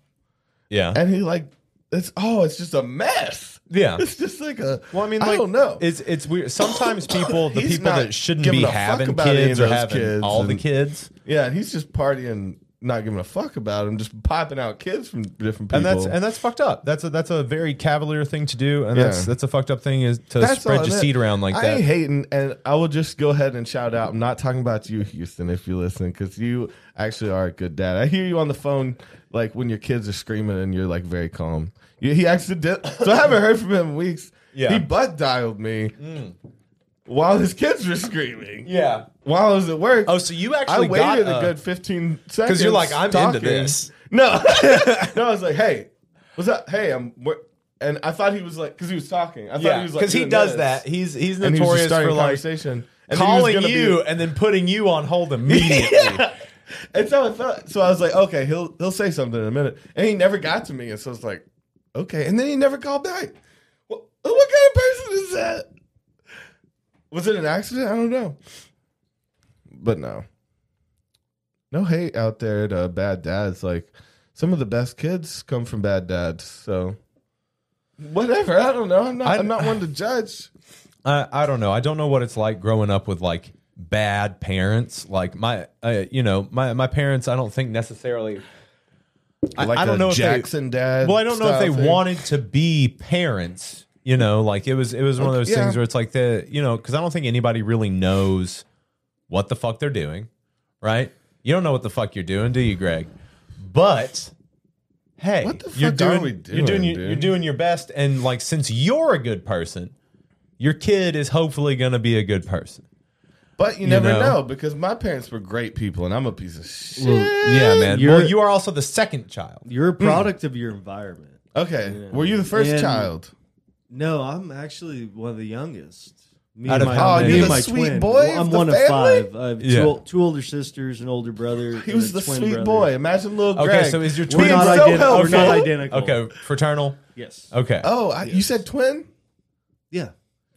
yeah, and he like it's oh, it's just a mess. yeah. It's just like a. Well, I mean, I like, don't know. It's it's weird. Sometimes people, the He's people not that shouldn't giving be a fuck having about any of kids or those having kids all the and- kids. yeah, and he's just partying not giving a fuck about them, just popping out kids from different people. And that's and that's fucked up. That's a that's a very cavalier thing to do, and that's Yeah. that's a fucked up thing is to That's spread all your it is. seed around like I that. ain't hating, and I will just go ahead and shout out. I'm not talking about you, Houston, if you listen, because you actually are a good dad. I hear you on the phone, like when your kids are screaming and you're like very calm. You, he accident, so I haven't heard from him in weeks. Yeah. Mm. he butt dialed me while his kids were screaming. yeah. while I was at work. Oh, so you I actually got waited uh, a good 15 seconds 'cause you're like, I'm into this. No, no, I was like, hey, what's up? Hey, I'm. wor-" And I thought he was like, because he was talking. I thought yeah, he was because like, he doing does this. that. He's he's And he was notorious just starting for a like conversation. And then he was calling gonna be- you and then putting you on hold immediately. and so it felt. So I was like, okay, he'll he'll say something in a minute, and he never got to me, and so I was like, okay, and then he never called back. What, what kind of person is that? Was it an accident? I don't know. But no, no hate out there to bad dads. Like some of the best kids come from bad dads. So whatever. I don't know. I'm not. I, I- am not one to judge. I, I don't know. I don't know what it's like growing up with like bad parents. Like my, uh, you know, my my parents. I don't think necessarily. I, Like I don't a know if they, Jackson dad. well, I don't know if style they thing. wanted to be parents. You know, like it was it was one of those yeah. things where it's like the you know because I don't think anybody really knows what the fuck they're doing, right? You don't know what the fuck you're doing, do you, Greg? But hey, What the you're fuck are doing, we you're doing doing, your- dude? you're doing your best, and like since you're a good person, your kid is hopefully gonna be a good person. But you, never know? know? because my parents were great people and I'm a piece of shit. Yeah, man. You're- well, you are also the second child. You're Hmm. a product of your environment. Okay. Were you the first And- child? No, I'm actually one of the youngest. Me Out and of my, how me many? and You're the my sweet twin. boy of I'm the one family? of five. I have two, Yeah. ol- two older sisters, an older brother. He and was a the twin sweet brother. boy. Imagine little Okay, Greg. so is your We're twin Being not, so identi- we're helpful. not identical. Okay, fraternal. Yes. Okay. Oh, I, you said twin? Yeah.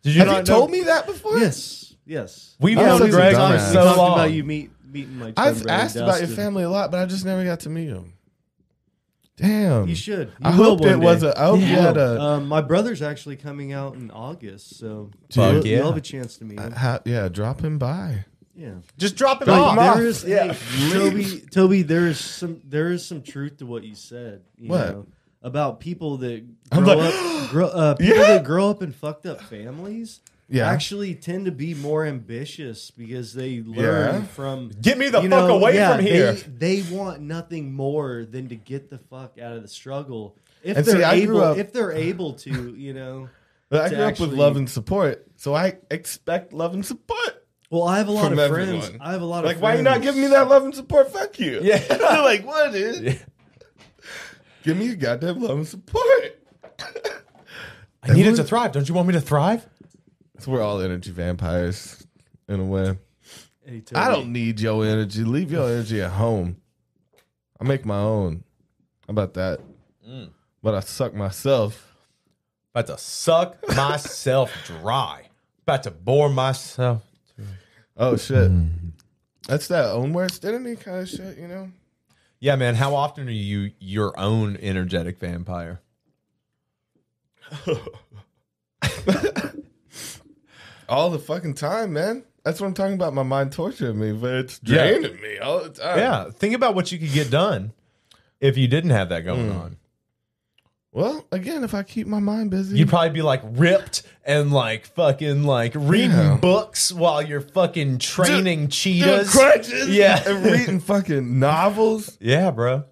Did Have not you know- told me that before? Yes. Yes. We've Oh, known that's a Greg dumbass. for We so talked long. about you meet, meeting my twin I've brother, asked about your Dustin. family a lot, but I just never got to meet him. Damn. You should. You I will hoped one it was day. a- I hope you had a- Um, my brother's actually coming out in August, so Fuck you'll, yeah. you'll have a chance to meet him. Uh, Ha- yeah, drop him by. Yeah. Just drop it Like, off. off. there is, Yeah. hey, Toby. Toby, there is some there is some truth to what you said. You What? know, about people that I'm grow like, up, grow, uh, people Yeah. that grow up in fucked up families. Yeah. actually tend to be more ambitious because they learn Yeah. from Get me the fuck away from here. They, they want nothing more than to get the fuck out of the struggle. If And see, they're I grew able, up- if they're able to, you know. But I To grew up actually- with love and support, so I expect love and support. Well, I have a lot From of friends. everyone. I have a lot Like, of friends. why you not giving me that love and support? Fuck you. Yeah. They're like, what, dude? Give me your goddamn love and support. I needed to thrive. Don't you want me to thrive? So we're all energy vampires in a way. Hey, Toby, I don't need your energy. Leave your energy at home. I make my own. How about that? But I suck myself. About to suck myself dry. About to bore myself. Oh shit. That's that own worst enemy kind of shit, you know? Yeah, man. How often are you your own energetic vampire? All the fucking time, man. That's what I'm talking about. My mind torturing me, but it's Yeah. draining me all the time. Yeah. Think about what you could get done if you didn't have that going on. Well, again, if I keep my mind busy, You'd probably be like ripped and like fucking like reading Yeah. books while you're fucking training doing cheetahs. crunches, Yeah. and reading fucking novels. Yeah, bro.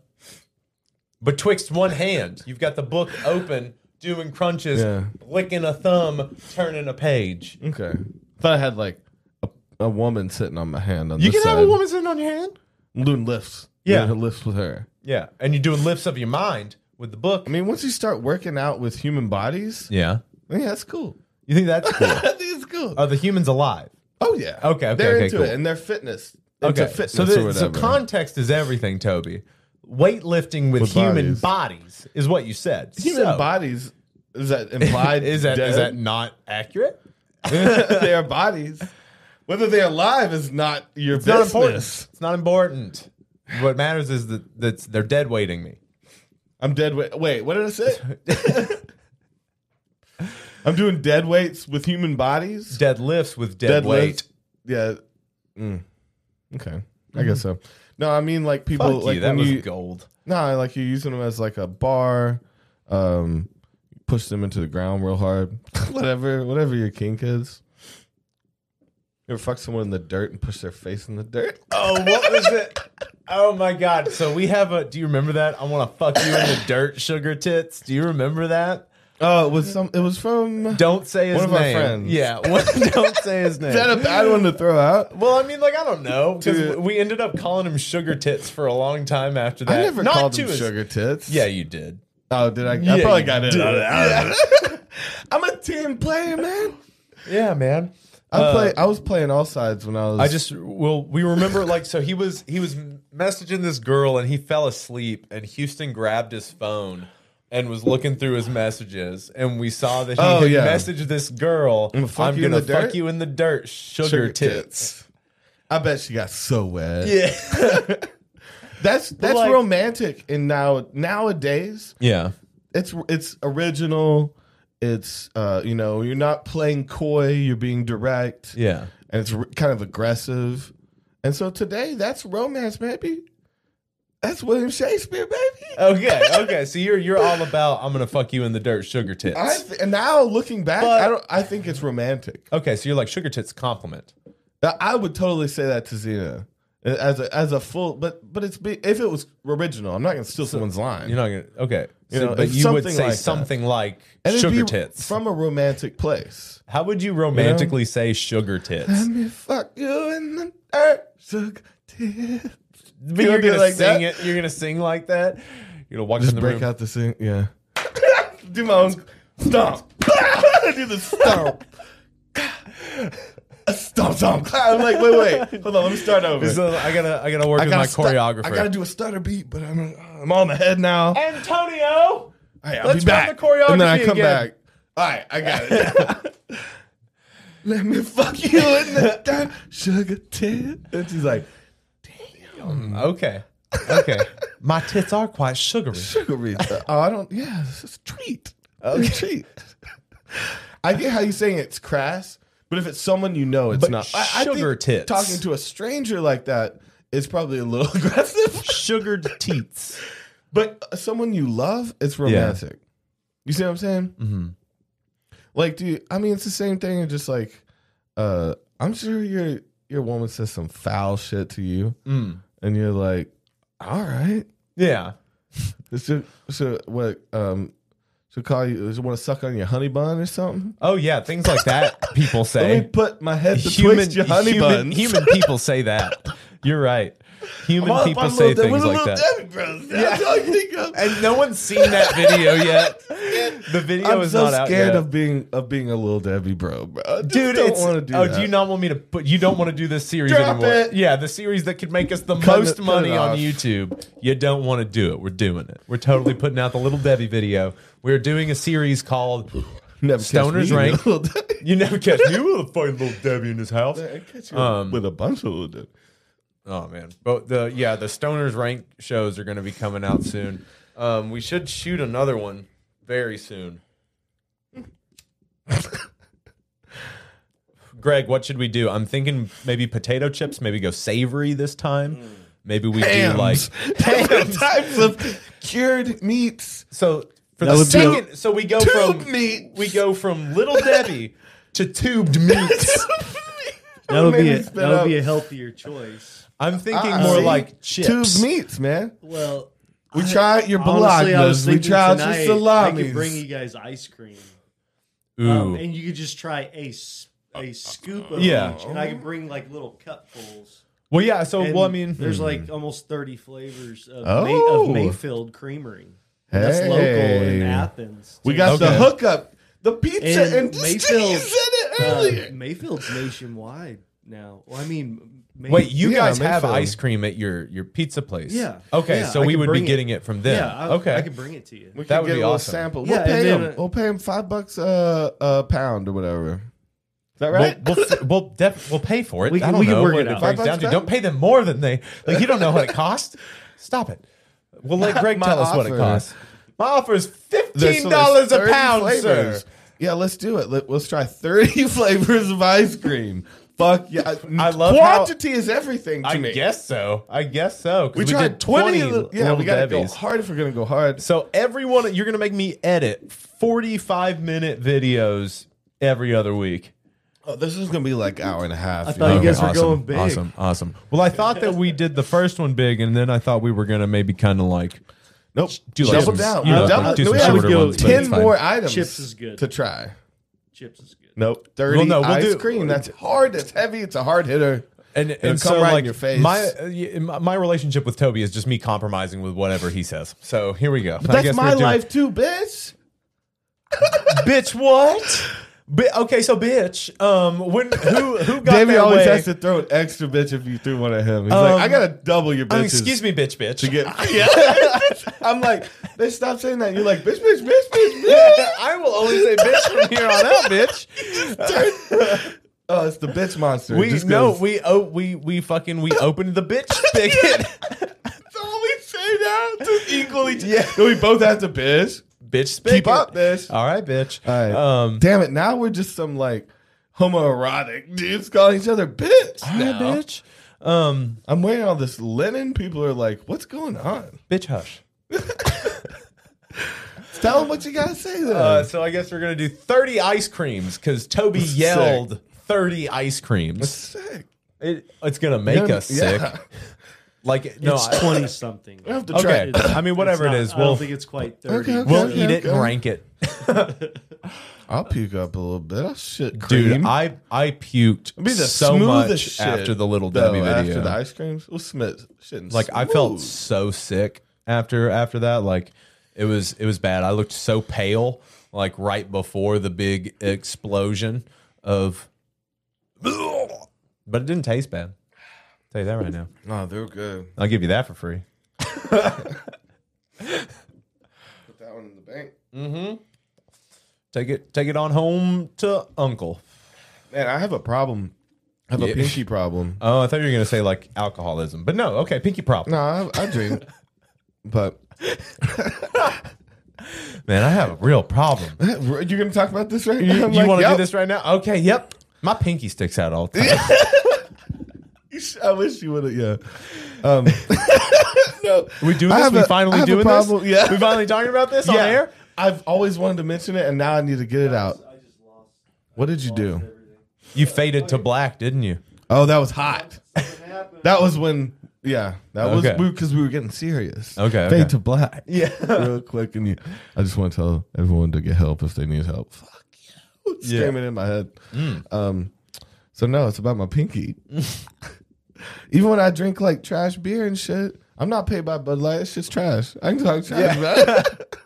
Betwixt one hand, you've got the book open, doing crunches, Yeah. Mm. licking a thumb, turning a page. Okay, thought I had like a, a woman sitting on my hand on You this can have side. a woman sitting on your hand. I'm doing lifts. Yeah. doing lifts with her. Yeah, and you're doing lifts of your mind with the book. I mean, once you start working out with human bodies, yeah, yeah, that's cool. you think that's cool? I think it's cool. Are the humans alive? oh yeah. Okay, okay, They're okay, into cool. it and their fitness. Into Okay, Fitness so or the, so whatever. context is everything, Toby. Weightlifting with, With human bodies. bodies. is what you said. human So- bodies is that implied? is that is that dead? not accurate? their bodies? Whether they're alive is not your It's not business. important. It's not important. What matters is that that's, they're dead weighting me. I'm dead weight. Wait, what did I say? I'm doing dead weights with human bodies. dead lifts with dead, weight. lifts. Yeah. Mm. Okay. I guess so. No, I mean like people Mm-hmm. Fuck like you, that when was you, gold. No, like you're using them as like a bar. Um, push them into the ground real hard. whatever, whatever your kink is. You ever fuck someone in the dirt and push their face in the dirt? Oh, what was it? Oh my god! So we have a. Do you remember that? I want to fuck you in the dirt, sugar tits. Do you remember that? Oh, it was some. It was from. Is Don't say his One of our name. friends. Yeah, one- don't say his name. that a bad one to throw out? well, I mean, like I don't know because Dude. we ended up calling him sugar tits for a long time after that. I never Not called to them his- sugar tits. Yeah, you did. Oh, did I? I Yeah, probably you got it. did. out of that. I'm a team player, man. Yeah, man. I play. I was playing all sides when I was. Uh, I just well, we remember like so he was he was messaging this girl and he fell asleep and Houston grabbed his phone and was looking through his messages and we saw that he Oh, had yeah. messaged this girl. I'm gonna fuck I'm you in gonna the fuck dirt? you in the dirt, sugar, tits. I bet she got so wet. Yeah, That's that's like- romantic. And now nowadays, yeah, it's it's original. It's uh, you know, you're not playing coy. You're being direct. yeah. and it's r- kind of aggressive. And so today, that's romance, baby. That's William Shakespeare, baby. Okay, okay. So you're you're all about I'm gonna fuck you in the dirt, sugar tits. I th- and now looking back, But- I don't. I think it's romantic. okay, so you're like sugar tits compliment. I I would totally say that to Xena as a as a full, but but it's be, if it was original, I'm not gonna steal someone's line. You're not gonna okay. You so- know, but if you would something say like that. something like And it'd sugar be tits. from a romantic place. How would you romantically say sugar tits? Let me fuck you in the dirt, sugar tits. But You you're don't do gonna it like sing that? it. You're gonna sing like that. You're gonna walk in Just the break room. out the sing. Yeah. Do my own stomp. Do the stomp. stomp, stomp. clap. I'm like, wait, wait. Hold on. Let me start over. So I gotta, I gotta work with my stu- choreographer. I gotta do a stutter beat, but I'm, I'm on the head now. Antonio. All right, I'll Let's be run back. the choreography and then I come again. back. All right, I got it. Let me fuck you in the dark, sugar tit. And she's like, Mm. Okay. Okay. my tits are quite sugary. sugary. oh, I don't. Yeah, this is a treat. It's a treat. I get how you're saying it's crass, but if it's someone you know, it's But not. I, I sugar think tits. Talking to a stranger like that is probably a little aggressive, Sugared teats. but uh, someone you love, it's romantic. You see what I'm saying? Mm-hmm. Like, dude, I mean, it's the same thing. and Just like, uh, I'm sure your your woman says some foul shit to you, Mm. and you're like, all right. Yeah. So, so what? Um, she'll call you. Does want to suck on your honey bun or something? Oh yeah. Things like that. People Let me say. put my head betwixt your honey Eh. human, buns. human people say that. You're right. Human Mom, people I'm a say little- things we're a like little that. Debbie Bros. That's all I think of. And no one's seen that video yet. The video I'm is so not out scared yet. of being of being a little Debbie bro, bro. I just Dude, don't it's, want to do oh, that. do you not want me to? But you don't want to do this series Drop anymore. it. Yeah, the series that could make us the Cut it- most cut it money on off. YouTube. You don't want to do it. We're doing it. We're totally putting out the Little Debbie video. We're doing a series called Never catch Stoner's me, Rank. little Debbie. "You Never Catch Me with a Fucking Little Debbie in His House." I catch you Um, with a bunch of little Debbie. Oh man, but the yeah the Stoner's Rank shows are going to be coming out soon. Um, we should shoot another one very soon. Greg, what should we do? I'm thinking maybe potato chips. Maybe go savory this time. Maybe we do like Different types of cured meats, so for That the would be a- second. so we go tube from meat. we go from little Debbie to tubed meats. That would Maybe be a, spit that would out. be a healthier choice. I'm thinking Uh, more see? like chips. Tubed meats, man. Well, We tried your honestly, I was bolognas. We thinking tried tonight your salamis. I could bring you guys ice cream, Ooh. um, and you could just try a s- a scoop of Yeah. each, and I could bring like little cupfuls. well, yeah. So, And well, I mean, there's like almost 30 flavors of, Oh. May, of Mayfield Creamery. That's local in Hey. Athens. We too. got the Okay. hookup. The pizza and, And Mayfield, You said it uh, earlier. Mayfield's nationwide now. Well, I mean, May- Wait, you Yeah, guys Mayfield. have ice cream at your your pizza place? Yeah. Okay, Yeah, so I we could would be bring it. getting it from them. Yeah, I, okay. I could bring it to you. we that can would get be a little awesome. sample. Yeah, we'll pay and then, him. uh, we'll pay him five bucks a, a pound or whatever. Is that right? We'll, we'll, we'll, def- we'll pay for it. We I can- don't we can know work what it out. breaks Five down bucks to. back? Don't pay them more than they like. You don't know what it costs. Stop it. We'll let Greg My tell us what it offer- costs. My offer is There's- fifteen so dollars there's a 30 pound, flavors. sir. Yeah, let's do it. Let, let's try 30 flavors of ice cream. Fuck yeah! I love how- quantity is everything to I me. guess so. I guess so. 'cause we, tried did twenty. of the- yeah, Little we gotta Debbies. go hard if we're gonna go hard. So everyone, you're gonna make me edit 45 minute videos every other week. Oh, this is gonna be like hour and a half. I you thought you know? guys were going big. Awesome, awesome. Well, I thought that we did the first one big, and then I thought we were gonna maybe kind of like Nope. Do like double some- down. you know, double, do no, some we have shorter to go ones, but ten it's fine. more items. Chips is good. to try. Chips is good. Nope. Dirty Well, no, we'll ice do- cream. That's hard. It's heavy. It's a hard hitter. and and come so right in like your face. My uh, y- my- my relationship with Toby is just me compromising with whatever he says. So here we go. I That's guess we're my doing- life too, bitch. bitch. What? Bi- okay, so bitch. Um, when who who got Davey that always way? has to throw an extra bitch if you threw one at him. He's Um, like, I gotta double your I bitches. mean, excuse me, bitch, bitch. To get, I'm like, bitch, stop saying that. You're like, bitch, bitch, bitch, bitch, bitch. I will only say bitch from here on out, bitch. Oh, it's the bitch monster. It We just no, goes- we oh we we fucking we opened the bitch spigot. That's all we say now. Just equally. Yeah. We both have to bitch. bitch spigot. Keep up, bitch. All right, bitch. All right. Um, Damn it. Now we're just some like homoerotic dudes calling each other Ah, bitch. all right, now. bitch. Um, I'm wearing all this linen. People are like, what's going on? bitch, hush. Tell them what you gotta say then. Uh, so I guess we're gonna do thirty ice creams because Toby yelled thirty ice creams. sick. It, it's gonna make Yeah, us sick. yeah. Like no, It's I- twenty something. We have to try. okay. it. I mean, whatever It's not- it is, I don't we'll think it's quite thirty. Okay, okay. we'll eat it and okay. rank it. I'll puke up a little bit. I'll shit cream. Dude, I I puked It'd be the so much smoothest shit, after the little though, Debbie video. After the ice creams, well, Smith shitting. like I felt smooth. so sick after after that. Like it was it was bad. I looked so pale like right before the big explosion of, but it didn't taste bad. tell you that right now. No, they were good. I'll give you that for free. Put that one in the bank. Take it take it on home to Uncle. Man, I have a problem. I have Yeah. a pinky problem. Oh, I thought you were gonna say like alcoholism, but no. Okay, pinky problem. No, I, I drink, but Man, I have a real problem. you're gonna talk about this right You, now. want to to do this right now? Okay, yep. My pinky sticks out all the time. this? I wish you would have. Yeah. Um, no, We do I this. have We a- I finally have a doing this. problem, yeah. We finally talking about this on air. I've always wanted to mention it, and now I need to get it out. What did you do? You faded to black, didn't you? Oh, that was hot. that was when, yeah, that was Okay. was because we, were getting serious. Okay, fade okay. to black. Yeah, real quick, and you, I just want to tell everyone to get help if they need help. Fuck you, It's Yeah. screaming in my head. Um, so no, it's about my pinky. Even when I drink like trash beer and shit, I'm not paid by Bud Light. It's just trash. I can talk trash. about it.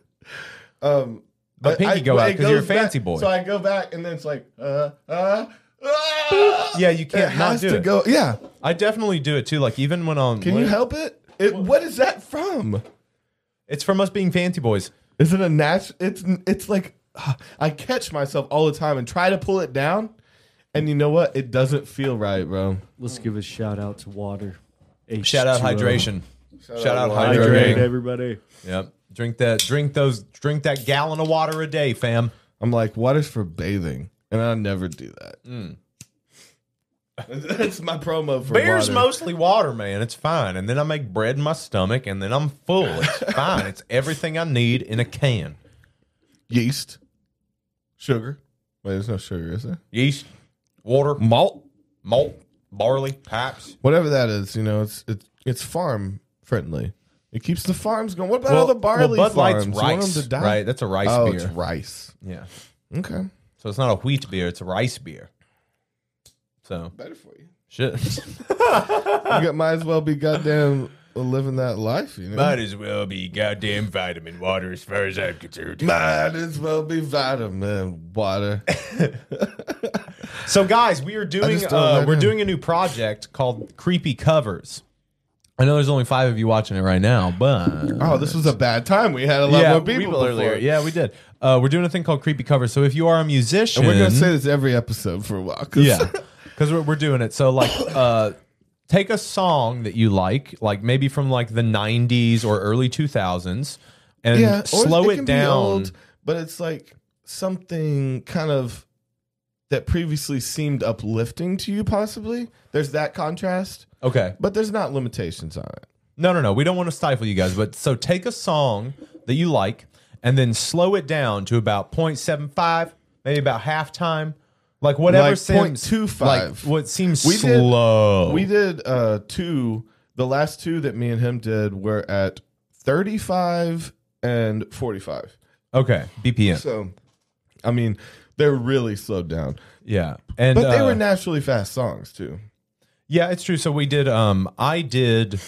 um, But pinky I- go but out it 'cause you're a goes back. fancy boy. So I go back, and then it's like, uh, uh. ah. Yeah, you can't It not has do to it. go. Yeah. I definitely do it too. Like even when I'm, Can you help it? it what is that from? It's from us being fancy boys. Is it a natural? It's it's like ah, I catch myself all the time and try to pull it down, and you know what? It doesn't feel right, bro. Let's give a shout out to water. Shout out H2O. hydration. Shout, out, water. hydrating. Hydrate everybody. Yep. Drink that. Drink those. Drink that gallon of water a day, fam. I'm like, water's for bathing, and I never do that. Mm. That's my promo for Beer's water. mostly water, man. It's fine. And then I make bread in my stomach, and then I'm full. It's fine. It's everything I need in a can. yeast, sugar. Wait, there's no sugar, is there? Yeast, water, malt, malt, barley, hops. Whatever that is, you know, it's it's it's farm friendly. It keeps the farms going. What about all the barley Bud farms? Light's You want rice, them to die? right? That's a rice oh, beer. it's rice. Yeah. Okay. So it's not a wheat beer, it's a rice beer. So Better for you. shit. you got, might as well be goddamn living that life, you know. Might as well be goddamn vitamin water as far as I'm concerned. Might as well be vitamin water. So guys, we are doing just don't uh, let we're in. doing a new project called Creepy Covers. I know there's only five of you watching it right now, but Oh, this was a bad time. We had a lot more people, earlier. Yeah. Yeah, we did. Uh, we're doing a thing called Creepy Covers. So if you are a musician, And we're gonna say this every episode for a while. 'cause- yeah because we're, we're doing it so like uh take a song that you like like maybe from like the 90s or early 2000s and yeah. or slow it, can be down old, but it's like something kind of that previously seemed uplifting to you, possibly. There's that contrast, Okay. but there's not limitations on it. No, no, no. We don't want to stifle you guys, but so take a song that you like and then slow it down to about 0.75, maybe about halftime, like whatever Like seems 0.25. like what seems We did- slow. We did uh two. The last two that me and him did were at 35 and 45. okay, BPM. So, I mean, they're really slowed down, yeah, and but they uh, were naturally fast songs too. yeah, it's true. So we did. Um, I did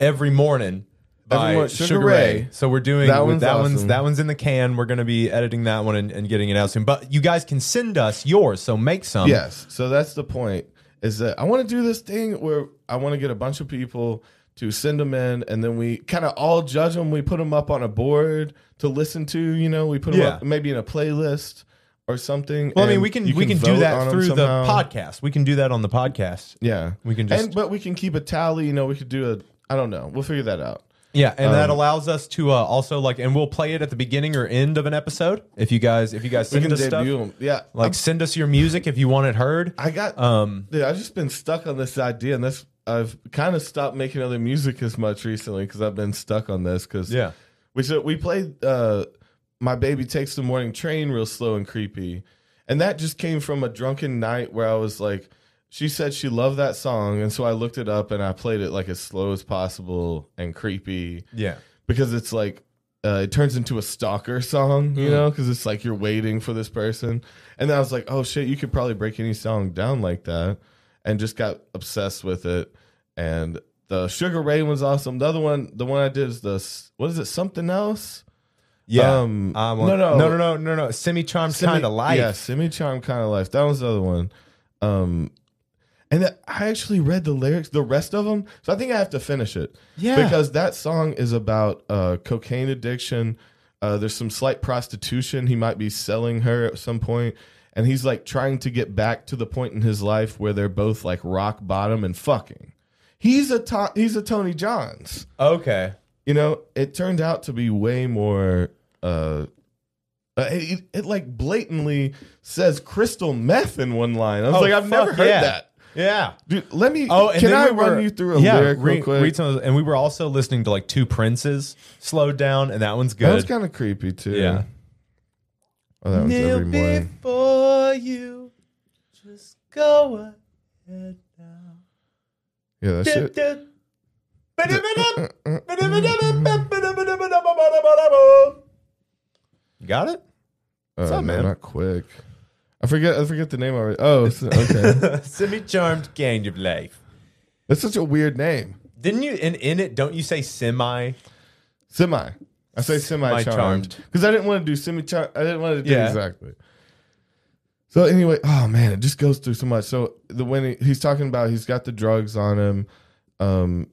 every morning. By Every Morning, Sugar, Sugar Ray. Ray. so we're doing That that, one's, one's that one's awesome. that one's in the can. We're going to be editing that one and, and getting it out soon. But you guys can send us yours, so make some. Yes. So that's the point is that I want to do this thing where I want to get a bunch of people to send them in and then we kind of all judge them. We put them up on a board to listen to, you know, we put them Yeah. up maybe in a playlist or something. Well, I mean, and we can, you we can do vote on that 'em through the somehow. podcast. We can do that on the podcast. Yeah. We can just and, but we can keep a tally, you know, we could do a, I don't know. We'll figure that out. yeah, and that allows us to uh, also like, and we'll play it at the beginning or end of an episode. If you guys, if you guys We send can us debut stuff, 'em. Yeah. like I'm- send us your music if you want it heard. I got, Um, dude, I've just been stuck on this idea and this, I've kind of stopped making other music as much recently because I've been stuck on this because yeah, We so we played uh My Baby Takes the Morning Train real slow and creepy. And that just came from a drunken night where I was like she said she loved that song and so I looked it up and I played it like as slow as possible and creepy yeah, because it's like uh, it turns into a stalker song, you know, because it's like you're waiting for this person. And then I was like, oh shit, you could probably break any song down like that, and just got obsessed with it. And the Sugar Ray one's awesome. The other one, the one I did is the s- what is it? Something else? yeah. Um, I want, no, no. no, no, no, no, no. Semi charms kind of life. Yeah, semi charm kind of life. That was the other one. Um, and that- I actually read the lyrics, the rest of them. So I think I have to finish it. Yeah. Because that song is about uh, cocaine addiction. Uh, there's some slight prostitution. He might be selling her at some point, and he's like trying to get back to the point in his life where they're both like rock bottom and fucking. He's a to- he's a Tony Johns Okay, you know, it turned out to be way more. Uh, uh, it, it like blatantly says crystal meth in one line. I was Oh, like, I've fuck never heard yeah. that. yeah. Dude, let me. Oh, and can then I we run were- you through a yeah, lyric real read- quick? read some of- and we were also listening to like two Princes slowed down, and that one's good. that was kind of creepy too. Yeah. Oh, that was every morning. before you, just go ahead now. Yeah, that shit. Got it? What's up, man? Oh, Not quick. I forget. I forget the name already. Oh, it's- okay. Semi charmed kind of life. That's such a weird name. Didn't you in, in it don't you say semi? Semi. I say semi charmed Semi-charmed. because I didn't want to do semi charmed. I didn't want to do Yeah. exactly. So anyway, oh man, it just goes through so much. So the when he, he's talking about he's got the drugs on him, um,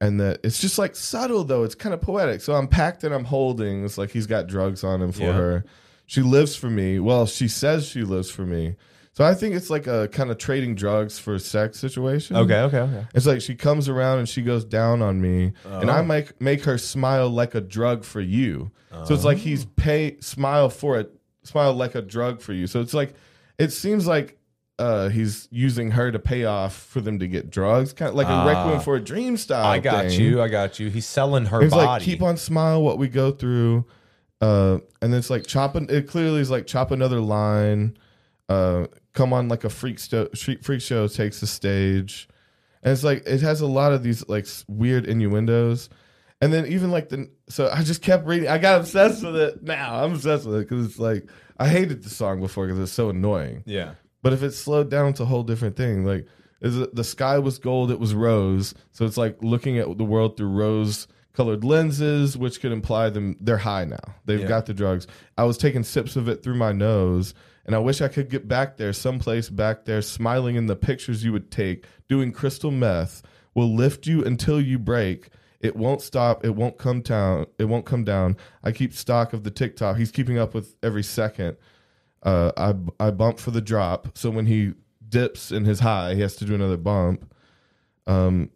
and that it's just like subtle though. It's kind of poetic. So I'm packed and I'm holding. It's like he's got drugs on him for Yeah. her. She lives for me. Well, she says she lives for me. So I think it's like a kind of trading drugs for sex situation. Okay, okay, okay. It's like she comes around and she goes down on me, and Oh. I make make her smile like a drug for you. So it's like Oh. he's pay smile for it, smile like a drug for you. So it's like it seems like uh, he's using her to pay off for them to get drugs, kind of like a Ah. requiem for a dream style. I got thing. you, I got you. He's selling her It's body. like keep on smile what we go through, uh, and it's like chopping. It clearly is like chop another line. Uh, come on, like a freak show. Freak show takes the stage, and it's like it has a lot of these like s- weird innuendos, and then even like the. So I just kept reading. I got obsessed with it. Now I'm obsessed with it because it's like I hated the song before because it's so annoying. yeah. But if it's slowed down, it's a whole different thing. Like is it, the sky was gold, it was rose. So it's like looking at the world through rose colored lenses, which could imply them they're high now. They've Yeah. got the drugs. I was taking sips of it through my nose, and I wish I could get back there, someplace back there, smiling in the pictures you would take, doing crystal meth will lift you until you break. It won't stop. It won't come down. It won't come down. I keep stock of the TikTok. He's keeping up with every second uh, I I bump for the drop. So when he dips in his high, he has to do another bump. Um,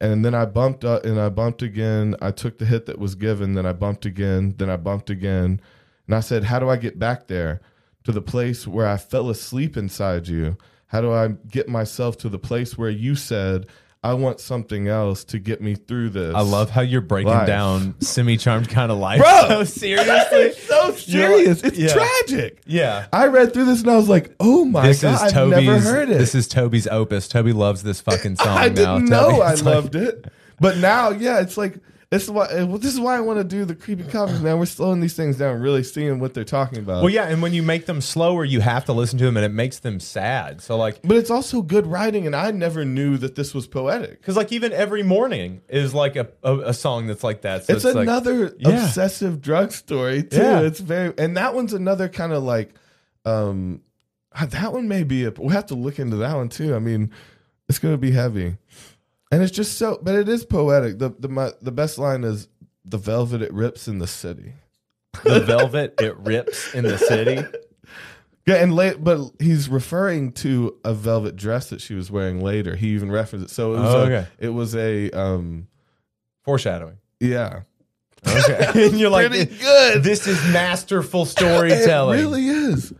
and then I bumped up and I bumped again. I took the hit that was given. Then I bumped again. Then I bumped again. And I said, "How do I get back there? to the place where I fell asleep inside you? How do I get myself to the place where you said, I want something else to get me through this? I love how you're breaking Life. down semi charmed kind of life. Bro! so seriously, It's so serious. It's Yeah. tragic. yeah. I read through this and I was like, oh my This God, is I've Toby's. never heard it. This is Toby's opus. Toby loves this fucking song. I now. didn't Toby, know I it's like- loved it, but now, yeah, it's like it's why eh, well, this is why I want to do the creepy comics. Now we're slowing these things down, really seeing what they're talking about. Well, yeah, and when you make them slower, you have to listen to them, and it makes them sad. So like, but it's also good writing, and I never knew that this was poetic. because like even every morning is like a, a, a song that's like that. So It's, it's, like- another Yeah. obsessive drug story too. Yeah. It's very, and that one's another kind of like, um, ah, that one may be. A, we'll have to look into that one too. I mean, it's gonna be heavy, and it's just so. But it is poetic. the the my, The best line is the velvet it rips in the city. the velvet it rips in the city. Yeah, and late, but he's referring to a velvet dress that she was wearing later. He even referenced it. So it was Oh, a, okay. it was a um Foreshadowing. yeah. Okay, and you're like, Pretty good. This is masterful storytelling. It really is.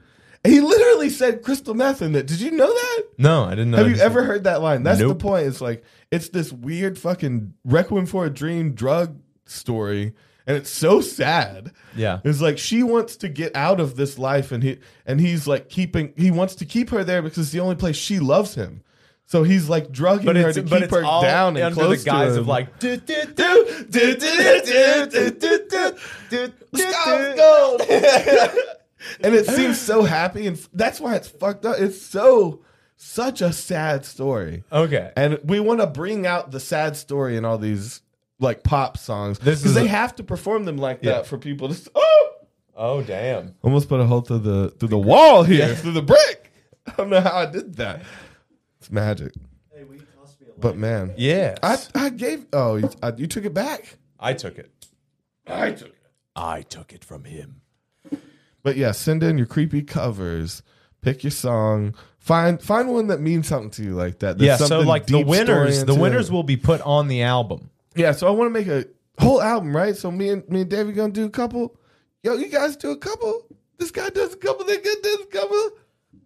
He literally said crystal meth in it. Did you know that? No, I didn't know. Have that you existed. ever heard that line? That's Nope. the point. It's like it's this weird fucking requiem for a dream drug story, and it's so sad. Yeah. it's like she wants to get out of this life, and he and he's like keeping. He wants to keep her there because it's the only place she loves him. So he's like drugging But her it's to but keep it's her all down and under close the guise to him. of like. "Do, do, do, Do, do, do, do, do, do, do, do, Let's go, let's go. and it seems so happy, and f- that's why it's fucked up. It's so such a sad story. Okay. And we want to bring out the sad story in all these like pop songs This because is they a- have to perform them like Yeah. that for people to. s- Oh, Oh damn. almost put a hole through the through the wall here, through the brick. I don't know how I did that. It's magic, Hey, will you toss me a but man, Yes. I I gave. Oh, you, I, you took it back. I took it. I took it. I took it from him. But yeah, send in your creepy covers. Pick your song. Find find one that means something to you like that. There's yeah. So something like the deep story winners, into the winners it. will be put on the album. Yeah, so I want to make a whole album, right? So me and me and David gonna do a couple. Yo, you guys do a couple. This guy does a couple. They good does a couple.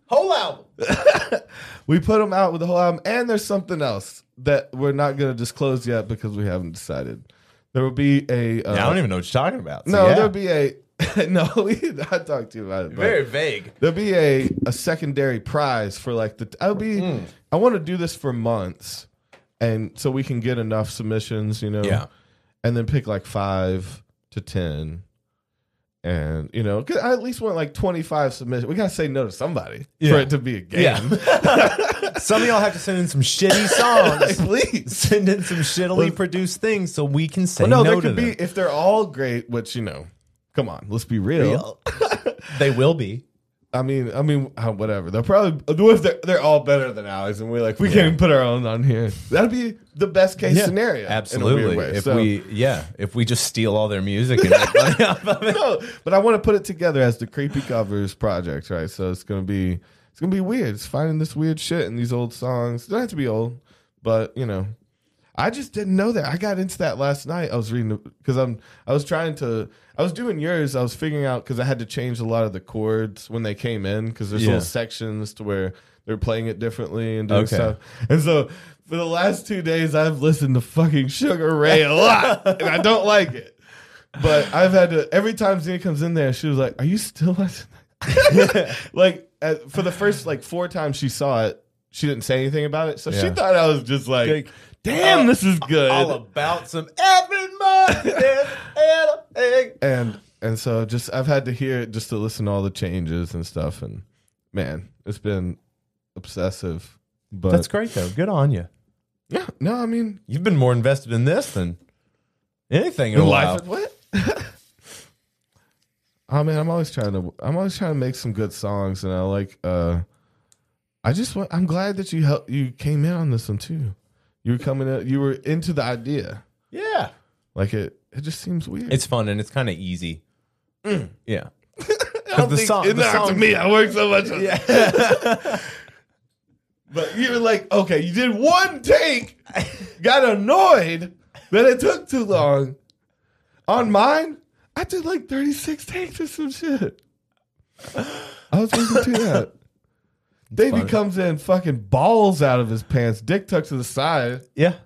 Whole album. We put them out with the whole album, and there's something else that we're not gonna disclose yet because we haven't decided. There will be a. Uh, I don't even know what you're talking about. so no, yeah. there'll be a. no, we I talked to you about it. but- vague. There'll be a, a secondary prize for like the. I'll be. Mm. I want to do this for months, and so we can get enough submissions, you know. Yeah. And then pick like five to ten, and you know, 'cause I at least want like twenty five submissions. We gotta say no to somebody Yeah. for it to be a game. some of y'all have to send in some shitty songs. Please. send in some shittily Well- produced things so we can say Well, no, no, there to could be them. if they're all great, which you know. Come on, let's be real. they will be. I mean, I mean, uh, whatever. They'll probably what if they're they're all better than ours, and we're like, we can't even put our own on here. That'd be the best case scenario. in a Absolutely. weird way. If So- we yeah, if we just steal all their music and make money off of it. no, but I want to put it together as the creepy covers project, right? So it's gonna be it's gonna be weird. It's finding this weird shit in these old songs. It don't have to be old, but you know, I just didn't know that. I got into that last night. I was reading because I'm I was trying to I was doing yours. I was figuring out because I had to change a lot of the chords when they came in because there's Yeah. little sections to where they're playing it differently and doing Okay. stuff. And so for the last two days, I've listened to fucking Sugar Ray a lot, and I don't like it. But I've had to every time Zena comes in there, she was like, "Are you still watching?" that?" like at, for the first like four times she saw it, she didn't say anything about it, so she Yeah. thought I was just like, Like, uh, "Damn, this is good." All about some Evan Monday. and and so just I've had to hear it just to listen to all the changes and stuff, and man, it's been obsessive. But That's great though. Good on you. yeah, no, I mean, You've been more invested in this than anything in a life while. what? oh man, I'm always trying to I'm always trying to make some good songs, and I like. uh I just want. I'm glad that you helped. You came in on this one too. You were coming. In, you were into the idea. Yeah. Like it. It just seems weird. It's fun and it's kind of easy. Yeah. I don't the think- song- Oh, the It's not to song- me. I work so much. On yeah. but you were like, okay, you did one take. Got annoyed that it took too long. On mine, I did like 36 takes or some shit. I was thinking too that. Davey funny. comes in, fucking balls out of his pants, dick tucked to the side, Yeah.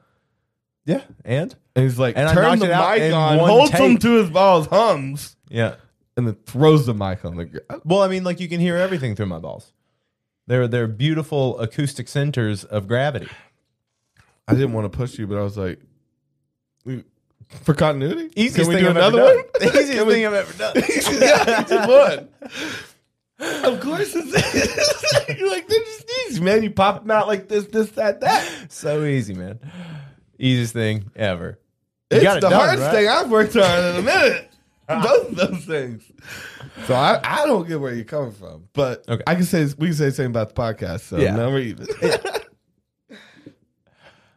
Yeah. And? and he's like, And I "Turn knocked the it out mic in on." one Holds him take. to his balls, hums, Yeah. and then throws the mic on the ground. Well, I mean, like you can hear everything through my balls. They're they're beautiful acoustic centers of gravity. I didn't want to push you, but I was like, we- "For continuity, Easiest can we thing do I've another ever one?" done. The easiest thing I've ever done. yeah, just one. Of course, it's you're like they're just easy, man. You pop them out like this, this, that, that. so easy, man. Easiest thing ever. You It's got it the done, hardest right? thing I've worked on in a minute. Both of those things. So I, I don't get where you're coming from, but Okay. I can say we can say the same about the podcast. So Yeah. now we're even.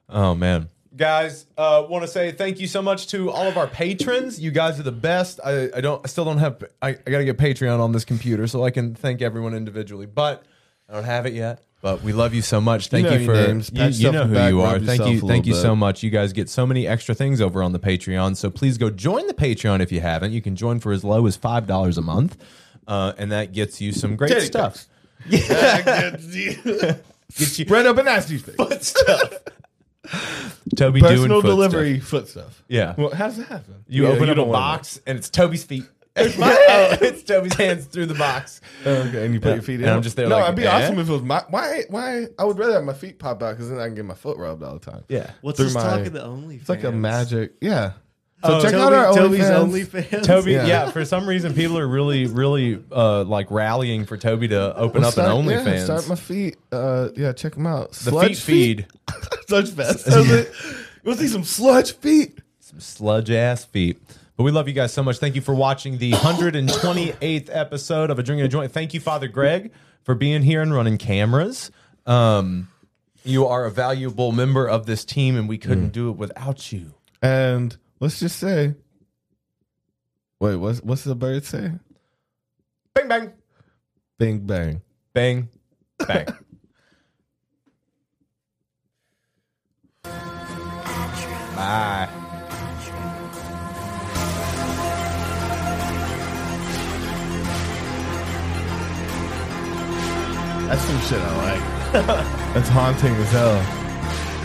Oh man. Guys, uh, want to say thank you so much to all of our patrons. You guys are the best. I, I don't, I still don't have. I, I got to get Patreon on this computer so I can thank everyone individually, but I don't have it yet. But we love you so much. Thank know you, your for names. you, Pat you yourself know on the who back, you rub are. Thank yourself you, a thank you little so bit. much. You guys get so many extra things over on the Patreon, so please go join the Patreon if you haven't. You can join for as low as five dollars a month, uh, and that gets you some great Titty stuff. Spread up and ask these things. Toby Personal doing foot delivery foot stuff. stuff. Yeah, Well, how does that happen? you Yeah, open up a don't wanna box and it's Toby's feet. It's, it's Toby's hands through the box. know. Okay, and you put your feet in. And I'm just there No, like, it'd be eh? awesome if it was my. Why? Why? I would rather have my feet pop out because then I can get my foot rubbed all the time. Yeah. What's Through this my- talking to OnlyFans? It's like a magic. Yeah. So Oh, check Toby, out our Toby's OnlyFans. OnlyFans. Toby, Yeah. yeah. For some reason, people are really, really uh, like rallying for Toby to open up Start- an Yeah, OnlyFans. start my feet. Uh, yeah, check them out. the Sludge feet feed, sludge fest. I was like, we'll see some sludge feet. some sludge ass feet. But we love you guys so much. Thank you for watching the 128th episode of A Drink and a Joint. Thank you, Father Greg, for being here and running cameras. Um, you are a valuable member of this team, and we couldn't do it without you. And let's just say, wait, what's what's the bird say? Bang, bang, Bing bang. bang, bang. Bye. That's some shit I like. That's haunting as hell.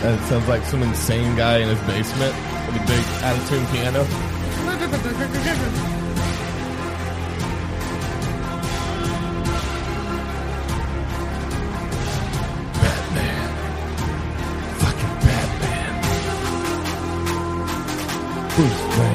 And it sounds like some insane guy in his basement with a big out of tune piano. Batman. Fucking Batman. Bruce Wayne.